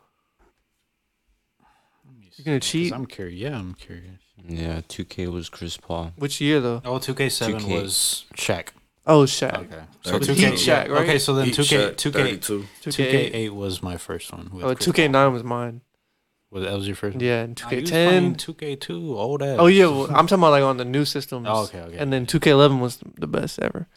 Speaker 1: You're gonna
Speaker 2: 'Cause
Speaker 1: cheat?
Speaker 2: I'm curious. Yeah, I'm curious.
Speaker 3: yeah, 2K was Chris Paul.
Speaker 1: Which year though?
Speaker 2: Oh, 2K7
Speaker 3: 2K.
Speaker 2: was Shaq.
Speaker 1: Oh, Shaq.
Speaker 2: Okay. So
Speaker 1: Heat
Speaker 2: 2K
Speaker 1: Shaq, right?
Speaker 2: Okay, so then
Speaker 4: Heat
Speaker 2: 2K
Speaker 4: Shaq,
Speaker 2: 2K
Speaker 4: 32.
Speaker 1: 2K8.
Speaker 2: 2K8 was my first one. with
Speaker 1: Oh,
Speaker 2: Chris
Speaker 1: 2K9 was mine.
Speaker 2: Paul. Was- That was your first one?
Speaker 1: Yeah, and
Speaker 2: I used playing
Speaker 1: 2K10.
Speaker 2: 2K2, old ass.
Speaker 1: Oh yeah, well, I'm talking about like on the new systems.
Speaker 2: Oh, okay, okay.
Speaker 1: And then 2K11 was the best ever.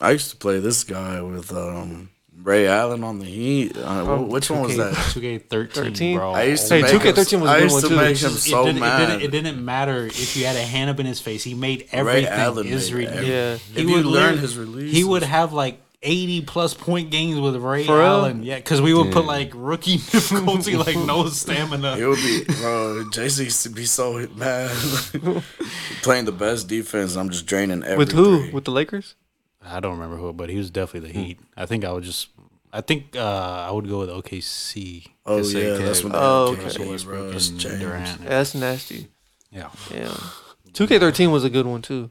Speaker 4: I used to play this guy with um Ray Allen on the Heat. Uh,
Speaker 1: Oh,
Speaker 4: wh- which one was that?
Speaker 2: 2K13,
Speaker 1: 13?
Speaker 2: bro.
Speaker 4: I used to
Speaker 1: Oh. Hey,
Speaker 4: make
Speaker 1: 2K13
Speaker 4: him,
Speaker 1: was a
Speaker 4: I
Speaker 1: good
Speaker 4: used
Speaker 1: one,
Speaker 4: to
Speaker 1: too.
Speaker 4: make
Speaker 1: It's
Speaker 4: him
Speaker 2: It
Speaker 4: so
Speaker 2: didn't-
Speaker 4: mad.
Speaker 2: It didn't, it didn't matter if you had a hand up in his face. He made everything
Speaker 4: Allen made
Speaker 2: is ridiculous.
Speaker 1: Yeah.
Speaker 2: He
Speaker 4: If you
Speaker 2: would
Speaker 4: learn
Speaker 2: lit-
Speaker 4: his
Speaker 2: He
Speaker 4: releases.
Speaker 2: would have like 80 plus point games with Ray
Speaker 1: For real?
Speaker 2: Allen. Yeah, because we would put like rookie difficulty, like no stamina.
Speaker 4: It would be, bro. Jason used to be so mad. Playing the best defense, and I'm just draining everything.
Speaker 1: With who? With the Lakers?
Speaker 2: I don't remember who, but he was definitely the Heat. I think I would just, I think uh, I would go with OKC.
Speaker 4: Oh
Speaker 2: Just
Speaker 4: yeah,
Speaker 2: okay,
Speaker 4: that's when they
Speaker 1: Oh,
Speaker 4: oh,
Speaker 1: okay.
Speaker 4: KD, bro. It's
Speaker 2: and
Speaker 4: James.
Speaker 2: Durant.
Speaker 1: Yeah, that's nasty.
Speaker 2: Yeah.
Speaker 1: Yeah. 2K13 was a good one too.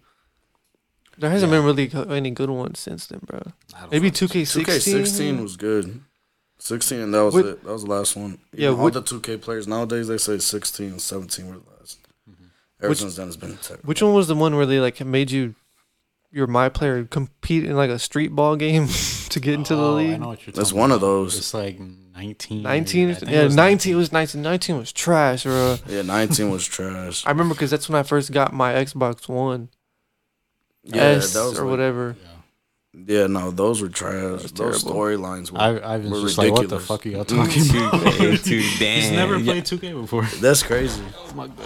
Speaker 1: There hasn't been really co- any good ones since then, bro. Maybe 2K16.
Speaker 4: 2K16 was good. 16, and that was
Speaker 1: What-
Speaker 4: it. That was the last one.
Speaker 1: Yeah,
Speaker 4: Yeah, all
Speaker 1: what-
Speaker 4: the 2K players nowadays they say 16 and 17 were the last. Ever
Speaker 1: Mm-hmm. Which-
Speaker 4: since then, it's been terrible.
Speaker 1: Which one was the one where they like made you your my player compete in like a street ball game to get into the
Speaker 2: Oh, I
Speaker 1: league?
Speaker 2: know what you're
Speaker 4: That's
Speaker 2: talking
Speaker 4: one of
Speaker 2: about.
Speaker 4: those.
Speaker 2: It's like
Speaker 1: 19
Speaker 2: 19. I think it
Speaker 1: yeah,
Speaker 2: was
Speaker 1: 19 was 19 19 was trash, bro.
Speaker 4: Yeah, 19 was trash.
Speaker 1: I remember cuz that's when I first got my Xbox 1
Speaker 4: Yeah,
Speaker 1: S
Speaker 4: that was
Speaker 1: or
Speaker 4: like-
Speaker 1: whatever.
Speaker 4: Yeah, no, those were trash. Those
Speaker 1: terrible.
Speaker 4: storylines were.
Speaker 2: I, I was
Speaker 4: were ridiculous.
Speaker 2: just like, what the fuck are y'all talking about?
Speaker 3: 2K, two,
Speaker 2: He's
Speaker 3: damn.
Speaker 2: never
Speaker 3: Yeah,
Speaker 2: played 2K before. Oh
Speaker 4: That's crazy.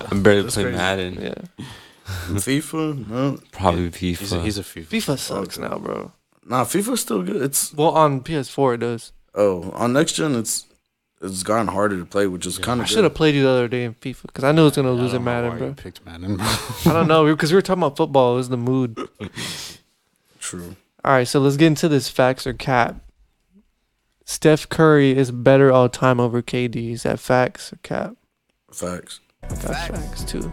Speaker 3: I'm barely playing
Speaker 4: crazy.
Speaker 3: Madden.
Speaker 1: Yeah.
Speaker 4: FIFA, no,
Speaker 3: Probably FIFA.
Speaker 2: He's a, he's a FIFA.
Speaker 1: FIFA sucks now, bro.
Speaker 4: nah, FIFA's still good. It's
Speaker 1: Well, on PS4 it does.
Speaker 4: oh, on next gen, it's it's gotten harder to play, which is kind
Speaker 1: I
Speaker 4: of
Speaker 1: should have played you the other day in FIFA cuz I knew it was going to lose in Madden,
Speaker 2: Why
Speaker 1: bro.
Speaker 2: you picked Madden?
Speaker 1: I don't know because we were talking about football. It was the mood.
Speaker 4: true.
Speaker 1: All right, so let's get into this facts or cap. Steph Curry is better all time over KD. Is that facts or cap?
Speaker 4: Facts.
Speaker 1: I got facts, too.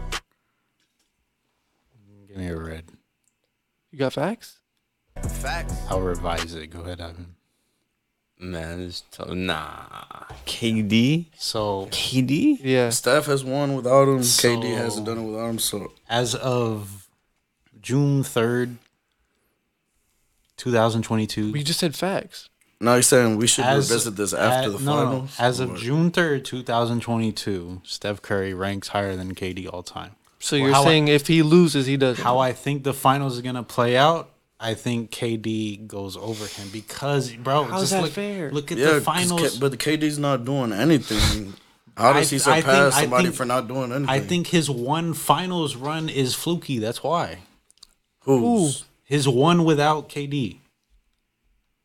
Speaker 2: Give me a red.
Speaker 1: You got facts?
Speaker 2: I'll revise it. Go ahead, Ivan.
Speaker 3: Man, it's tough. Nah. KD?
Speaker 2: So,
Speaker 3: KD?
Speaker 1: Yeah.
Speaker 4: Steph has won without him. KD
Speaker 2: So-
Speaker 4: hasn't done it without him. So
Speaker 2: as of June 3rd, 2022.
Speaker 1: We just said facts.
Speaker 4: now he's saying we should
Speaker 2: as-
Speaker 4: revisit this after
Speaker 2: at-
Speaker 4: the
Speaker 2: no, no, no.
Speaker 4: finals.
Speaker 2: As of
Speaker 4: Or-
Speaker 2: June 3rd, 2022, Steph Curry ranks higher than KD all time.
Speaker 1: So
Speaker 2: Well,
Speaker 1: you're
Speaker 2: how I-
Speaker 1: saying if he loses, he doesn't.
Speaker 2: how I think the finals is gonna play out. I think KD goes over him because, bro,
Speaker 1: How's
Speaker 2: just
Speaker 1: that
Speaker 2: look,
Speaker 1: fair?
Speaker 2: look at
Speaker 4: yeah,
Speaker 2: the
Speaker 4: 'cause K-
Speaker 2: finals.
Speaker 4: but the KD's not doing anything. How does
Speaker 2: I-
Speaker 4: he
Speaker 2: I think-
Speaker 4: surpass
Speaker 2: I
Speaker 4: somebody
Speaker 2: think-
Speaker 4: for not doing anything?
Speaker 2: I think his one finals run is fluky. That's why
Speaker 4: who's
Speaker 2: his one without KD,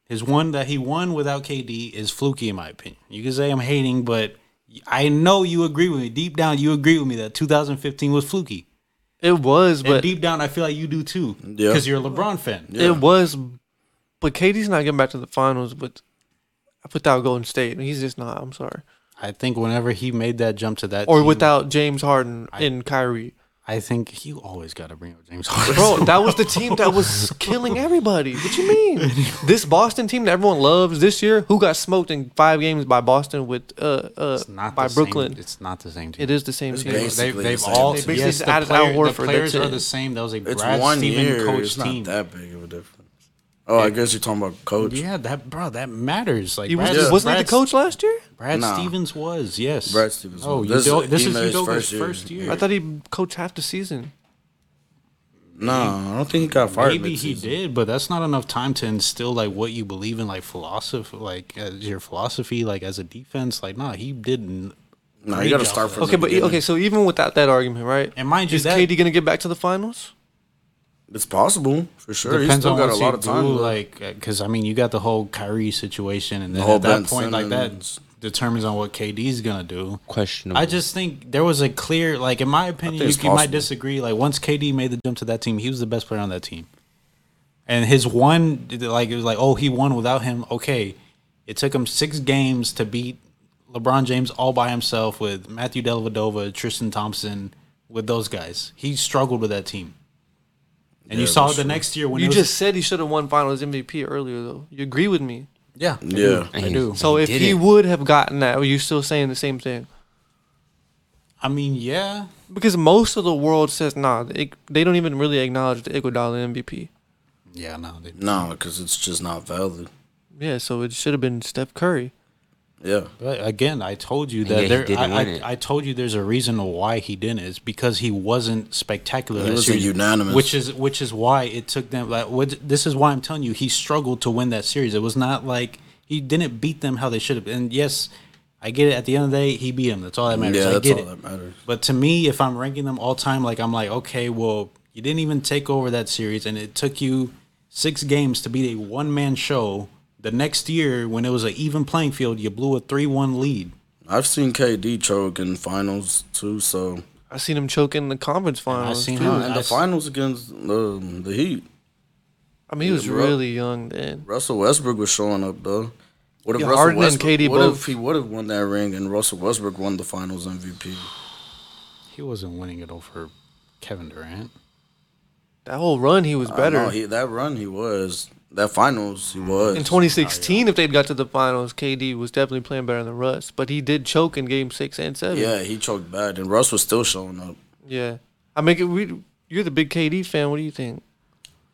Speaker 2: his one that he won without KD is fluky in my opinion. You can say I'm hating, but I know you agree with me deep down. You agree with me that 2015 was fluky,
Speaker 1: it was,
Speaker 2: and
Speaker 1: but
Speaker 2: deep down I feel like you do too
Speaker 4: Yeah.
Speaker 2: because you're a LeBron fan.
Speaker 1: it was. But KD's not getting back to the finals. But without Golden State, he's just not. I'm sorry.
Speaker 2: I think whenever he made that jump to that,
Speaker 1: Or
Speaker 2: team,
Speaker 1: without James Harden and Kyrie,
Speaker 2: I think you always got to bring up James Harden.
Speaker 1: bro, that was the team that was killing everybody. What you mean? This Boston team that everyone loves this year, who got smoked in five games by Boston with uh uh
Speaker 2: It's not
Speaker 1: by
Speaker 2: the
Speaker 1: Brooklyn.
Speaker 2: Same, it's not the same team.
Speaker 1: It is the same
Speaker 2: They,
Speaker 1: team.
Speaker 4: basic.
Speaker 2: they,
Speaker 4: Basically
Speaker 2: they've
Speaker 4: the same
Speaker 2: all
Speaker 4: team.
Speaker 1: They
Speaker 2: yes,
Speaker 1: basically
Speaker 2: the,
Speaker 1: added
Speaker 2: player-
Speaker 1: Al Horford,
Speaker 2: the players
Speaker 1: that's
Speaker 2: are
Speaker 1: it.
Speaker 2: the same. That was a
Speaker 4: it's
Speaker 2: Brad
Speaker 4: one
Speaker 2: Steven
Speaker 4: year.
Speaker 2: coach
Speaker 4: it's
Speaker 2: team.
Speaker 4: not that big of a difference. Oh, I guess you're talking about coach.
Speaker 2: Yeah, that bro, that matters. Like
Speaker 1: He was,
Speaker 2: Brad,
Speaker 4: Yeah.
Speaker 1: wasn't he
Speaker 2: Brad,
Speaker 1: the coach last year?
Speaker 2: Brad
Speaker 4: Nah.
Speaker 2: Stevens was yes.
Speaker 4: Brad Stevens
Speaker 2: Oh,
Speaker 4: was.
Speaker 2: this,
Speaker 4: This is-
Speaker 2: this
Speaker 4: he
Speaker 2: is
Speaker 4: made his
Speaker 2: Udoka's first
Speaker 4: first
Speaker 2: year.
Speaker 4: year.
Speaker 1: I thought he coached half the season.
Speaker 4: No, I don't think he got fired.
Speaker 2: Maybe he
Speaker 4: mid-season.
Speaker 2: did, but that's not enough time to instill like what you believe in, like philosophy, like as your philosophy, like as a defense. Like, nah, he didn't.
Speaker 4: No,
Speaker 2: Great
Speaker 4: you got to
Speaker 2: job
Speaker 4: start
Speaker 2: for
Speaker 4: from.
Speaker 1: Okay,
Speaker 4: the
Speaker 1: but e-
Speaker 4: beginning.
Speaker 1: okay, so even without that argument, right?
Speaker 2: And mind you,
Speaker 1: is
Speaker 2: that-
Speaker 1: KD gonna get back to the finals?
Speaker 4: it's possible for sure. He's
Speaker 2: Depends
Speaker 4: still
Speaker 2: on
Speaker 4: got a
Speaker 2: what
Speaker 4: lot
Speaker 2: you
Speaker 4: of time.
Speaker 2: do,
Speaker 4: left.
Speaker 2: like because I mean you got the whole Kyrie situation, and then
Speaker 4: whole
Speaker 2: at that
Speaker 4: Ben
Speaker 2: point, like that
Speaker 4: Simmons.
Speaker 2: determines on what KD's gonna do.
Speaker 3: Questionable.
Speaker 2: I just think there was a clear, like in my opinion, you,
Speaker 4: it's
Speaker 2: you might
Speaker 4: possible.
Speaker 2: disagree. Like once KD made the jump to that team, he was the best player on that team, and his one, like it was like, oh, he won without him. Okay, it took him six games to beat LeBron James all by himself with Matthew Dellavedova, Tristan Thompson, with those guys. He struggled with that team, and you
Speaker 4: Yeah,
Speaker 2: saw it
Speaker 4: that's
Speaker 2: the
Speaker 4: true.
Speaker 2: next year when
Speaker 1: You
Speaker 2: it was-
Speaker 1: just said he should have won Finals MVP earlier, though. You agree with me?
Speaker 2: yeah
Speaker 4: yeah,
Speaker 3: And
Speaker 2: I
Speaker 3: he-
Speaker 2: do.
Speaker 1: So if he
Speaker 3: didn't.
Speaker 1: would have gotten that, are you still saying the same thing?
Speaker 2: I mean, yeah.
Speaker 1: Because most of the world says nah, they, they don't even really acknowledge the Iguodala MVP.
Speaker 2: Yeah, no. They,
Speaker 4: no, because it's just not valid.
Speaker 1: Yeah, so it should have been Steph Curry.
Speaker 4: Yeah,
Speaker 2: but again, I told you
Speaker 3: Yeah,
Speaker 2: that
Speaker 3: he
Speaker 2: there.
Speaker 3: didn't
Speaker 2: I,
Speaker 3: win it.
Speaker 2: I, I told you there's a reason why he didn't. It's because he wasn't spectacular.
Speaker 4: It
Speaker 2: this
Speaker 4: wasn't
Speaker 2: season,
Speaker 4: unanimous.
Speaker 2: Which is which is why it took them. Like, what, this is why I'm telling you he struggled to win that series. It was not like He didn't beat them how they should have. And yes, I get it. At the end of the day, he beat them. That's all that matters.
Speaker 4: Yeah,
Speaker 2: I
Speaker 4: that's
Speaker 2: get
Speaker 4: all
Speaker 2: it.
Speaker 4: that matters.
Speaker 2: But to me, if I'm ranking them all time, like I'm like, okay, well, you didn't even take over that series, and it took you six games to beat a one man show. The next year, when it was an even playing field, you blew a three one lead.
Speaker 4: I've seen KD choke in finals too. So
Speaker 1: I seen him choking in the conference finals.
Speaker 2: seen
Speaker 1: too.
Speaker 2: him.
Speaker 4: and the
Speaker 2: Nice.
Speaker 4: finals against um, the the Heat,
Speaker 1: I mean, he was
Speaker 4: Yeah, bro.
Speaker 1: really young then.
Speaker 4: Russell Westbrook was showing up though. What if
Speaker 1: Yeah,
Speaker 4: Russell
Speaker 1: Harden and
Speaker 4: Westbrook?
Speaker 1: KD
Speaker 4: what
Speaker 1: both-
Speaker 4: if he would have won that ring and Russell Westbrook won the Finals MVP?
Speaker 2: He wasn't winning it over Kevin Durant.
Speaker 1: That whole run, he was better.
Speaker 4: No, he, that run he was. That Finals he was.
Speaker 1: in 2016, if they'd got to the finals, KD was definitely playing better than Russ, but he did choke in Game Six and Seven.
Speaker 4: yeah, he choked bad, and Russ was still showing up.
Speaker 1: yeah. I mean, we, you're the big KD fan. What do you think?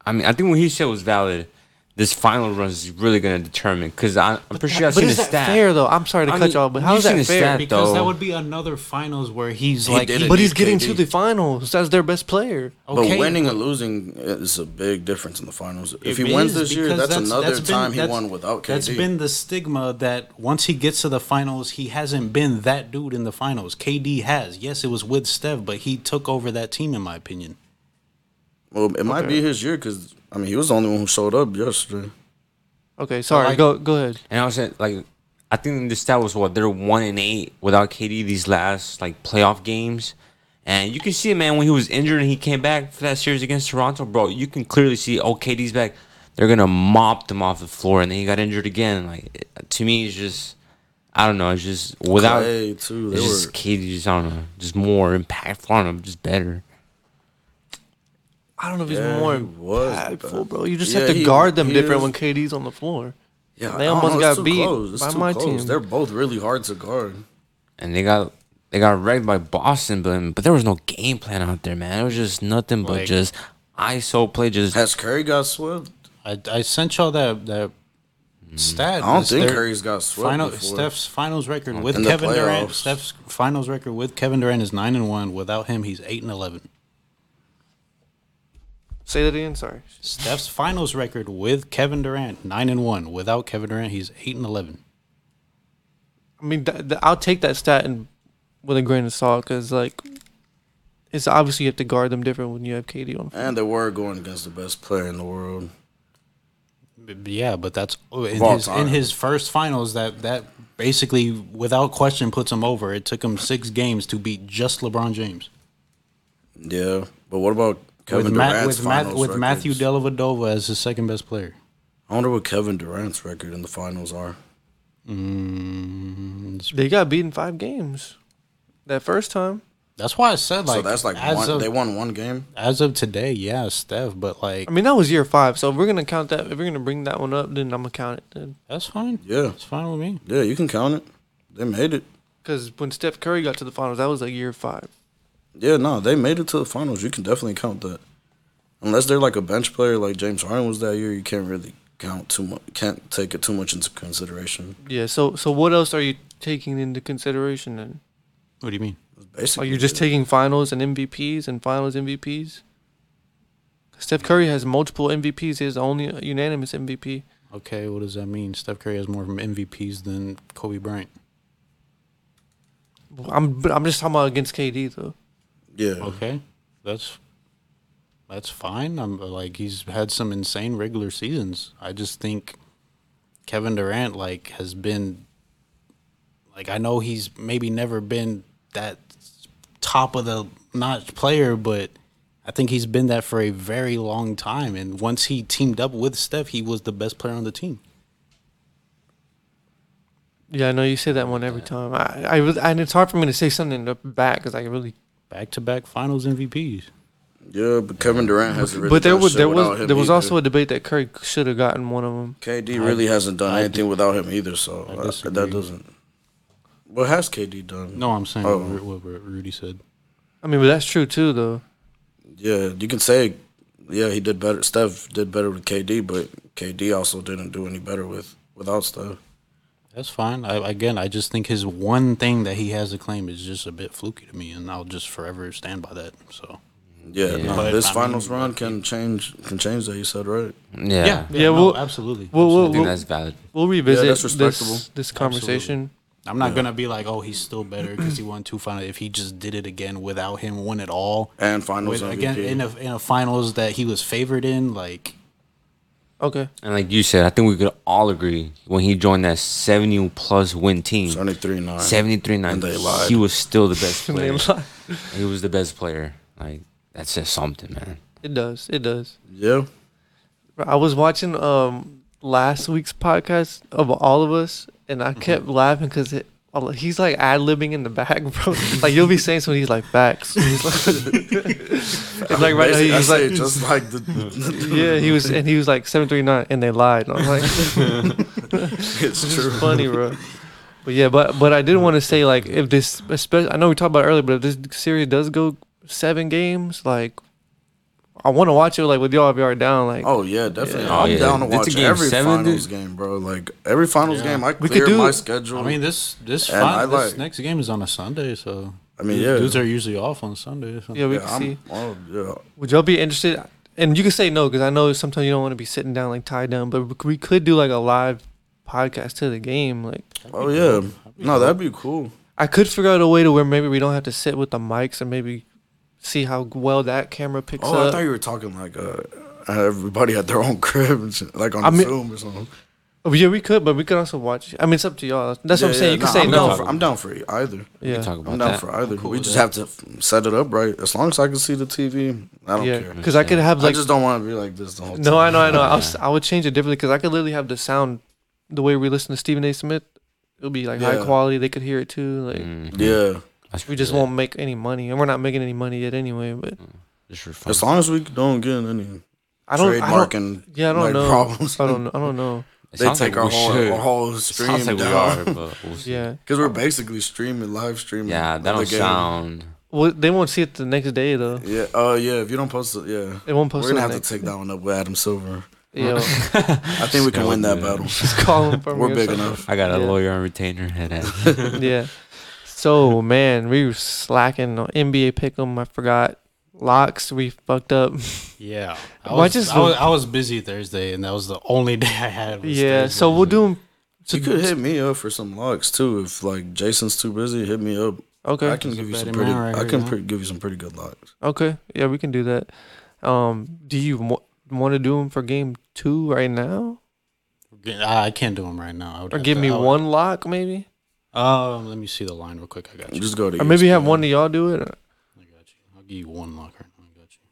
Speaker 3: I mean, I think what he said was valid. This final run is really gonna determine because I'm pretty sure I've
Speaker 1: But
Speaker 3: seen
Speaker 1: is
Speaker 3: the
Speaker 1: that
Speaker 3: stat.
Speaker 1: fair though? I'm sorry to
Speaker 3: I
Speaker 1: cut
Speaker 3: mean,
Speaker 1: y'all, but how
Speaker 3: you've
Speaker 1: is that
Speaker 3: seen the
Speaker 1: fair?
Speaker 3: stat.
Speaker 2: Because that
Speaker 3: Though-
Speaker 2: would be another finals where he's
Speaker 4: He
Speaker 2: like,
Speaker 4: did it.
Speaker 1: But he's
Speaker 4: Dude,
Speaker 1: getting
Speaker 4: KD.
Speaker 1: to the finals. That's their best player.
Speaker 4: But winning and losing is a big difference in the finals. If
Speaker 2: It
Speaker 4: he wins
Speaker 2: is,
Speaker 4: this year,
Speaker 2: because
Speaker 4: that's, another
Speaker 2: that's been-
Speaker 4: time he
Speaker 2: that's-
Speaker 4: won without KD.
Speaker 2: That's been the stigma that once he gets to the finals, he hasn't been that dude in the finals. KD has. Yes, it was with Steph, but he took over that team, in my opinion.
Speaker 4: well, it might be his year because I mean he was the only one who showed up yesterday.
Speaker 1: Okay, sorry.
Speaker 3: like-
Speaker 1: go go ahead.
Speaker 3: And I was saying, like, I think the stat was what they're one and eight without KD these last like playoff games, and you can see it, man. When he was injured and he came back for that series against Toronto, bro, you can clearly see, oh, KD's back. They're gonna mop them off the floor, and then he got injured again. Like it- to me, it's just, I don't know. It's just without
Speaker 4: Clay, too, they
Speaker 3: it's just
Speaker 4: were-
Speaker 3: KD. Just I don't know. Just more impactful. I don't know. Just better.
Speaker 1: I don't know if he's
Speaker 4: Yeah,
Speaker 1: more
Speaker 4: he was, bro.
Speaker 1: impactful, bro. You just
Speaker 4: Yeah,
Speaker 1: have to
Speaker 4: he-
Speaker 1: guard them
Speaker 4: he
Speaker 1: different
Speaker 4: is.
Speaker 1: when KD's on the floor.
Speaker 4: Yeah,
Speaker 1: They
Speaker 4: I don't
Speaker 1: almost
Speaker 4: know,
Speaker 1: got
Speaker 4: it's too
Speaker 1: beat
Speaker 4: close. It's
Speaker 1: by
Speaker 4: too
Speaker 1: my
Speaker 4: close.
Speaker 1: team.
Speaker 4: They're both really hard to guard.
Speaker 3: and they got they got wrecked by Boston, but but there was no game plan out there, man. It was just nothing but
Speaker 2: Like-
Speaker 3: just ISO play, just
Speaker 4: Has Curry got swept?
Speaker 2: I, I sent y'all that that stat.
Speaker 4: Mm-hmm. I don't
Speaker 2: It's
Speaker 4: think
Speaker 2: their
Speaker 4: Curry's got swept
Speaker 2: Final,
Speaker 4: before.
Speaker 2: Steph's finals record with
Speaker 4: In the
Speaker 2: Kevin Durant.
Speaker 4: playoffs.
Speaker 2: Steph's finals record with Kevin Durant is nine and one. Without him, he's eight and eleven.
Speaker 1: Say that again. Sorry.
Speaker 2: Steph's finals record with Kevin Durant nine and one. Without Kevin Durant, he's eight and eleven.
Speaker 1: I mean, th- th- I'll take that stat and with a grain of salt because like it's obviously you have to guard them different when you have KD on.
Speaker 4: And they were going against the best player in the world.
Speaker 2: B- Yeah, but that's oh, in
Speaker 4: all
Speaker 2: his, in
Speaker 4: time.
Speaker 2: his first finals that that basically without question puts him over. It took him six games to beat just LeBron James
Speaker 4: Yeah, but what about Kevin
Speaker 2: with Ma-
Speaker 4: Durant's
Speaker 2: with, Ma-
Speaker 4: finals
Speaker 2: with Matthew
Speaker 4: records?
Speaker 2: Dellavedova as his second best player.
Speaker 4: I wonder what Kevin Durant's record in the finals are.
Speaker 1: They got beaten five games that first time.
Speaker 2: That's why I said like
Speaker 4: so that's like
Speaker 2: as
Speaker 4: one.
Speaker 2: of
Speaker 4: they won one game.
Speaker 2: as of today, yeah, Steph. But like
Speaker 1: I mean, that was year five. So if we're gonna count that, if we're gonna bring that one up, then I'm gonna count it. Then.
Speaker 2: that's fine.
Speaker 4: Yeah.
Speaker 2: it's fine with me.
Speaker 4: Yeah, you can count it. They made it.
Speaker 1: Because when Steph Curry got to the finals, that was like year five.
Speaker 4: Yeah, no, they made it to the finals. You can definitely count that. Unless they're like a bench player, like James Harden was that year, you can't really count too much. Can't take it too much into consideration.
Speaker 1: Yeah. So so what else are you taking into consideration then?
Speaker 2: What do you mean?
Speaker 4: It's Basically,
Speaker 1: Are Oh, you just
Speaker 4: it.
Speaker 1: taking finals and MVPs and finals MVPs? Steph Curry has multiple MVPs. He has the only unanimous MVP.
Speaker 2: Okay, what does that mean? Steph Curry has more MVPs than Kobe Bryant.
Speaker 1: I'm but I'm just talking about against KD though.
Speaker 4: yeah.
Speaker 1: Oh.
Speaker 2: Okay, that's that's fine. I'm like he's had some insane regular seasons. I just think Kevin Durant like has been like I know he's maybe never been that top of the notch player, but I think he's been that for a very long time. And once he teamed up with Steph, he was the best player on the team.
Speaker 1: Yeah, I know you say that one every time. I, I, was- and it's hard for me to say something to back because I really.
Speaker 2: Back to back Finals MVPs.
Speaker 4: Yeah, but Kevin Durant hasn't really.
Speaker 1: but there
Speaker 4: done
Speaker 1: was
Speaker 4: shit
Speaker 1: there
Speaker 4: without
Speaker 1: was
Speaker 4: him
Speaker 1: there was
Speaker 4: either.
Speaker 1: also a debate that Curry should have gotten one of them.
Speaker 4: KD really hasn't done anything without him either. So I-
Speaker 2: disagree.
Speaker 4: that doesn't. What has KD done?
Speaker 2: No, I'm saying
Speaker 4: Oh.
Speaker 2: what, Ru- what Ru- Rudy said.
Speaker 1: I mean, but that's true too, though.
Speaker 4: Yeah, you can say, yeah, he did better. Steph did better with KD, but KD also didn't do any better with without Steph.
Speaker 2: That's fine. I, again, I just think his one thing that he has to claim is just a bit fluky to me, and I'll just forever stand by that. So
Speaker 4: Yeah, no,
Speaker 2: But,
Speaker 4: this
Speaker 2: I mean, uh,
Speaker 4: finals run can change can change that. You said right.
Speaker 3: Yeah.
Speaker 2: Yeah,
Speaker 1: Yeah,
Speaker 2: no,
Speaker 1: we'll-
Speaker 2: absolutely.
Speaker 1: we'll- we'll-
Speaker 3: I think that's valid.
Speaker 1: We'll revisit
Speaker 4: that's respectable.
Speaker 1: this this conversation.
Speaker 2: I'm not gonna be like, oh, he's still better because he won two finals. If he just did it again without him, won it all
Speaker 4: And finals
Speaker 2: with,
Speaker 4: MVP.
Speaker 2: again in a in a finals that he was favored in, like
Speaker 1: Okay.
Speaker 3: And like you said, I think we could all agree when he joined that 70 plus win team,
Speaker 4: It's only three nine.
Speaker 3: 73 9,
Speaker 4: And they lied.
Speaker 3: he was still the best
Speaker 1: They
Speaker 3: player.
Speaker 1: lie.
Speaker 3: he was the best player. Like, that says something, man.
Speaker 1: It does. It does.
Speaker 4: Yeah.
Speaker 1: I was watching um last week's podcast of all of us, and I kept
Speaker 4: Mm-hmm.
Speaker 1: laughing because it. all- He's like ad libbing in the back, bro. Like you'll be saying something, he's like facts. He's like, It's like right now,
Speaker 4: Basically, I
Speaker 1: he's
Speaker 4: say
Speaker 1: like,
Speaker 4: it just like the.
Speaker 1: yeah, he was, and he was like seven three nine, and they lied. And I'm like,
Speaker 4: it's true.
Speaker 1: funny, bro. But yeah, but but I did want to say like if this, especially I know we talked about it earlier, but if this series does go seven games, like I want to watch it like with y'all if y'all are down. Like
Speaker 4: Oh yeah, definitely.
Speaker 3: Yeah. Oh,
Speaker 4: I'm
Speaker 3: yeah.
Speaker 4: down to
Speaker 3: It's a
Speaker 4: watch
Speaker 3: game
Speaker 4: every
Speaker 3: seven,
Speaker 4: finals
Speaker 3: dude.
Speaker 4: game, bro. Like every finals game, I
Speaker 1: could
Speaker 4: clear
Speaker 1: do-
Speaker 4: my schedule.
Speaker 2: I mean this this
Speaker 4: And I
Speaker 2: final, this
Speaker 4: like-
Speaker 2: next game is on a Sunday, so
Speaker 4: I mean,
Speaker 2: dudes-
Speaker 4: yeah.
Speaker 2: dudes are usually off on Sunday. So.
Speaker 1: yeah, we
Speaker 4: yeah,
Speaker 1: can
Speaker 4: I'm-
Speaker 1: see.
Speaker 4: oh, yeah.
Speaker 1: Would y'all be interested? And you can say no because I know sometimes you don't want to be sitting down like tied down, but we could do like a live podcast to the game. Like
Speaker 4: Oh yeah. No, that'd be cool.
Speaker 1: I could figure out a way to where maybe we don't have to sit with the mics and maybe see how well that camera picks
Speaker 4: Oh,
Speaker 1: up.
Speaker 4: I thought you were talking like uh, everybody at their own crib, and shit, like on
Speaker 1: I mean-
Speaker 4: Zoom or something.
Speaker 1: Oh, yeah, we could, but we could also watch. I mean, it's up to y'all. That's
Speaker 4: Yeah,
Speaker 1: what I'm saying.
Speaker 4: yeah,
Speaker 1: you can
Speaker 4: nah,
Speaker 1: say
Speaker 4: I'm
Speaker 1: no.
Speaker 4: Down for, I'm down for either.
Speaker 1: yeah.
Speaker 3: Talk
Speaker 4: I'm
Speaker 3: about
Speaker 4: down
Speaker 3: that.
Speaker 4: for either.
Speaker 2: cool
Speaker 4: we
Speaker 2: with
Speaker 4: just
Speaker 2: that.
Speaker 4: have to f- set it up right. As long as I can see the TV, I don't
Speaker 1: yeah,
Speaker 4: care.
Speaker 1: because I could have
Speaker 4: I
Speaker 1: like
Speaker 4: just don't want to be like this the whole time.
Speaker 1: no, I know, I know. I'll, s- I would change it differently because I could literally have the sound the way we listen to Stephen A. Smith. It'll be like high
Speaker 4: Yeah. Mm.
Speaker 1: quality. They could hear it too. Like
Speaker 4: Yeah.
Speaker 3: Mm-hmm. That's
Speaker 1: we just
Speaker 3: really-
Speaker 1: won't make any money, and we're not making any money yet anyway. But
Speaker 3: just for fun.
Speaker 4: As long as we don't get in any
Speaker 1: I don't. I
Speaker 4: trademark
Speaker 1: don't
Speaker 4: and
Speaker 1: yeah, I don't
Speaker 4: like,
Speaker 1: know.
Speaker 4: problems,
Speaker 1: I don't. know- I don't know.
Speaker 3: It
Speaker 4: they
Speaker 3: sounds
Speaker 4: take
Speaker 3: like
Speaker 4: our
Speaker 3: we
Speaker 4: whole
Speaker 3: should.
Speaker 4: our whole
Speaker 3: It sounds
Speaker 4: stream
Speaker 3: like we are,
Speaker 4: down.
Speaker 3: but we'll see.
Speaker 1: Yeah.
Speaker 4: Because we're basically streaming live streaming.
Speaker 3: Yeah, that
Speaker 4: the
Speaker 3: don't
Speaker 4: game.
Speaker 3: sound.
Speaker 1: Well, they won't see it the next day though.
Speaker 4: Yeah. Oh yeah. If you don't post it, yeah.
Speaker 1: They won't post
Speaker 4: We're gonna
Speaker 1: it
Speaker 4: have
Speaker 1: the
Speaker 4: to take that one up with Adam Silver.
Speaker 1: Yeah.
Speaker 4: I think we can win that battle.
Speaker 1: just call them from
Speaker 4: We're big
Speaker 1: yourself.
Speaker 4: enough.
Speaker 3: I got a
Speaker 1: Yeah.
Speaker 3: lawyer on retainer head at.
Speaker 1: yeah. So man, we were slacking on NBA pick'em. I forgot locks. We fucked up.
Speaker 2: Yeah, I
Speaker 1: Why
Speaker 2: was,
Speaker 1: just-
Speaker 2: I, was, I was busy Thursday, and that was the only day I had. was
Speaker 1: yeah.
Speaker 2: Thursday.
Speaker 1: So we'll do 'em-
Speaker 4: You could hit me up for some locks too. If like Jason's too busy, hit me up.
Speaker 1: Okay.
Speaker 4: I can give you
Speaker 2: Betty
Speaker 4: some pretty.
Speaker 2: Mann right
Speaker 4: I
Speaker 2: here,
Speaker 4: can
Speaker 2: huh?
Speaker 4: pre- give you some pretty good locks.
Speaker 1: Okay. Yeah, we can do that. Um, do you w- want to do them for game two right now,
Speaker 2: I I can't do them right now. I would
Speaker 1: or
Speaker 2: have
Speaker 1: give
Speaker 2: to-
Speaker 1: me
Speaker 2: I would-
Speaker 1: one lock maybe,
Speaker 2: Um, let me see the line real quick. I got you.
Speaker 4: Just go to.
Speaker 1: or maybe have
Speaker 4: ESPN.
Speaker 1: one of y'all do it?
Speaker 2: I got you. I'll give you one lock right now. I got you.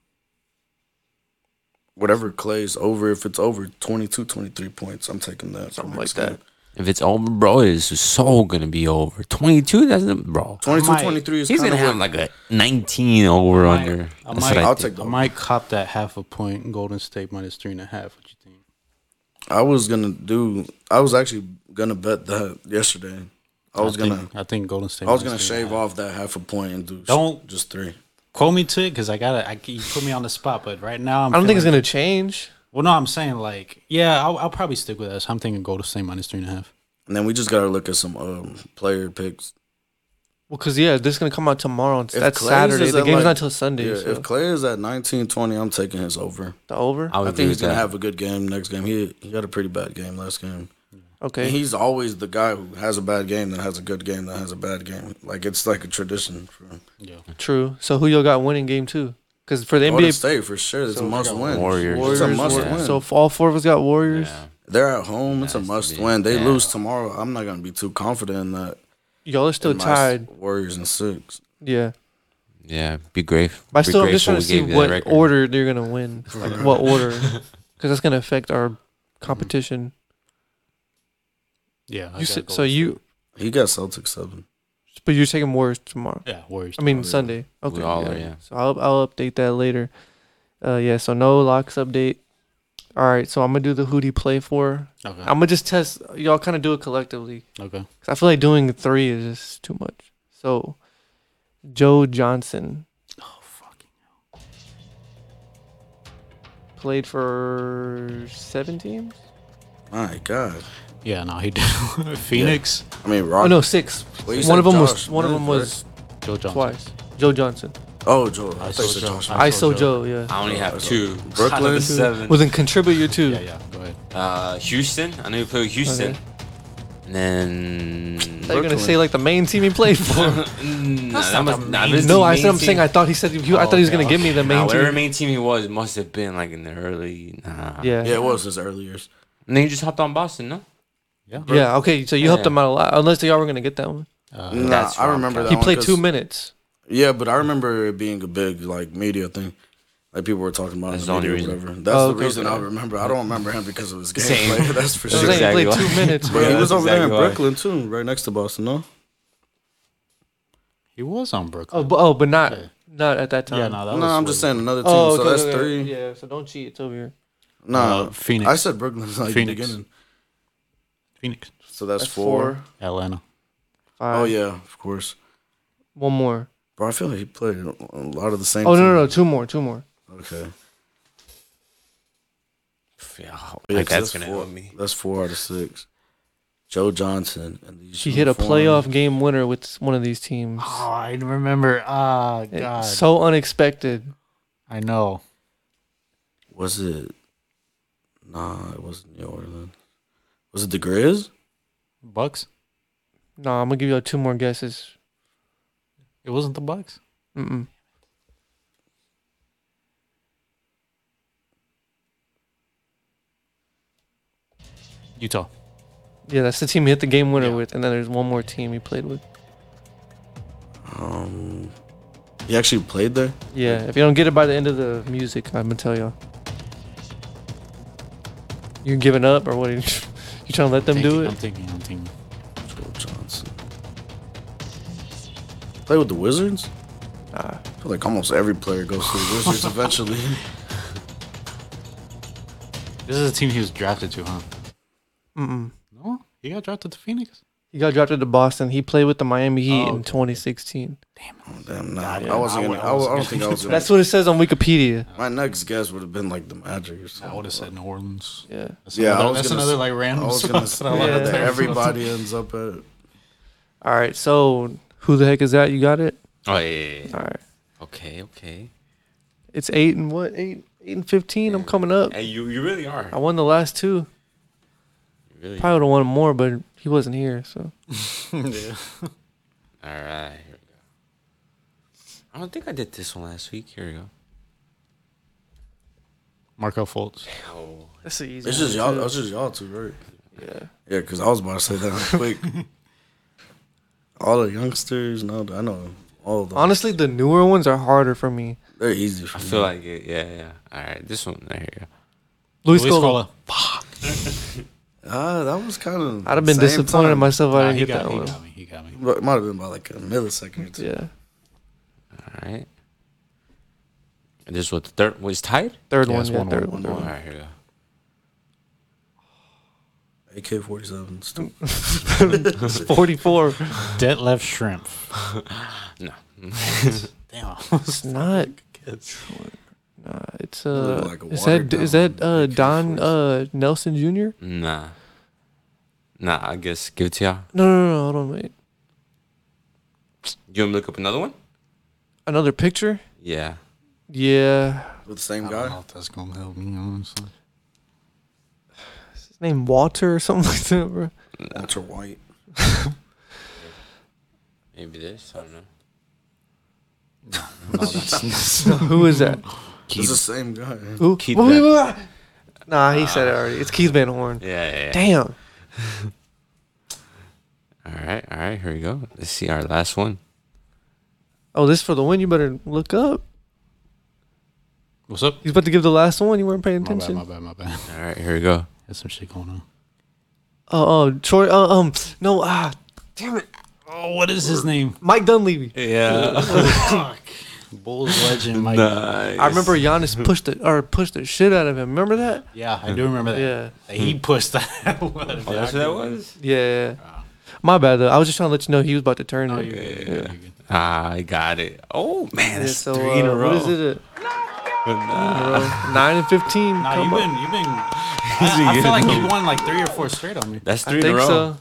Speaker 4: Whatever Clay's over. If it's over 22, 23 points, I'm taking that. for
Speaker 1: Something
Speaker 4: next
Speaker 1: like that.
Speaker 4: game.
Speaker 3: If it's over, bro, it's so gonna be over. Twenty two, that's not- bro.
Speaker 4: 22,
Speaker 2: might-
Speaker 4: 23 is
Speaker 3: He's
Speaker 4: kind
Speaker 3: gonna
Speaker 4: of
Speaker 3: have like a nineteen over
Speaker 2: I might-
Speaker 3: under.
Speaker 2: I
Speaker 3: That's
Speaker 2: might-
Speaker 3: what I
Speaker 4: I'll
Speaker 3: think.
Speaker 4: take
Speaker 2: I
Speaker 4: the.
Speaker 2: might cop that half a point. Golden State minus three and a half. What you think?
Speaker 4: I was gonna do. I was actually gonna bet that yesterday. I was
Speaker 2: think-
Speaker 4: gonna.
Speaker 2: I think Golden State.
Speaker 4: I was gonna
Speaker 2: minus three and a
Speaker 4: shave
Speaker 2: half.
Speaker 4: off that half a point and do
Speaker 2: Don't-
Speaker 4: just three.
Speaker 2: Quote me to it because I gotta. I, you put me on the spot, but right now I'm.
Speaker 1: I don't think it's
Speaker 2: feeling-
Speaker 1: gonna change.
Speaker 2: Well, no, I'm saying like, yeah, I'll, I'll probably stick with that. So I'm thinking Golden State minus three and a half.
Speaker 4: And then we just gotta look at some um, player picks.
Speaker 1: Well, cause yeah, this is gonna come out tomorrow. And
Speaker 4: If
Speaker 1: that's
Speaker 4: Clay
Speaker 1: Saturday.
Speaker 4: is
Speaker 1: The
Speaker 4: at,
Speaker 1: game's
Speaker 4: like-
Speaker 1: not till Sunday.
Speaker 4: Yeah,
Speaker 1: so
Speaker 4: if Clay is at 19, 20, I'm taking his over.
Speaker 1: the over.
Speaker 3: I
Speaker 4: I
Speaker 3: would
Speaker 4: think
Speaker 3: agree
Speaker 4: he's
Speaker 3: with
Speaker 4: gonna
Speaker 3: that.
Speaker 4: have a good game next game. He he had a pretty bad game last game.
Speaker 1: Okay.
Speaker 4: And he's always the guy who has a bad game that has a good game that has a bad game. Like it's like a tradition for him.
Speaker 2: Yeah.
Speaker 1: True. So who y'all got winning game two? Because for the
Speaker 4: Golden
Speaker 1: NBA
Speaker 4: State for sure. It's a must win.
Speaker 3: Warriors.
Speaker 4: It's
Speaker 1: Warriors,
Speaker 4: a must
Speaker 1: Warriors-
Speaker 4: win.
Speaker 1: so if all four of us got Warriors.
Speaker 3: Yeah.
Speaker 4: They're at home. It's a
Speaker 3: Has to
Speaker 4: must
Speaker 3: be.
Speaker 4: win. They
Speaker 3: Yeah.
Speaker 4: lose tomorrow. I'm not gonna be too confident in that.
Speaker 1: Y'all are still
Speaker 4: My s-
Speaker 1: tied.
Speaker 4: Warriors and six.
Speaker 1: Yeah.
Speaker 3: Yeah, be grateful.
Speaker 1: But I
Speaker 3: be
Speaker 1: still, I'm just
Speaker 3: grateful
Speaker 1: trying to
Speaker 3: we
Speaker 1: see
Speaker 3: gave you that
Speaker 1: what
Speaker 3: record.
Speaker 1: order they're gonna win. Like what order? Because that's gonna affect our competition.
Speaker 2: Yeah. Mm. I
Speaker 1: You
Speaker 2: got
Speaker 1: said, so
Speaker 2: Golden State.
Speaker 1: you,
Speaker 4: He got Celtics seven.
Speaker 1: but you're taking Warriors tomorrow.
Speaker 2: Yeah, Warriors.
Speaker 1: I mean
Speaker 4: Tomorrow, yeah.
Speaker 1: Sunday. Okay.
Speaker 3: Oh, all are,
Speaker 1: yeah.
Speaker 3: yeah.
Speaker 1: So I'll I'll update that later. Uh yeah. So no locks update. All right. So I'm gonna do the who do you play for.
Speaker 2: okay.
Speaker 1: I'm gonna just test. Y'all kind of do it collectively.
Speaker 2: okay.
Speaker 1: 'Cause I feel like doing three is just too much. So Joe Johnson
Speaker 2: Oh fucking.
Speaker 1: played for seven teams.
Speaker 4: My God.
Speaker 2: Yeah, no, he did. Phoenix.
Speaker 4: I mean,
Speaker 1: Oh
Speaker 4: Rock.
Speaker 1: no, six.
Speaker 4: Well, you
Speaker 1: one
Speaker 4: said
Speaker 1: of them was
Speaker 4: Josh
Speaker 1: one of
Speaker 4: Smith,
Speaker 1: them was
Speaker 2: Joe Johnson.
Speaker 1: twice. Joe Johnson.
Speaker 4: Oh, Joel. I, thought
Speaker 2: saw
Speaker 4: you said
Speaker 2: Joel.
Speaker 4: Josh.
Speaker 2: I saw
Speaker 1: ISO Joe, yeah.
Speaker 3: I only have two.
Speaker 4: Brooklyn?
Speaker 3: Out of the seven.
Speaker 1: Well, then contributor too.
Speaker 2: Yeah, yeah. Go ahead.
Speaker 3: Uh, Houston. I know you play with Houston.
Speaker 1: Okay.
Speaker 3: And then.
Speaker 1: They're gonna say like the main team he played for.
Speaker 3: Mm,
Speaker 2: That's
Speaker 3: that
Speaker 2: not
Speaker 3: must-
Speaker 2: the
Speaker 3: nah,
Speaker 2: main-
Speaker 3: this is
Speaker 1: no,
Speaker 3: the
Speaker 1: I
Speaker 3: main
Speaker 1: said I'm saying
Speaker 3: team.
Speaker 1: I thought he said he, I thought he was gonna give me the
Speaker 3: Nah,
Speaker 1: main
Speaker 3: whatever
Speaker 1: team.
Speaker 3: main team he was must have been like in the early.
Speaker 1: Yeah.
Speaker 3: Nah.
Speaker 4: Yeah,
Speaker 1: yeah.
Speaker 4: it was his early years.
Speaker 3: And then you just hopped on Boston, no?
Speaker 1: Okay. So you helped
Speaker 3: Yeah.
Speaker 1: him out a lot. Unless y'all were gonna get that one.
Speaker 4: nah,
Speaker 3: that's
Speaker 4: I
Speaker 3: wrong,
Speaker 4: remember
Speaker 3: Kyle.
Speaker 4: that
Speaker 1: He
Speaker 4: one
Speaker 1: played
Speaker 4: 'cause-
Speaker 1: two minutes.
Speaker 4: Yeah, but I remember it being a big like media thing. Like people were talking about
Speaker 3: That's
Speaker 4: it
Speaker 3: the
Speaker 4: in the
Speaker 3: only
Speaker 4: media or
Speaker 3: reason.
Speaker 4: whatever. That's
Speaker 1: Oh,
Speaker 4: the
Speaker 1: okay,
Speaker 4: reason
Speaker 1: okay.
Speaker 4: I remember. I don't remember him because of his
Speaker 3: Same.
Speaker 4: gameplay. That's for
Speaker 1: I
Speaker 4: sure.
Speaker 1: was saying He
Speaker 3: Exactly
Speaker 1: played
Speaker 3: why.
Speaker 1: two minutes,
Speaker 4: But
Speaker 1: bro.
Speaker 4: he
Speaker 3: Yeah,
Speaker 4: was
Speaker 3: that's
Speaker 4: over there in
Speaker 3: exactly why.
Speaker 4: Brooklyn too, right next to Boston, no?
Speaker 2: He was on
Speaker 1: Oh,
Speaker 2: Brooklyn.
Speaker 1: but, oh, but not not at that time.
Speaker 2: Oh, yeah, no, that
Speaker 4: No,
Speaker 2: was.
Speaker 4: I'm
Speaker 2: way
Speaker 4: just saying another team.
Speaker 1: Oh, okay,
Speaker 4: so that's
Speaker 1: okay,
Speaker 4: three.
Speaker 1: Yeah, so don't cheat. It's over here.
Speaker 4: Nah,
Speaker 2: Uh, Phoenix.
Speaker 4: I said Brooklyn like
Speaker 2: Phoenix.
Speaker 4: beginning.
Speaker 2: Phoenix,
Speaker 4: So that's,
Speaker 1: That's
Speaker 4: four.
Speaker 1: four.
Speaker 2: Atlanta.
Speaker 1: Five.
Speaker 4: Oh yeah, of course.
Speaker 1: One more.
Speaker 4: Bro, I feel like he played a lot of the same.
Speaker 1: Oh no, no, no. Two more. Two more.
Speaker 4: no. Okay.
Speaker 3: Yeah,
Speaker 4: Yeah, 'cause
Speaker 3: like that's
Speaker 4: four,
Speaker 3: gonna help me.
Speaker 4: That's four out of six. Joe Johnson and these
Speaker 1: She hit a
Speaker 4: uniforms.
Speaker 1: playoff game winner with one of these teams.
Speaker 2: Oh, I remember. Ah,
Speaker 1: It's
Speaker 2: God.
Speaker 1: so unexpected.
Speaker 2: I know.
Speaker 4: Was it? Nah, it wasn't New Orleans. Was it the Grizz?
Speaker 2: Bucks.
Speaker 1: No, I'm gonna give you two more guesses.
Speaker 2: It wasn't the Bucks.
Speaker 1: Mm-mm.
Speaker 2: Utah.
Speaker 1: Yeah, that's the team he hit the game winner
Speaker 2: Yeah.
Speaker 1: with, and then there's one more team he played with.
Speaker 4: Um, he actually played there.
Speaker 1: Yeah, if you don't get it by the end of the music, I'm gonna tell y'all. You giving up or what? Are you, you trying to let them
Speaker 2: thinking,
Speaker 1: do
Speaker 2: I'm
Speaker 1: it?
Speaker 2: thinking. I'm thinking.
Speaker 4: Joe Johnson. Play with the Wizards.
Speaker 1: Nah.
Speaker 4: I feel like almost every player goes to the Wizards eventually.
Speaker 2: This is a team he was drafted to, huh?
Speaker 1: Mm-mm.
Speaker 2: No, he got drafted to Phoenix.
Speaker 1: He got drafted to Boston. He played with the Miami Heat
Speaker 2: Oh,
Speaker 1: in
Speaker 2: okay.
Speaker 1: 2016.
Speaker 4: Damn, nah,
Speaker 2: yeah,
Speaker 4: I wasn't
Speaker 2: I
Speaker 4: gonna.
Speaker 2: would-
Speaker 4: I,
Speaker 2: I wasn't
Speaker 4: I don't think I was. Gonna,
Speaker 1: That's what it says on Wikipedia.
Speaker 4: my next guess would have been like the Magic or something.
Speaker 2: I would have said New Orleans.
Speaker 1: Yeah.
Speaker 2: That's
Speaker 4: Yeah, I
Speaker 2: another,
Speaker 4: was
Speaker 2: that's
Speaker 4: gonna
Speaker 2: another
Speaker 4: s-
Speaker 2: like
Speaker 4: I
Speaker 2: random.
Speaker 4: was
Speaker 2: spot
Speaker 4: gonna
Speaker 2: that I
Speaker 4: say
Speaker 2: wanted
Speaker 1: Yeah.
Speaker 4: that
Speaker 2: there.
Speaker 4: everybody ends up at.
Speaker 1: All right. So who the heck is that? You got it.
Speaker 3: Oh yeah, yeah, yeah.
Speaker 1: All right.
Speaker 3: Okay, okay.
Speaker 1: It's eight and what? Eight, eight and fifteen. I'm coming up.
Speaker 3: Hey, you you really are.
Speaker 1: I won the last two.
Speaker 3: You really.
Speaker 1: Probably would have won more, but he wasn't here. So
Speaker 3: All right. Here we go. I don't think I did this one last week. Here we go.
Speaker 2: Marco Fultz.
Speaker 3: Oh,
Speaker 1: that's the easy.
Speaker 4: It's just y'all. It's just y'all two, right?
Speaker 1: Yeah.
Speaker 4: Yeah, because I was about to say that real quick. all the youngsters, no, I know all of them.
Speaker 1: Honestly, the newer ones are harder for me.
Speaker 4: they're easy. For
Speaker 3: I
Speaker 4: me.
Speaker 3: feel like it. Yeah, yeah. All right, this one. There you go.
Speaker 1: Luis,
Speaker 2: Luis
Speaker 1: Scola.
Speaker 2: Scola.
Speaker 4: ah, that was kind of.
Speaker 1: I'd have been disappointed in myself if I
Speaker 2: Nah,
Speaker 1: didn't
Speaker 2: he
Speaker 1: get
Speaker 2: got,
Speaker 1: that
Speaker 2: he
Speaker 1: one.
Speaker 2: got me. He got me.
Speaker 4: But it might have been by like a millisecond. Or two.
Speaker 1: Yeah.
Speaker 3: All right. And this is what the third was tied.
Speaker 1: Third
Speaker 2: Yeah,
Speaker 1: one.
Speaker 2: it's
Speaker 1: Yeah,
Speaker 2: one,
Speaker 1: third
Speaker 2: one,
Speaker 1: one.
Speaker 3: All right, here we go.
Speaker 4: AK forty seven.
Speaker 1: It's 44.
Speaker 2: Detlef Shrimp.
Speaker 3: No.
Speaker 2: Damn.
Speaker 1: It's not. Nah, it's uh,
Speaker 4: look like a
Speaker 1: is that
Speaker 4: watered
Speaker 1: is
Speaker 4: down
Speaker 1: that uh Don
Speaker 4: AK-47.
Speaker 1: uh Nelson Jr.?
Speaker 3: Nah. Nah. I guess give it to y'all.
Speaker 1: No, no, no, no, hold on, wait.
Speaker 3: You want me to look up another one?
Speaker 1: Another picture?
Speaker 3: Yeah.
Speaker 1: Yeah,
Speaker 4: With the same
Speaker 2: I don't
Speaker 4: guy.
Speaker 2: know if that's gonna help me honestly.
Speaker 1: Is his name Walter or something like that, bro.
Speaker 4: Walter White.
Speaker 3: Maybe this. I don't know.
Speaker 2: No, that's
Speaker 1: Who is that?
Speaker 4: It's the same guy.
Speaker 1: Who?
Speaker 3: Keith
Speaker 1: Wait, wait,
Speaker 3: Van-
Speaker 1: wait, wait. Nah, he said it already. It's Keith Van Horn.
Speaker 3: Yeah, yeah. yeah.
Speaker 1: Damn.
Speaker 3: All right, all right. Here we go. Let's see our last one.
Speaker 1: Oh, this for the win. You better look up.
Speaker 2: What's up?
Speaker 1: He's about to give the last one. You weren't paying
Speaker 2: My bad.
Speaker 1: attention.
Speaker 2: My bad. My bad.
Speaker 3: All right, here we go.
Speaker 2: There's some shit going on.
Speaker 1: Oh, oh, Troy. Oh, um, no. Ah, damn it.
Speaker 2: Oh, what is his name?
Speaker 1: Mike Dunleavy.
Speaker 3: Yeah.
Speaker 2: Bulls legend Mike.
Speaker 1: I remember Giannis pushed the or pushed the shit out of him. Remember that?
Speaker 2: Yeah, I do remember that.
Speaker 1: Yeah.
Speaker 2: He pushed that. oh,
Speaker 3: That's what that was.
Speaker 1: Yeah. My bad though. I was just trying to let you know he was about to turn. it.
Speaker 3: Yeah. Ah, I got it. Oh man,
Speaker 1: Yeah,
Speaker 3: that's
Speaker 1: so
Speaker 3: three in
Speaker 1: uh,
Speaker 3: a row.
Speaker 1: what is it?
Speaker 3: Nah.
Speaker 1: uh, Nine and fifteen.
Speaker 2: Nah,
Speaker 1: Come on.
Speaker 2: you've been, you've been. I, I feel like you won like three or four straight on me.
Speaker 3: That's
Speaker 1: I
Speaker 3: three in a
Speaker 1: think
Speaker 3: row.
Speaker 1: so.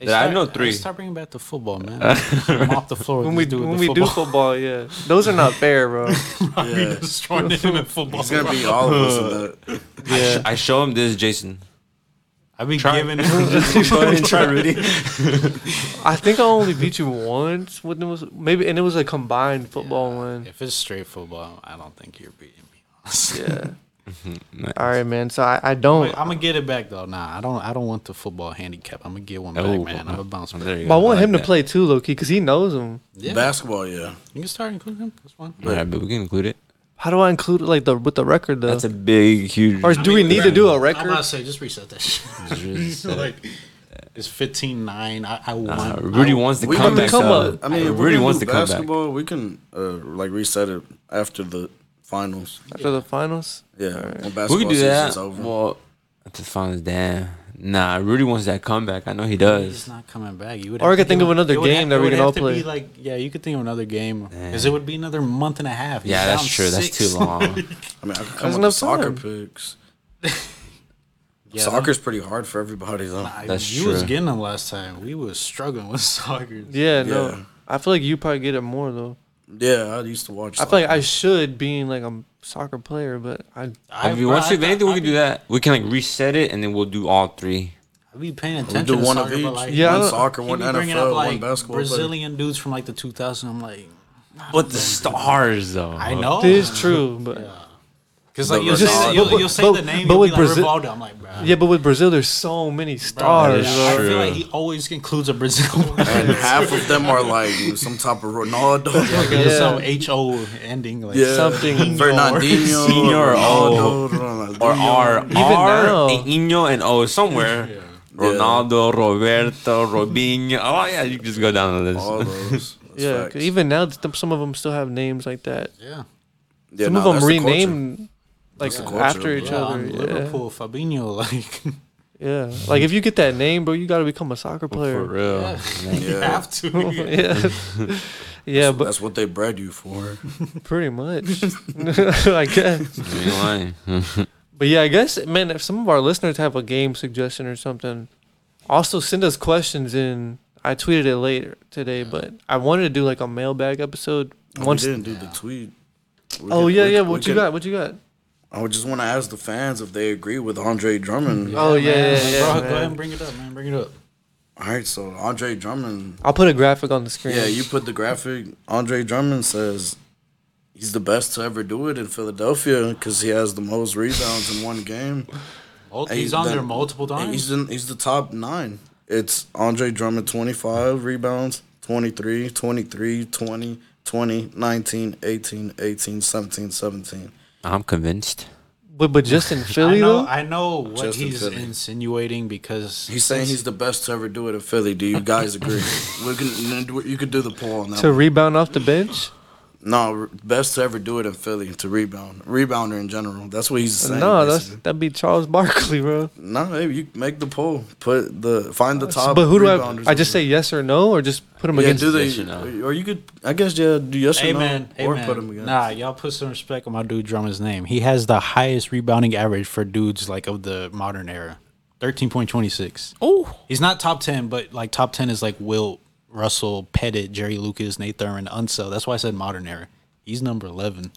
Speaker 2: Hey,
Speaker 3: Yeah, I
Speaker 2: start-
Speaker 3: know three.
Speaker 2: Start bringing back the football, man. Mop the floor.
Speaker 1: When we do when we do football, yeah, those are not fair, bro.
Speaker 4: Yeah.
Speaker 2: destroying him in football.
Speaker 4: It's gonna be all of us in that.
Speaker 1: Yeah,
Speaker 3: I show him this, Jason.
Speaker 2: I've been giving him
Speaker 3: Go ahead and try, Rudy.
Speaker 1: I think I only beat you once. When it was maybe, and it was a combined football one.
Speaker 2: If it's straight football, I don't think you're beating me.
Speaker 1: Yeah. All right, man. So I, I don't.
Speaker 2: I'm gonna get it back though. Nah, I don't. I don't want the football handicap. I'm gonna get one back,
Speaker 3: Oh,
Speaker 2: man. I'm gonna bounce back.
Speaker 3: There you
Speaker 1: but I
Speaker 3: go.
Speaker 1: want
Speaker 3: like
Speaker 1: him
Speaker 3: that.
Speaker 1: to play too, low key, because he knows him.
Speaker 2: Yeah,
Speaker 4: Basketball, yeah.
Speaker 2: you can start including him. That's fine.
Speaker 3: All right, but we can include it.
Speaker 1: How do I include it, like the with the record though?
Speaker 3: That's a big, huge.
Speaker 1: or do we need to do a
Speaker 2: I'm
Speaker 1: record?
Speaker 2: gonna say just reset that shit. like it's 15-9. I, I
Speaker 3: Uh,
Speaker 2: want.
Speaker 3: Rudy
Speaker 2: I,
Speaker 3: wants to
Speaker 4: We
Speaker 3: come
Speaker 4: can
Speaker 3: back.
Speaker 1: come
Speaker 3: though.
Speaker 1: up.
Speaker 4: I mean, if
Speaker 3: Rudy
Speaker 4: we're
Speaker 3: wants
Speaker 4: wants
Speaker 3: to
Speaker 4: do
Speaker 3: come back.
Speaker 4: basketball, we can uh, like reset it after the finals.
Speaker 1: after the finals.
Speaker 4: Yeah, when basketball
Speaker 3: We can do that.
Speaker 4: season's over.
Speaker 3: Well, the finals, damn. Nah, Rudy wants that comeback. I know he
Speaker 2: He's
Speaker 3: does.
Speaker 2: not coming back. You would.
Speaker 1: Or I
Speaker 2: have
Speaker 1: could
Speaker 2: to
Speaker 1: think
Speaker 2: do
Speaker 1: of
Speaker 2: it-
Speaker 1: another
Speaker 2: it would
Speaker 1: game
Speaker 2: have-
Speaker 1: that
Speaker 2: it
Speaker 1: we
Speaker 2: would
Speaker 1: can
Speaker 2: have
Speaker 1: all
Speaker 2: to
Speaker 1: play.
Speaker 2: Be like, yeah, you could think of another game because it would be another month and a half. He's
Speaker 3: Yeah,
Speaker 2: down
Speaker 3: that's true. That's
Speaker 2: six.
Speaker 3: too long.
Speaker 4: I mean, I could
Speaker 1: There's
Speaker 4: come up
Speaker 1: enough
Speaker 4: with soccer
Speaker 1: time.
Speaker 4: picks.
Speaker 2: Yeah,
Speaker 4: Soccer's pretty hard for everybody though.
Speaker 2: I-
Speaker 3: That's
Speaker 2: you was
Speaker 3: true.
Speaker 2: getting them last time. We was struggling with soccer.
Speaker 1: Yeah,
Speaker 4: Yeah.
Speaker 1: no. I feel like you probably get it more though.
Speaker 4: Yeah, I used to watch.
Speaker 1: I feel like I should being like a soccer player, but I
Speaker 2: I,
Speaker 3: if you want to, if anything, we can do that. We can like reset it, and then we'll do all three.
Speaker 2: I'd be paying
Speaker 4: we
Speaker 2: attention
Speaker 4: do
Speaker 2: to
Speaker 4: one of
Speaker 2: soccer,
Speaker 4: each.
Speaker 2: but like,
Speaker 1: Yeah, I
Speaker 4: one
Speaker 1: don't-
Speaker 4: soccer,
Speaker 2: he
Speaker 4: one
Speaker 2: be
Speaker 4: NFL,
Speaker 2: bringing up
Speaker 4: one
Speaker 2: like
Speaker 4: basketball. Brazilian.
Speaker 2: Brazilian dudes from like the 2000s. I'm like,
Speaker 3: But the stars, though.
Speaker 2: I
Speaker 4: Oh,
Speaker 2: know.
Speaker 1: it is true, but
Speaker 2: Because
Speaker 4: But
Speaker 2: like you'll,
Speaker 4: Ronaldo-
Speaker 2: say, you'll,
Speaker 1: but-
Speaker 2: you'll say
Speaker 1: but-
Speaker 2: the name,
Speaker 1: but
Speaker 2: you'll
Speaker 1: with
Speaker 2: be like
Speaker 1: Brazil-
Speaker 2: Rivaldo. I'm like, bro.
Speaker 1: yeah, but with Brazil there's so many
Speaker 2: bro,
Speaker 1: stars.
Speaker 3: is
Speaker 1: bro.
Speaker 2: I feel like
Speaker 3: true.
Speaker 2: he always concludes a Brazil.
Speaker 4: And half of them are like some type of Ronaldo,
Speaker 2: There's
Speaker 1: Yeah.
Speaker 2: some H O ending like
Speaker 4: Yeah.
Speaker 1: Something
Speaker 4: Fernandinho,
Speaker 3: Senior, oh.
Speaker 4: Ronaldo, Ronaldinho.
Speaker 3: Or R,
Speaker 1: Even now.
Speaker 3: R, and Ino, and O somewhere. Ronaldo, Roberto, Robinho. Oh yeah, you just go down the list.
Speaker 4: all those. That's
Speaker 1: Yeah, 'cause
Speaker 4: facts.
Speaker 1: even now th- some of them still have names like that.
Speaker 2: Yeah.
Speaker 4: yeah,
Speaker 1: Some
Speaker 4: nah,
Speaker 1: of them
Speaker 4: that's the
Speaker 1: renamed like
Speaker 4: That's the culture,
Speaker 1: after each
Speaker 2: Yeah,
Speaker 1: other.
Speaker 2: on
Speaker 1: Yeah.
Speaker 2: Liverpool, Fabinho, like
Speaker 1: yeah, like if you get that name, bro, you got to become a soccer
Speaker 3: For
Speaker 1: player.
Speaker 3: real.
Speaker 4: culture.
Speaker 2: you
Speaker 4: Yeah,
Speaker 2: have to.
Speaker 1: Oh, yeah, yeah, but
Speaker 4: that's what they bred you for.
Speaker 1: pretty much, I guess.
Speaker 3: You ain't lying.
Speaker 1: But yeah, I guess man, if some of our listeners have a game suggestion or something, also send us questions in. I tweeted it later today, but I wanted to do like a mailbag episode
Speaker 4: We
Speaker 1: once.
Speaker 4: didn't do the tweet. Oh, We
Speaker 1: oh
Speaker 4: could-
Speaker 1: yeah,
Speaker 4: we
Speaker 1: yeah. What
Speaker 4: could- we
Speaker 1: you
Speaker 4: could-
Speaker 1: got? What you got?
Speaker 4: I would just want to ask the fans if they agree with Andre Drummond.
Speaker 1: oh yeah, yeah,
Speaker 2: Like,
Speaker 1: yeah.
Speaker 2: bro,
Speaker 1: man.
Speaker 2: go ahead and bring it up, man. Bring it up.
Speaker 4: All right, so Andre Drummond.
Speaker 1: I'll put a graphic on the screen.
Speaker 4: Yeah, you put the graphic. Andre Drummond says he's the best to ever do it in Philadelphia because he has the most rebounds in one game.
Speaker 2: Mul-
Speaker 4: And
Speaker 2: he's on
Speaker 4: the-
Speaker 2: there multiple
Speaker 4: and He's
Speaker 2: times.
Speaker 4: in, he's the top nine. It's Andre Drummond, 25 rebounds, 23, 23, 20, 20, 19, 18, 18, 17, 17.
Speaker 3: I'm convinced.
Speaker 1: but but just in
Speaker 2: I
Speaker 1: Philly
Speaker 2: know,
Speaker 1: though.
Speaker 2: I know what
Speaker 4: Just in
Speaker 2: he's
Speaker 4: Philly.
Speaker 2: insinuating because
Speaker 4: He's saying he's the best to ever do it in Philly. Do you guys agree? we can, you could do the poll on that.
Speaker 1: to rebound off the bench?
Speaker 4: No, best to ever do it in Philly to rebound, rebounder in general. That's what he's saying.
Speaker 1: no, that's
Speaker 4: basically.
Speaker 1: that'd be Charles Barkley, bro.
Speaker 4: no. Hey, you make the poll, put the find the top.
Speaker 1: but who do I?
Speaker 4: rebounders
Speaker 1: I just say yes or no, or just put him
Speaker 4: yeah,
Speaker 1: against.
Speaker 4: do the,
Speaker 3: yes or no.
Speaker 4: or you could. I guess yeah, do yes
Speaker 2: Hey
Speaker 4: or no,
Speaker 2: man, hey
Speaker 4: or
Speaker 2: man.
Speaker 4: put him against.
Speaker 2: Nah, y'all put some respect on my dude Drummond's name. He has the highest rebounding average for dudes like of the modern era. Thirteen point twenty six.
Speaker 3: Oh,
Speaker 2: He's not top ten, but like top ten is like Wilt, Russell, Pettit, Jerry Lucas, Nate Thurman, Unsell. That's why I said modern era. He's number eleven.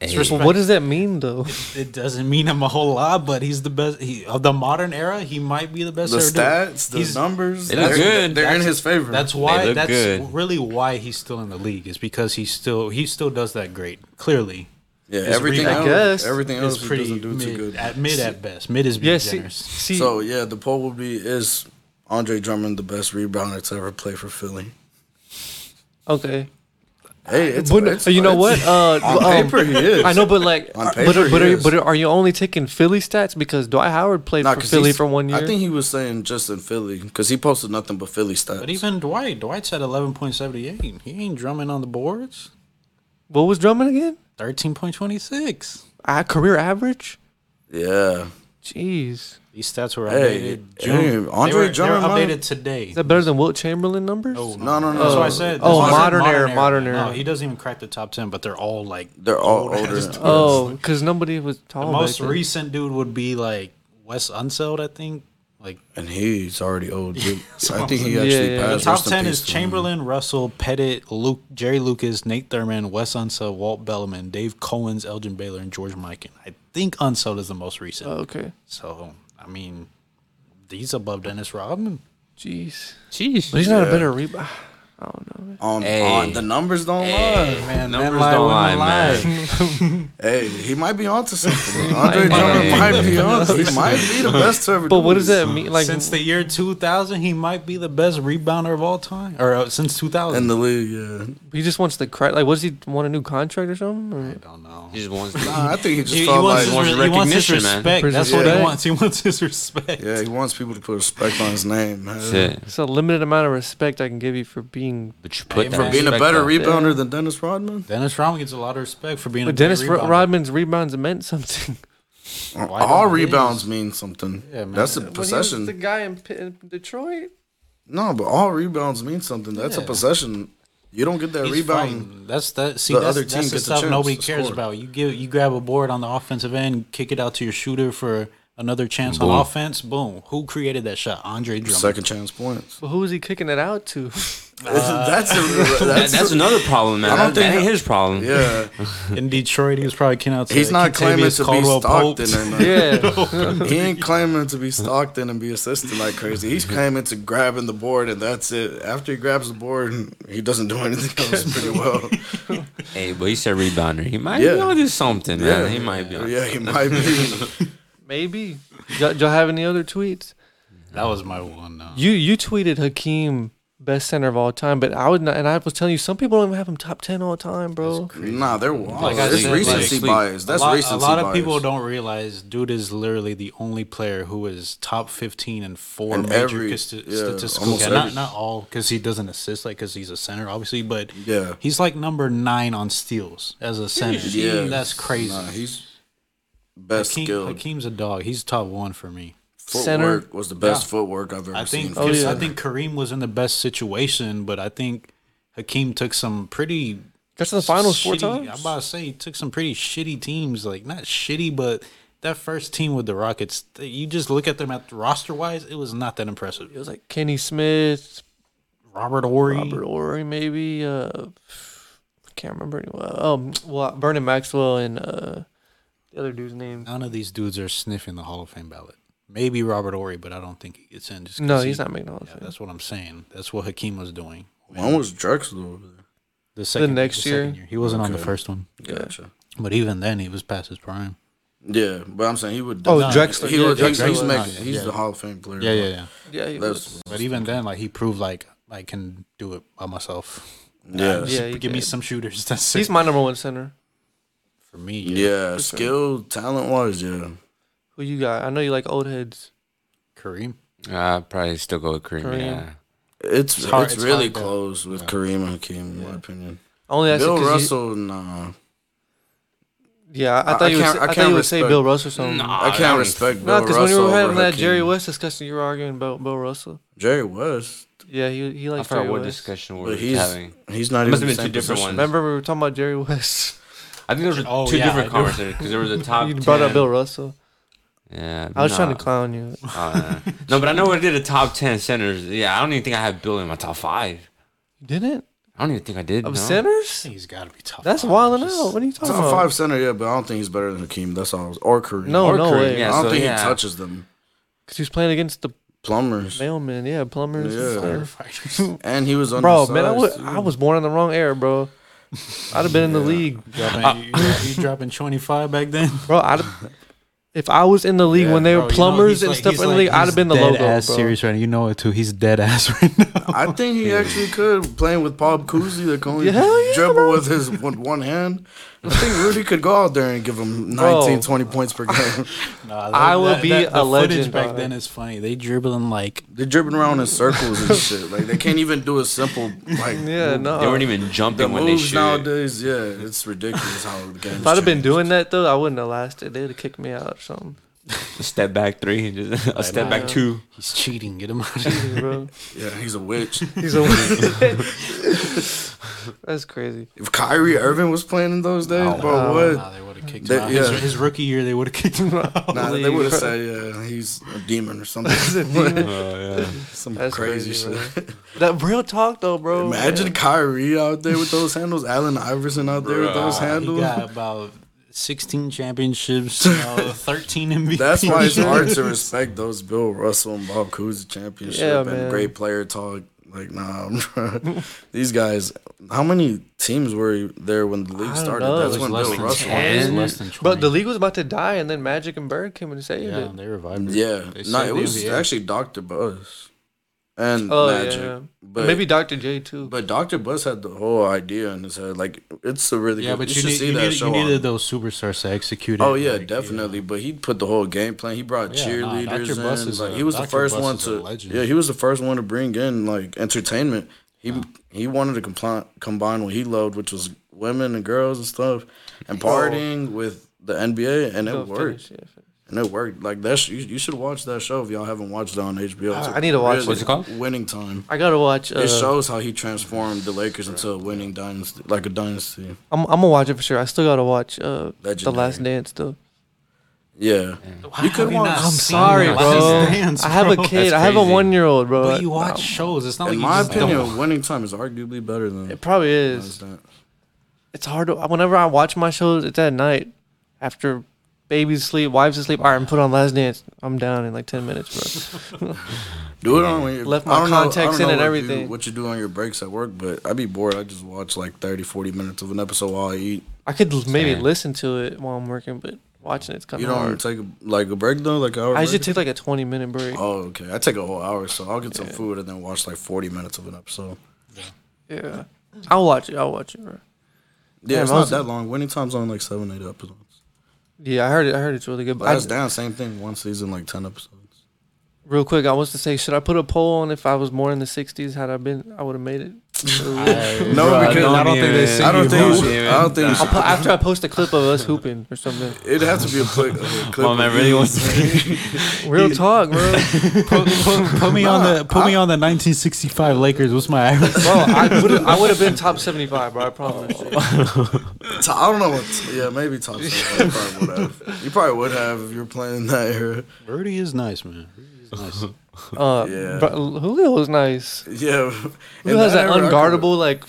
Speaker 2: It's
Speaker 1: Well, what does that mean though?
Speaker 2: It doesn't mean him a whole lot, but he's the best. He, of the modern era, he might be the best.
Speaker 4: The
Speaker 2: ever dude.
Speaker 4: stats, the
Speaker 2: He's-
Speaker 4: numbers,
Speaker 3: They look
Speaker 4: they're,
Speaker 3: good.
Speaker 4: They're in
Speaker 2: That's-
Speaker 4: his favor.
Speaker 2: That's why.
Speaker 3: look
Speaker 2: That's
Speaker 3: good.
Speaker 2: really why he's still in the league. Is because he still he still does that great. Clearly,
Speaker 4: yeah.
Speaker 2: his
Speaker 4: Everything else,
Speaker 2: rebound-
Speaker 1: I guess
Speaker 4: everything
Speaker 2: is
Speaker 4: else he
Speaker 2: pretty
Speaker 4: doesn't do
Speaker 2: mid,
Speaker 4: too good.
Speaker 2: At mid at best, mid is being
Speaker 1: Yeah, see,
Speaker 2: generous.
Speaker 1: see,
Speaker 4: so yeah, the poll will be: Is Andre Drummond the best rebounder to ever play for Philly?
Speaker 1: okay.
Speaker 4: Hey, it's,
Speaker 1: But
Speaker 4: it's-
Speaker 1: you know what?
Speaker 4: it's-
Speaker 1: Uh,
Speaker 4: On
Speaker 1: um,
Speaker 4: paper, he is.
Speaker 1: I know, but like,
Speaker 4: On
Speaker 1: are-
Speaker 4: paper,
Speaker 1: but, but,
Speaker 4: he
Speaker 1: are,
Speaker 4: is.
Speaker 1: but are you only taking Philly stats because Dwight Howard played
Speaker 4: Nah,
Speaker 1: for
Speaker 4: 'cause
Speaker 1: Philly
Speaker 4: he's-
Speaker 1: for one year?
Speaker 4: I think he was saying just in Philly because he posted nothing but Philly stats.
Speaker 2: But even Dwight, Dwight's at eleven point seventy eight. He ain't drumming on the boards.
Speaker 1: what was Drummond again?
Speaker 2: Thirteen point twenty six.
Speaker 1: Uh, career average?
Speaker 4: yeah,
Speaker 1: Jeez,
Speaker 2: These stats were
Speaker 4: Hey,
Speaker 2: updated.
Speaker 4: hey,
Speaker 2: June.
Speaker 4: Andre
Speaker 2: they were,
Speaker 4: Drummond,
Speaker 2: They were
Speaker 4: man.
Speaker 2: updated today.
Speaker 1: is that better than Wilt Chamberlain numbers?
Speaker 4: no, no, no.
Speaker 2: That's why I said. that's
Speaker 1: oh,
Speaker 2: why I said
Speaker 1: modern era, modern
Speaker 2: No,
Speaker 1: era.
Speaker 2: he doesn't even crack the top ten, but they're all like
Speaker 4: They're all
Speaker 2: old-ass
Speaker 4: older.
Speaker 2: dudes.
Speaker 1: Oh, because nobody was tall.
Speaker 2: most
Speaker 1: back then.
Speaker 2: recent dude would be like Wes Unseld, I think. Like
Speaker 4: And he's already old. Dude. I think he
Speaker 1: Yeah,
Speaker 4: actually
Speaker 1: yeah.
Speaker 4: passed.
Speaker 2: top
Speaker 4: Rest in
Speaker 2: ten
Speaker 4: peace
Speaker 2: is
Speaker 4: to him.
Speaker 2: Chamberlain, Russell, Pettit, Luke, Jerry Lucas, Nate Thurman, Wes Unseld, Walt Bellman, Dave Cohen's, Elgin Baylor, and George Mikan. I think Unseld is the most recent.
Speaker 1: Oh, Okay.
Speaker 2: So I mean, he's above Dennis Rodman.
Speaker 1: Jeez.
Speaker 3: Jeez.
Speaker 1: But he's not a better rebound. I don't know. Man.
Speaker 4: Um,
Speaker 3: Hey.
Speaker 4: uh, the numbers don't lie.
Speaker 2: Man,
Speaker 3: Numbers don't lie, man.
Speaker 4: Hey, he might be onto something. Andre Drummond might be onto. He might be the best to ever.
Speaker 1: But
Speaker 4: do
Speaker 1: what does
Speaker 4: this.
Speaker 1: that mean? Like,
Speaker 2: since the year 2000, he might be the best rebounder of all time, or uh, since 2000.
Speaker 4: in the league? Yeah,
Speaker 1: he just wants the credit. Like, what does he want a new contract or something? Or-
Speaker 2: I don't know.
Speaker 3: He just wants
Speaker 4: Nah, I think he just
Speaker 2: He, he
Speaker 4: felt
Speaker 2: wants
Speaker 4: like
Speaker 2: his,
Speaker 3: wants
Speaker 2: re- he wants his
Speaker 3: recognition, man.
Speaker 2: respect. That's what
Speaker 1: Respect.
Speaker 2: he wants. He wants his respect.
Speaker 4: yeah, he wants people to put respect on his name. Man.
Speaker 3: That's it.
Speaker 1: It's a limited amount of respect I can give you for being.
Speaker 3: But you put
Speaker 2: Hey,
Speaker 3: that
Speaker 4: For being a
Speaker 3: respect
Speaker 4: better
Speaker 3: on-
Speaker 4: rebounder than Dennis Rodman.
Speaker 2: Dennis Rodman gets a lot of respect for being a
Speaker 1: But
Speaker 2: great
Speaker 1: Dennis Ro-
Speaker 2: rebounder.
Speaker 1: Rodman's rebounds meant something.
Speaker 2: Why
Speaker 4: All
Speaker 2: don't he?
Speaker 4: rebounds mean something.
Speaker 2: Yeah, man.
Speaker 4: That's a
Speaker 2: When he
Speaker 4: possession.
Speaker 1: guy in, Detroit.
Speaker 4: No, but all rebounds mean something. That's a
Speaker 2: Yeah.
Speaker 4: possession. You don't get that
Speaker 2: He's
Speaker 4: rebound.
Speaker 2: fighting. That's that. See,
Speaker 4: The
Speaker 2: that's,
Speaker 4: other team
Speaker 2: that's the
Speaker 4: gets a
Speaker 2: stuff
Speaker 4: chance
Speaker 2: nobody
Speaker 4: to
Speaker 2: cares
Speaker 4: score.
Speaker 2: about. You give, you grab a board on the offensive end, kick it out to your shooter for another chance
Speaker 3: Boom.
Speaker 2: on offense. Boom. Who created that shot? Andre Drummond.
Speaker 4: Second chance points.
Speaker 1: But who is he kicking it out to?
Speaker 4: that's a,
Speaker 3: That,
Speaker 4: that's,
Speaker 3: that's another problem, man.
Speaker 4: I don't
Speaker 3: that, that
Speaker 4: think-
Speaker 3: ain't his problem.
Speaker 4: yeah.
Speaker 2: In Detroit, he was probably kicking out to
Speaker 4: He's not claiming
Speaker 2: Kentavious
Speaker 4: to be
Speaker 2: Caldwell Pope.
Speaker 4: Stockton or nothing.
Speaker 1: yeah.
Speaker 4: He ain't claiming to be Stockton and be assisting like crazy. He's claiming to grabbing the board and that's it. After he grabs the board, he doesn't do anything else pretty well.
Speaker 3: Hey, but he's a rebounder. He might
Speaker 4: Yeah.
Speaker 3: be onto something, man. He might be. On.
Speaker 4: Yeah, he might be.
Speaker 1: Maybe. Y'all, y'all have any other tweets?
Speaker 2: That was my one. No.
Speaker 1: You you tweeted Hakeem best center of all time, but I would not. And I was telling you, some people don't even have him top ten all time, bro.
Speaker 4: Nah, they're wild.
Speaker 2: Like I
Speaker 4: it's
Speaker 2: said,
Speaker 4: recency
Speaker 3: like-
Speaker 4: bias. That's
Speaker 2: a lot,
Speaker 4: recency
Speaker 2: a lot of
Speaker 4: bias.
Speaker 2: people don't realize dude is literally the only player who is top 15 in four
Speaker 4: In
Speaker 2: major
Speaker 4: every-
Speaker 2: cast-
Speaker 4: yeah,
Speaker 2: statistical
Speaker 4: almost
Speaker 2: yeah, not,
Speaker 4: every-
Speaker 2: not all because he doesn't assist like because he's a center obviously but
Speaker 4: Yeah.
Speaker 2: he's like number nine on steals as a center
Speaker 4: Yeah.
Speaker 2: that's crazy
Speaker 4: Nah, he's best
Speaker 2: Hakeem,
Speaker 4: skilled.
Speaker 2: Hakeem's a dog he's top one for me
Speaker 4: footwork
Speaker 1: Center.
Speaker 4: was the best
Speaker 2: Yeah.
Speaker 4: footwork I've ever
Speaker 2: I
Speaker 4: seen.
Speaker 2: think
Speaker 1: Oh, yeah.
Speaker 2: I think Kareem was in the best situation but I think Hakeem took some pretty
Speaker 1: Got to the finals four
Speaker 2: shitty- I'm
Speaker 1: times.
Speaker 2: about to say he took some pretty shitty teams. Like not shitty, but that first team with the Rockets, th- you just look at them at roster wise, it was not that impressive.
Speaker 1: It was like Kenny Smith,
Speaker 2: Robert Ory,
Speaker 1: Robert Ory, maybe. Uh, I can't remember anyone. Um, well, Vernon Maxwell and uh, the other dude's name.
Speaker 2: none of these dudes are sniffing the Hall of Fame ballot. Maybe Robert Ory, but I don't think he gets in. Just 'cause
Speaker 1: No,
Speaker 2: he-
Speaker 1: he's not making all
Speaker 2: Yeah,
Speaker 1: the
Speaker 2: that's what I'm saying. That's what Hakeem was doing.
Speaker 4: When was Drexler over there?
Speaker 2: The second
Speaker 1: next
Speaker 2: second
Speaker 1: year?
Speaker 2: he wasn't on the first one,
Speaker 4: Gotcha.
Speaker 2: but even then, he was past his prime.
Speaker 4: Yeah, but I'm saying he would.
Speaker 1: Oh,
Speaker 4: definitely-
Speaker 1: Drexler,
Speaker 4: He
Speaker 1: yeah,
Speaker 4: would, he's,
Speaker 1: Drexler was-
Speaker 4: he's making. He's
Speaker 2: yeah.
Speaker 4: the Hall of Fame player.
Speaker 2: Yeah, yeah, yeah.
Speaker 1: Yeah, he was.
Speaker 4: That's,
Speaker 2: But even then, like he proved like I can do it by myself.
Speaker 4: yeah.
Speaker 1: Yeah, he
Speaker 2: give me
Speaker 1: did.
Speaker 2: some shooters. That's
Speaker 1: He's
Speaker 2: it.
Speaker 1: my number one center.
Speaker 2: for me.
Speaker 4: Yeah, skill, talent wise, yeah.
Speaker 1: Who you got? I know you like old heads.
Speaker 2: Kareem.
Speaker 3: I'd probably still go with Kareem.
Speaker 1: Kareem.
Speaker 3: Yeah.
Speaker 4: It's it's,
Speaker 2: hard- it's
Speaker 4: really
Speaker 2: hard to-
Speaker 4: close with Kareem and Hakeem, in my opinion.
Speaker 1: I Only asked you
Speaker 4: Bill
Speaker 1: 'cause you-
Speaker 4: Russell, nah.
Speaker 1: yeah, I
Speaker 4: I-
Speaker 1: thought
Speaker 4: I
Speaker 1: you would.
Speaker 4: can't-
Speaker 1: Say,
Speaker 4: I
Speaker 1: I, thought
Speaker 4: can't
Speaker 1: you would say
Speaker 4: respect-
Speaker 1: Bill Russell or something.
Speaker 3: Nah.
Speaker 4: I
Speaker 3: I
Speaker 4: can't
Speaker 3: don't-
Speaker 4: respect Bill
Speaker 1: No, because
Speaker 4: Russell.
Speaker 1: when you were having
Speaker 4: over
Speaker 1: that Jerry
Speaker 4: Hakeem.
Speaker 1: West discussion, you were arguing about Bill Russell.
Speaker 4: Jerry West,
Speaker 1: Yeah, he he
Speaker 3: I
Speaker 1: likes
Speaker 3: forgot
Speaker 1: Jerry
Speaker 3: what
Speaker 1: West.
Speaker 3: discussion we
Speaker 4: but
Speaker 3: were
Speaker 4: he's
Speaker 3: having.
Speaker 4: he's not
Speaker 3: Must
Speaker 4: even
Speaker 3: have
Speaker 4: the
Speaker 3: been two
Speaker 4: same
Speaker 3: different
Speaker 4: position.
Speaker 3: ones.
Speaker 1: Remember we were talking about Jerry West.
Speaker 3: I think those were
Speaker 2: Oh,
Speaker 3: two
Speaker 2: yeah, I
Speaker 3: different
Speaker 2: do.
Speaker 3: conversations because there was a top.
Speaker 1: you brought up
Speaker 3: 10.
Speaker 1: Bill Russell.
Speaker 3: Yeah,
Speaker 1: I was trying
Speaker 3: nah.
Speaker 1: to clown you.
Speaker 3: Uh, no, but I know I did a top ten centers. Yeah, I don't even think I have Bill in my top five.
Speaker 1: You didn't?
Speaker 3: I don't even think I did.
Speaker 1: Of
Speaker 3: no.
Speaker 1: centers?
Speaker 2: He's got to be tough. Oh,
Speaker 1: That's wild and out. What are you talking
Speaker 4: Top
Speaker 1: about?
Speaker 4: five center, yeah, but I don't think he's better than Hakeem. That's all. Or Kareem.
Speaker 1: No,
Speaker 4: Or
Speaker 1: no
Speaker 4: Kareem.
Speaker 1: way.
Speaker 4: I
Speaker 3: Yeah,
Speaker 4: don't
Speaker 3: so,
Speaker 4: think
Speaker 3: yeah.
Speaker 4: he touches them.
Speaker 1: Because he was playing against the
Speaker 4: Plumbers.
Speaker 1: mailman. Yeah, plumbers.
Speaker 4: Yeah.
Speaker 1: and stuff.
Speaker 4: And he was
Speaker 1: Bro,
Speaker 4: undersized.
Speaker 1: man, I, would,
Speaker 4: too.
Speaker 1: I was born in the wrong era, bro. I'd have been in the league.
Speaker 2: Dropping, you, you, you dropping 25 back then?
Speaker 1: Bro, I'd if I was in the league when they were plumbers and stuff in the league, I'd have been the logo, bro.
Speaker 2: ass serious right now. You know it too. He's dead ass right now.
Speaker 4: I think he actually could playing with Bob Cousy that can only
Speaker 1: Yeah, hell yeah,
Speaker 4: dribble with his one, one hand. I think Rudy could go out there and give him 19,
Speaker 1: Bro.
Speaker 4: 20 points per game.
Speaker 2: Nah,
Speaker 1: I will be a
Speaker 2: the footage
Speaker 1: legend,
Speaker 2: Back
Speaker 1: dog.
Speaker 2: then is funny. They dribbling like
Speaker 4: They're dribbling around in circles and shit. Like they can't even do a simple like
Speaker 1: Yeah, no.
Speaker 3: They weren't
Speaker 1: Oh.
Speaker 3: even
Speaker 4: the
Speaker 3: jumping when they
Speaker 4: moves
Speaker 3: shoot.
Speaker 4: nowadays. Yeah, it's ridiculous how the game's
Speaker 1: if I'd have been
Speaker 4: changed.
Speaker 1: doing that though, I wouldn't have lasted. They'd have kicked me out or something.
Speaker 3: A step back three and just a step back two.
Speaker 2: he's cheating. Get him out of here.
Speaker 1: Bro.
Speaker 4: Yeah, he's a witch.
Speaker 1: He's a That's crazy.
Speaker 4: If Kyrie Irving was playing in those days,
Speaker 1: Oh,
Speaker 4: bro, what?
Speaker 2: Nah, they would have kicked
Speaker 4: They-
Speaker 2: him out. His-
Speaker 4: yeah.
Speaker 2: His, rookie year, they would have kicked him out.
Speaker 4: Nah, they would have said, yeah, he's a demon or something.
Speaker 2: Oh,
Speaker 4: Some
Speaker 1: That's
Speaker 4: crazy,
Speaker 1: crazy,
Speaker 4: shit.
Speaker 1: That real talk though, bro.
Speaker 4: Imagine Kyrie out there with those handles, Allen Iverson out there with those
Speaker 2: Nah, He
Speaker 4: handles.
Speaker 2: got about 16 championships, uh, 13 MVPs.
Speaker 4: That's why it's hard to respect those Bill Russell and Bob Cousy championship
Speaker 1: Yeah,
Speaker 4: and
Speaker 1: man.
Speaker 4: great player talk. Like, nah, bro. these guys. How many teams were there when the league
Speaker 1: don't
Speaker 4: started?
Speaker 1: know.
Speaker 4: That's
Speaker 1: It was
Speaker 4: when
Speaker 2: less
Speaker 4: Bill
Speaker 2: than
Speaker 4: Russell.
Speaker 2: 10.
Speaker 4: was-
Speaker 2: It was less than 20.
Speaker 1: But the league was about to die, and then Magic and Bird came and saved
Speaker 2: Yeah,
Speaker 1: it.
Speaker 2: they revived it.
Speaker 4: Yeah,
Speaker 2: They
Speaker 4: no,
Speaker 2: saved
Speaker 4: it
Speaker 2: the
Speaker 4: was
Speaker 2: NBA.
Speaker 4: actually Doctor Buzz and
Speaker 1: Oh
Speaker 4: Magic.
Speaker 1: yeah,
Speaker 4: But
Speaker 1: maybe Dr. J too.
Speaker 4: But Doctor Buzz had the whole idea in his head. Like, it's a really
Speaker 2: Yeah,
Speaker 4: good.
Speaker 2: but
Speaker 4: you,
Speaker 2: you,
Speaker 4: should
Speaker 2: need,
Speaker 4: see
Speaker 2: you,
Speaker 4: that
Speaker 2: needed,
Speaker 4: show.
Speaker 2: you
Speaker 4: on-
Speaker 2: needed those superstars to execute it.
Speaker 4: Oh yeah,
Speaker 2: Like, you
Speaker 4: definitely. But he put the whole game plan. He brought
Speaker 2: Yeah, nah,
Speaker 4: cheerleaders
Speaker 2: Dr. Buss
Speaker 4: in.
Speaker 2: is
Speaker 4: Like,
Speaker 2: a-
Speaker 4: he was the
Speaker 2: Dr.
Speaker 4: first
Speaker 2: Buss
Speaker 4: one
Speaker 2: is a
Speaker 4: to.
Speaker 2: legend.
Speaker 4: Yeah, he was the first one to bring in like entertainment. He he wanted to compli combine what he loved, which was women and girls and stuff, and partying with the NBA, and
Speaker 1: Go
Speaker 4: it worked.
Speaker 1: finish, yeah, finish.
Speaker 4: And it worked. Like that's you, you should watch that show if y'all haven't watched it on HBO. It's
Speaker 1: I-
Speaker 4: a
Speaker 1: I need to watch
Speaker 4: really
Speaker 1: it. What's
Speaker 3: it called?
Speaker 4: Winning Time.
Speaker 1: I gotta watch. Uh,
Speaker 4: It shows how he transformed the Lakers into a winning dynasty, like a dynasty.
Speaker 1: I'm, I'm gonna watch it for sure. I still gotta watch uh, the
Speaker 4: Legendary.
Speaker 1: Last Dance though.
Speaker 4: Yeah.
Speaker 2: You could watch.
Speaker 1: I'm sorry, bro. I have a kid.
Speaker 3: That's
Speaker 1: I have a
Speaker 3: crazy.
Speaker 1: one year old, bro.
Speaker 2: But you watch shows. It's not
Speaker 4: In
Speaker 2: like
Speaker 4: my
Speaker 2: you just
Speaker 4: opinion,
Speaker 2: Don't.
Speaker 4: Winning Time is arguably better than.
Speaker 1: It probably
Speaker 4: It's
Speaker 1: is.
Speaker 4: not.
Speaker 1: It's hard. To, whenever I watch my shows, it's at night, after babies sleep, wives asleep. All right, I'm put on Last Dance. I'm down in like ten minutes, bro.
Speaker 4: Do it on when you
Speaker 1: Left
Speaker 4: I
Speaker 1: my
Speaker 4: don't know- I
Speaker 1: contacts
Speaker 4: don't
Speaker 1: in and
Speaker 4: know what you-
Speaker 1: everything.
Speaker 4: what you do on your breaks at work, but I'd be bored. I just watch like 30, 40 minutes of an episode while I eat.
Speaker 1: I could l- maybe
Speaker 3: Same.
Speaker 1: listen to it while I'm working, but watching it's kind
Speaker 4: You
Speaker 1: of
Speaker 4: don't
Speaker 1: hard.
Speaker 4: take a, like a break though, like an hour.
Speaker 1: I usually
Speaker 4: break?
Speaker 1: take like a 20 minute break.
Speaker 4: Oh, okay. I take a whole hour, so I'll get some food and then watch like forty minutes of an episode.
Speaker 1: Yeah, I'll watch it. I'll watch it, bro.
Speaker 4: Yeah,
Speaker 1: Damn,
Speaker 4: it's
Speaker 1: I
Speaker 4: not
Speaker 1: was-
Speaker 4: that long. Winning time's on like seven, eight episodes.
Speaker 1: Yeah, I heard it. I heard it's really good. But I,
Speaker 4: Last down, same thing. One season, like ten episodes.
Speaker 1: real quick, I was to say, should I put a poll on if I was more in the 60s? Had I been, I would have made it.
Speaker 4: No, because
Speaker 2: I don't think they
Speaker 3: even-
Speaker 2: sing
Speaker 4: I don't
Speaker 2: you
Speaker 4: think. you
Speaker 2: wrong.
Speaker 4: should- I don't think. you
Speaker 1: I'll
Speaker 4: should-
Speaker 1: put, after I post a clip of us hooping or something.
Speaker 4: It'd have to be a clip. A clip
Speaker 3: My man
Speaker 4: of
Speaker 3: really
Speaker 4: you.
Speaker 3: wants to.
Speaker 1: Real talk, bro.
Speaker 2: put, put- put me on the put me on the 1965 Lakers. What's my average?
Speaker 1: Bro, I would I would have been top 75, bro. I promise. you.
Speaker 4: T- I don't know what. t- yeah, maybe top. seven. You probably would have. You probably would have if you're playing that era.
Speaker 2: Rudy is nice, man. Rudy is nice. Oh.
Speaker 1: Uh,
Speaker 4: Yeah.
Speaker 1: bro, Julio is nice.
Speaker 4: Yeah.
Speaker 1: Julio has that unguardable like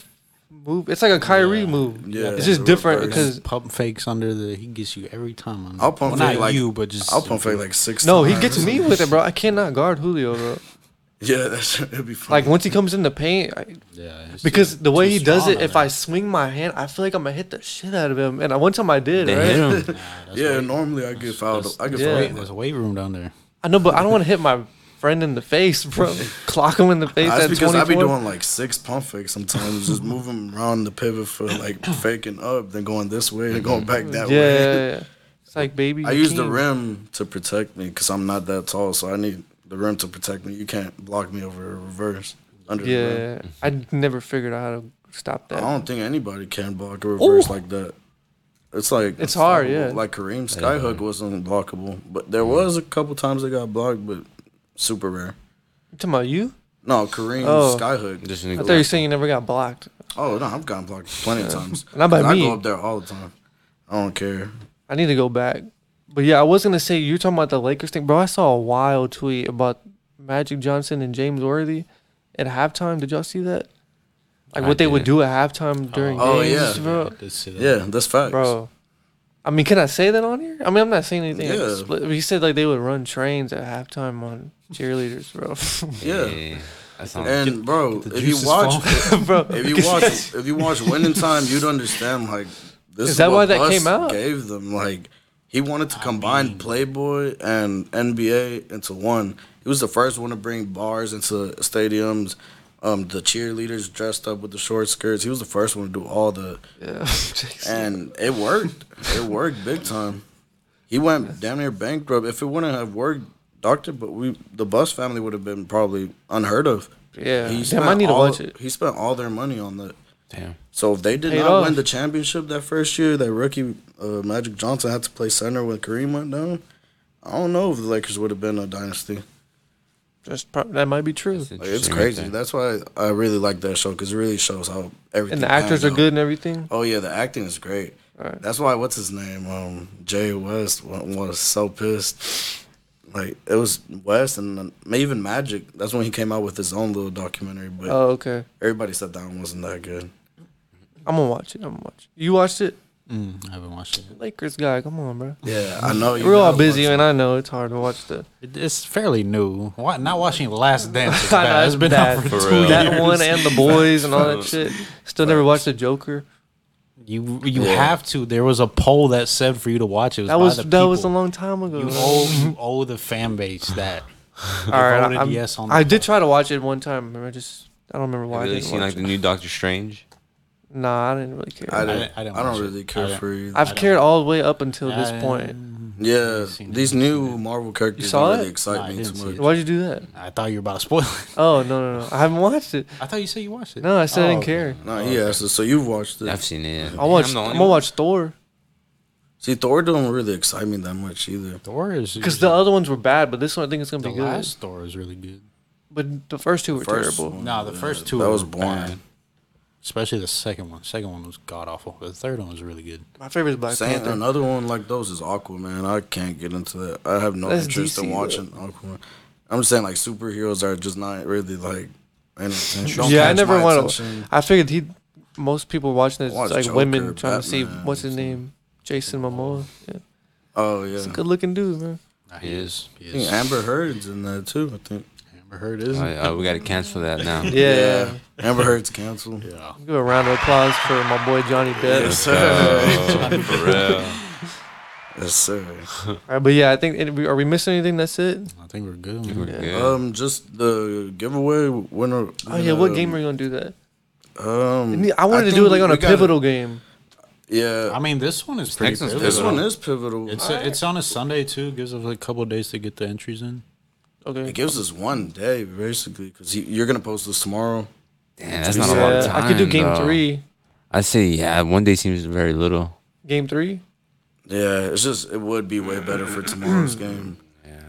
Speaker 1: move. It's like a Kyrie move.
Speaker 4: Yeah.
Speaker 1: it's just
Speaker 4: The
Speaker 1: different
Speaker 4: reverse.
Speaker 1: because
Speaker 2: pump fakes under the he gets you every time. On
Speaker 4: I'll pump
Speaker 2: well,
Speaker 4: fake
Speaker 2: not
Speaker 4: like
Speaker 2: you, but just
Speaker 4: I'll pump fake like six.
Speaker 1: no, he
Speaker 4: times.
Speaker 1: gets me with it, bro. I cannot guard Julio, bro.
Speaker 4: Yeah, that should it'd be funny.
Speaker 1: Like once he comes in the paint, I,
Speaker 2: Yeah, it's
Speaker 1: because
Speaker 2: too-
Speaker 1: the way
Speaker 2: too
Speaker 1: he does
Speaker 2: strong
Speaker 1: it,
Speaker 2: of
Speaker 1: if I swing my hand, I feel like I'm gonna hit the shit out of him. And I- one time I did,
Speaker 3: They
Speaker 1: right?
Speaker 3: hit him.
Speaker 2: That's
Speaker 4: yeah,
Speaker 2: weight-
Speaker 4: normally I get fouled.
Speaker 2: that's-
Speaker 4: I get
Speaker 1: yeah.
Speaker 2: Wait,
Speaker 4: fouled.
Speaker 2: there's a weight room down there.
Speaker 1: I know, but I don't want to hit my friend in the face, bro. Clock him in the face
Speaker 4: That's
Speaker 1: at
Speaker 4: because I be
Speaker 1: 24.
Speaker 4: doing like six pump fakes sometimes, just moving around the pivot for like faking up, then going this way, then going back that
Speaker 1: yeah,
Speaker 4: way.
Speaker 1: yeah, yeah. it's like baby.
Speaker 4: I
Speaker 1: you
Speaker 4: use the
Speaker 1: king.
Speaker 4: rim to protect me because I'm not that tall, so I need the rim to protect me. You can't block me over reverse under the rim.
Speaker 1: Yeah, I never figured out how to stop
Speaker 4: I
Speaker 1: that.
Speaker 4: don't think anybody can block a reverse like that. It's like
Speaker 1: It's hard, yeah.
Speaker 4: Like Kareem Skyhook wasn't blockable, but there was a couple times they got blocked, but super rare.
Speaker 1: You talking about you?
Speaker 4: No, Kareem
Speaker 1: Oh.
Speaker 4: Skyhook.
Speaker 3: Just
Speaker 1: I
Speaker 3: an
Speaker 1: thought you were saying you never got blocked.
Speaker 4: Oh no, I've gotten blocked plenty of times.
Speaker 1: Not by
Speaker 4: 'Cause I
Speaker 1: me.
Speaker 4: go up there all the time. I don't care.
Speaker 1: I need to go back. But yeah, I was gonna say you're talking about the Lakers thing, bro. I saw a wild tweet about Magic Johnson and James Worthy at halftime. Did y'all see that? Like
Speaker 3: I
Speaker 1: what they would
Speaker 3: didn't.
Speaker 1: do at halftime during
Speaker 4: Oh,
Speaker 1: games,
Speaker 4: yeah.
Speaker 1: bro.
Speaker 2: Let's see that.
Speaker 4: Yeah, that's facts.
Speaker 1: Bro, I mean, can I say that on here? I mean, I'm not saying anything. like
Speaker 4: Yeah.
Speaker 1: split- He said like they would run trains at halftime on cheerleaders, bro.
Speaker 4: Yeah.
Speaker 3: That sounds
Speaker 4: And bro,
Speaker 2: the
Speaker 4: if you
Speaker 2: juices
Speaker 4: watch,
Speaker 1: bro,
Speaker 4: if you watch, if you watch Winning Time, you'd understand. Like this
Speaker 1: Is that
Speaker 4: what
Speaker 1: why that
Speaker 4: Bus
Speaker 1: came out?
Speaker 4: Gave them like he wanted to combine Playboy and NBA into one. He was the first one to bring bars into stadiums. Um, the cheerleaders dressed up with the short skirts. He was the first one to do all the,
Speaker 1: Yeah.
Speaker 4: and it worked. it worked big time. He went damn near bankrupt. If it wouldn't have worked, Doctor, but we the Bus family would have been probably unheard of.
Speaker 1: Yeah.
Speaker 4: He
Speaker 1: Damn, I
Speaker 4: spent
Speaker 1: need to
Speaker 4: all-
Speaker 1: watch it.
Speaker 4: He spent all their money on that.
Speaker 3: damn.
Speaker 4: So if they did
Speaker 1: Paid
Speaker 4: not
Speaker 1: off.
Speaker 4: win the championship that first year, that rookie uh, Magic Johnson had to play center when Kareem went down. I don't know if the Lakers would have been a dynasty.
Speaker 1: That's prob- that might be true.
Speaker 3: That's
Speaker 1: And
Speaker 4: Like, it's
Speaker 3: interesting right
Speaker 4: crazy.
Speaker 3: there.
Speaker 4: That's why I really like that show because it really shows how everything.
Speaker 1: the actors are
Speaker 4: panned out.
Speaker 1: good and everything.
Speaker 4: Oh yeah, the acting is great. That's why what's his name, um, Jay West wa- was so pissed. Like it was West and then even Magic. That's when he came out with his own little documentary. But
Speaker 1: Oh, okay.
Speaker 4: everybody said that one wasn't that good.
Speaker 1: I'm gonna watch it. I'm gonna watch. It. You watched it,
Speaker 2: Mm, I haven't watched it. yet.
Speaker 1: Lakers guy. Come on, bro.
Speaker 4: Yeah, I know. you
Speaker 1: We're all
Speaker 4: gotta
Speaker 1: busy,
Speaker 4: watch
Speaker 1: and I know it's hard to watch the.
Speaker 2: It- It's fairly new. Why, not watching Last Dance is
Speaker 1: I know
Speaker 2: bad. It's
Speaker 1: it's
Speaker 2: been
Speaker 1: bad.
Speaker 2: out for,
Speaker 1: For
Speaker 2: two
Speaker 3: real.
Speaker 2: years.
Speaker 1: That one and the boys and all that shit. Still never watched the Joker.
Speaker 2: You you
Speaker 4: Yeah.
Speaker 2: have to. There was a poll that said for you to watch. It was
Speaker 1: That
Speaker 2: by
Speaker 1: was
Speaker 2: the
Speaker 1: that was a
Speaker 2: people.
Speaker 1: long time ago.
Speaker 2: You
Speaker 1: bro.
Speaker 2: owe you owe the fan base that.
Speaker 1: all right,
Speaker 2: voted
Speaker 1: I'm-
Speaker 2: yes on
Speaker 1: I
Speaker 2: the
Speaker 1: did try to watch it one time. Remember, I just I don't remember why.
Speaker 3: Have you
Speaker 1: I
Speaker 3: really
Speaker 1: didn't
Speaker 3: seen
Speaker 1: watch
Speaker 3: like the
Speaker 1: it.
Speaker 3: new Doctor Strange?
Speaker 1: Nah, I didn't really
Speaker 4: it. I
Speaker 1: care.
Speaker 2: didn't-
Speaker 4: don't.
Speaker 2: I
Speaker 4: I,
Speaker 2: didn't
Speaker 4: don't
Speaker 2: watch it.
Speaker 4: really
Speaker 2: I
Speaker 4: care
Speaker 2: didn't-
Speaker 4: for. either.
Speaker 1: I've cared all the way up until this
Speaker 2: I-
Speaker 1: point.
Speaker 4: yeah,
Speaker 2: seen it,
Speaker 4: these
Speaker 2: I've
Speaker 4: new Marvel characters
Speaker 1: saw
Speaker 4: don't really
Speaker 1: it?
Speaker 2: No, I
Speaker 4: excite me
Speaker 2: didn't see
Speaker 4: too
Speaker 2: it.
Speaker 4: much.
Speaker 1: Why'd you do that?
Speaker 2: I thought you were about to spoil it.
Speaker 1: Oh no no no! I haven't watched it.
Speaker 2: I thought you said you watched it.
Speaker 1: No, I said I
Speaker 2: Oh,
Speaker 1: didn't
Speaker 2: okay.
Speaker 1: care.
Speaker 4: No, he asked us. So you've watched it.
Speaker 3: I've seen it.
Speaker 1: I watched. I'm, gonna watch Thor
Speaker 4: See, Thor don't really excite me that much either.
Speaker 2: Thor is
Speaker 1: because the other ones were bad, but this one I think it's gonna
Speaker 2: the
Speaker 1: be good.
Speaker 2: last Thor is really good.
Speaker 1: But the first two were
Speaker 4: First
Speaker 1: terrible.
Speaker 4: one,
Speaker 2: No, the
Speaker 4: yeah,
Speaker 2: first two
Speaker 4: that
Speaker 2: were
Speaker 4: was boring.
Speaker 2: bad. Especially the second one. Second one was god awful. The third one was really good.
Speaker 1: My favorite is Black
Speaker 4: Saying
Speaker 1: Panther.
Speaker 4: another one like those is Aquaman. I can't get into that. I have no
Speaker 1: That's
Speaker 4: interest
Speaker 1: DC,
Speaker 4: in
Speaker 1: though.
Speaker 4: watching Aquaman. I'm just saying like superheroes are just not really like entertaining. Don't
Speaker 1: Yeah, I
Speaker 4: catch
Speaker 1: never
Speaker 4: my
Speaker 1: want to.
Speaker 4: attention.
Speaker 1: I figured he. Most people watching this
Speaker 4: Watch
Speaker 1: like
Speaker 4: Joker,
Speaker 1: women trying to see
Speaker 4: Batman,
Speaker 1: what's his name, Jason Momoa. Yeah,
Speaker 4: Oh yeah,
Speaker 1: good looking dude, man.
Speaker 2: Nah, He is. He
Speaker 4: I think
Speaker 2: is.
Speaker 4: Amber Heard's in that too. I think.
Speaker 2: Amber Heard is.
Speaker 3: I, I, Oh, we gotta cancel that now.
Speaker 1: Yeah.
Speaker 4: Amber Heard's canceled.
Speaker 2: Yeah.
Speaker 1: Give a round of applause for my boy Johnny Depp.
Speaker 3: Oh, for real.
Speaker 4: Yes, sir.
Speaker 1: All right, but yeah, I think any- are we missing anything? That's it.
Speaker 2: I think we're good.
Speaker 3: We're good.
Speaker 4: Um, just the giveaway winner.
Speaker 1: Oh yeah, what game are you gonna do that?
Speaker 4: Um,
Speaker 1: I wanted to do
Speaker 4: think
Speaker 1: it like
Speaker 4: we-
Speaker 1: on a
Speaker 4: we gotta-
Speaker 1: pivotal game.
Speaker 4: Yeah,
Speaker 2: I mean, this one is pretty
Speaker 3: next one's
Speaker 2: pivotal.
Speaker 4: this one is pivotal.
Speaker 2: It's a, it's on a Sunday too. Gives us a couple of days to get the entries in.
Speaker 1: Okay.
Speaker 4: It gives us one day basically because you're gonna post this tomorrow.
Speaker 3: Damn, that's not a
Speaker 1: Yeah,
Speaker 3: lot of time.
Speaker 1: I could do game
Speaker 3: though.
Speaker 1: three.
Speaker 3: I say yeah. One day seems very little.
Speaker 1: Game three.
Speaker 4: Yeah, it's just it would be way better for tomorrow's game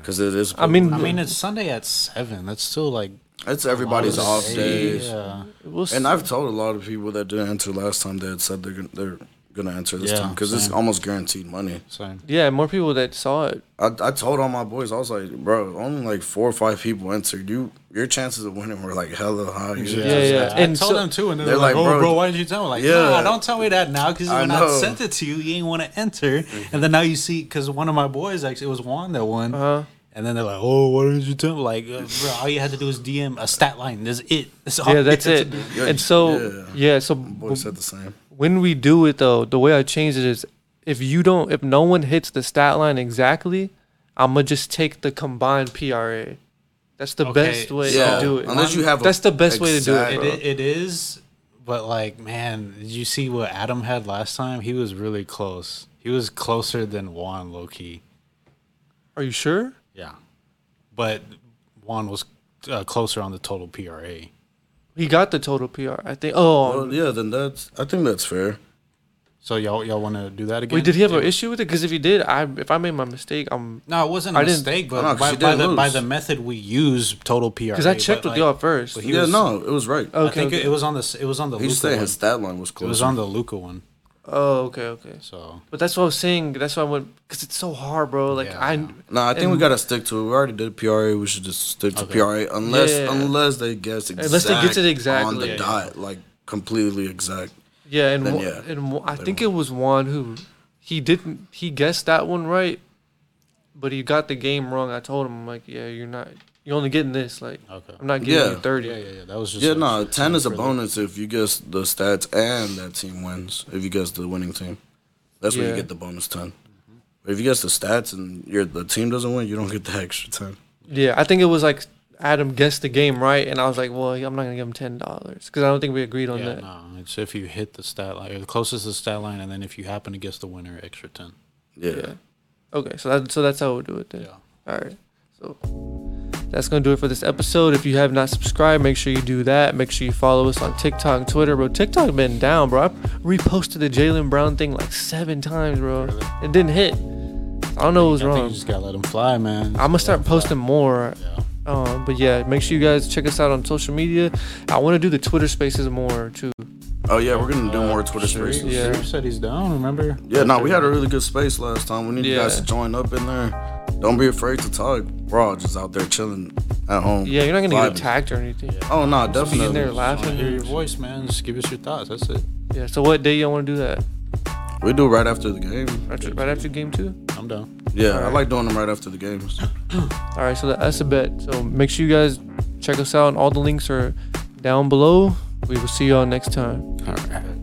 Speaker 4: because it is.
Speaker 1: I mean,
Speaker 4: pivotal.
Speaker 2: I mean, it's Sunday at seven. That's still like
Speaker 4: it's everybody's off days.
Speaker 2: Yeah.
Speaker 1: we'll see.
Speaker 4: And I've told a lot of people that didn't answer last time they had said they're gonna, they're gonna answer this
Speaker 2: Yeah,
Speaker 4: time because it's
Speaker 2: same.
Speaker 4: almost guaranteed money.
Speaker 2: Same.
Speaker 1: yeah, more people that saw it.
Speaker 4: I, I told all my boys I was like, bro, only like four or five people answered. You your chances of winning were like hella high.
Speaker 1: Yeah,
Speaker 4: You just-
Speaker 1: yeah.
Speaker 2: I
Speaker 1: And
Speaker 2: told
Speaker 1: so-
Speaker 2: them too, and they
Speaker 4: They're
Speaker 2: were like,
Speaker 4: like,
Speaker 2: "Oh,
Speaker 4: bro,
Speaker 2: bro, why did you tell me?" Like,
Speaker 4: yeah.
Speaker 2: nah, don't tell me that now, because
Speaker 4: I
Speaker 2: when I
Speaker 4: know.
Speaker 2: sent it to you, you ain't want to enter. And then now you see, because one of my boys actually it was Juan that won,
Speaker 1: Uh-huh.
Speaker 2: and then they're like, "Oh, why did you tell me?" Like, uh, bro, all you had to do is DM a stat line. That's it. That's all.
Speaker 1: Yeah,
Speaker 2: you
Speaker 1: that's
Speaker 2: had to
Speaker 1: it.
Speaker 2: do.
Speaker 4: Yeah,
Speaker 1: And so,
Speaker 4: yeah.
Speaker 1: yeah, so
Speaker 4: Boys said the same.
Speaker 1: when we do it though, the way I change it is if you don't, if no one hits the stat line exactly, I'm gonna just take the combined PRA. That's the
Speaker 2: Okay,
Speaker 1: best way
Speaker 4: Yeah,
Speaker 1: to do it.
Speaker 4: unless you have a
Speaker 1: That's the best way to do it.
Speaker 4: exact-
Speaker 2: It,
Speaker 4: bro.
Speaker 2: i- it is, but like, man, did you see what Adam had last time? He was really close. He was closer than Juan, low key.
Speaker 1: Are you sure?
Speaker 2: Yeah, but Juan was uh, closer on the total PRA.
Speaker 1: He got the total PR. I think. Oh,
Speaker 4: Well, yeah, then that's I think that's fair.
Speaker 2: So y'all y'all want to do that again?
Speaker 1: wait, did he have an issue with it? Because if he did, I if I made my mistake, I'm
Speaker 2: No, it wasn't a
Speaker 1: I didn't-
Speaker 2: mistake, but
Speaker 4: No, 'cause
Speaker 2: by,
Speaker 4: you
Speaker 2: by
Speaker 4: didn't
Speaker 2: the by
Speaker 4: lose.
Speaker 2: the method we use, total PRA.
Speaker 1: because I checked
Speaker 2: but,
Speaker 1: with
Speaker 2: like,
Speaker 1: y'all first.
Speaker 2: but he
Speaker 4: Yeah,
Speaker 2: was-
Speaker 4: no, it was right.
Speaker 2: I
Speaker 1: okay,
Speaker 2: think
Speaker 1: okay.
Speaker 2: it was on the it was on the
Speaker 4: He just
Speaker 2: Luca
Speaker 4: said
Speaker 2: one.
Speaker 4: his stat line was
Speaker 2: it
Speaker 4: close.
Speaker 2: was on the Luca one.
Speaker 1: oh, okay, okay.
Speaker 2: So
Speaker 1: But that's what I was saying. That's why I went because it's so hard, bro. Like
Speaker 2: Yeah.
Speaker 1: I,
Speaker 4: No, I think we
Speaker 1: And-
Speaker 4: gotta stick to it. We already did PRA. We should just stick to
Speaker 2: Okay.
Speaker 4: PRA unless
Speaker 1: Yeah.
Speaker 4: unless they guess exact
Speaker 1: Unless they get it
Speaker 4: on
Speaker 1: exactly.
Speaker 4: the
Speaker 1: Yeah,
Speaker 4: dot, like completely exact.
Speaker 1: yeah, and
Speaker 4: Then,
Speaker 1: one,
Speaker 4: yeah,
Speaker 1: and one, I think it was one who he didn't. He guessed that one right, but he got the game wrong. I told him I'm like, yeah, you're not. You're only getting this. Like,
Speaker 2: Okay.
Speaker 1: I'm not giving you
Speaker 4: Yeah.
Speaker 1: thirty.
Speaker 2: yeah, yeah, yeah, that was just
Speaker 4: Yeah,
Speaker 2: like-
Speaker 4: no, ten is a
Speaker 2: for the-
Speaker 4: bonus if you guess the stats and that team wins. If you guess the winning team, that's where
Speaker 1: Yeah.
Speaker 4: you get the bonus ten. But if you guess the stats and your the team doesn't win, you don't get the extra ten.
Speaker 1: Yeah, I think it was like Adam guessed the game right, and I was like, well, I'm not gonna give him ten dollars because I don't think we agreed on
Speaker 2: Yeah,
Speaker 1: that.
Speaker 2: no, it's if you hit the stat line, or the closest to the stat line, and then if you happen to guess the winner, extra ten.
Speaker 4: Yeah.
Speaker 1: Yeah. Okay, so that, so that's how we'll do it then.
Speaker 2: Yeah.
Speaker 1: All right. So that's going to do it for this episode. If you have not subscribed, make sure you do that. Make sure you follow us on TikTok, Twitter, bro. TikTok been down, bro. I reposted the Jalen Brown thing like seven times, bro. It didn't hit. I don't know what was
Speaker 2: I think
Speaker 1: wrong.
Speaker 2: you just gotta let him fly, man.
Speaker 1: I'm going to start posting more.
Speaker 2: Yeah.
Speaker 1: Um, but yeah, make sure you guys check us out on social media. I want to do the Twitter Spaces more too.
Speaker 4: Oh yeah, we're gonna do more Twitter Spaces.
Speaker 1: yeah.
Speaker 4: Yeah,
Speaker 2: Sharif said he's down. Remember?
Speaker 4: no, we had a really good space last time. We need you guys
Speaker 1: Yeah.
Speaker 4: to join up in there. Don't be afraid to talk. We're all just out there chilling at home.
Speaker 1: Yeah, you're not gonna
Speaker 4: vibing.
Speaker 1: get attacked or anything.
Speaker 4: Oh no,
Speaker 1: Be in there
Speaker 4: definitely.
Speaker 2: Just wanna hear your
Speaker 1: laughing.
Speaker 2: voice, man. Just give us your thoughts. That's it.
Speaker 1: Yeah. So what day y'all want to do that?
Speaker 4: We do right after the game.
Speaker 1: Right after, right after game two.
Speaker 2: I'm down.
Speaker 4: Yeah, I like doing them right after the games.
Speaker 1: All right. So that- that's a bet. So make sure you guys check us out. All the links are down below. We will see y'all next time.
Speaker 2: All right.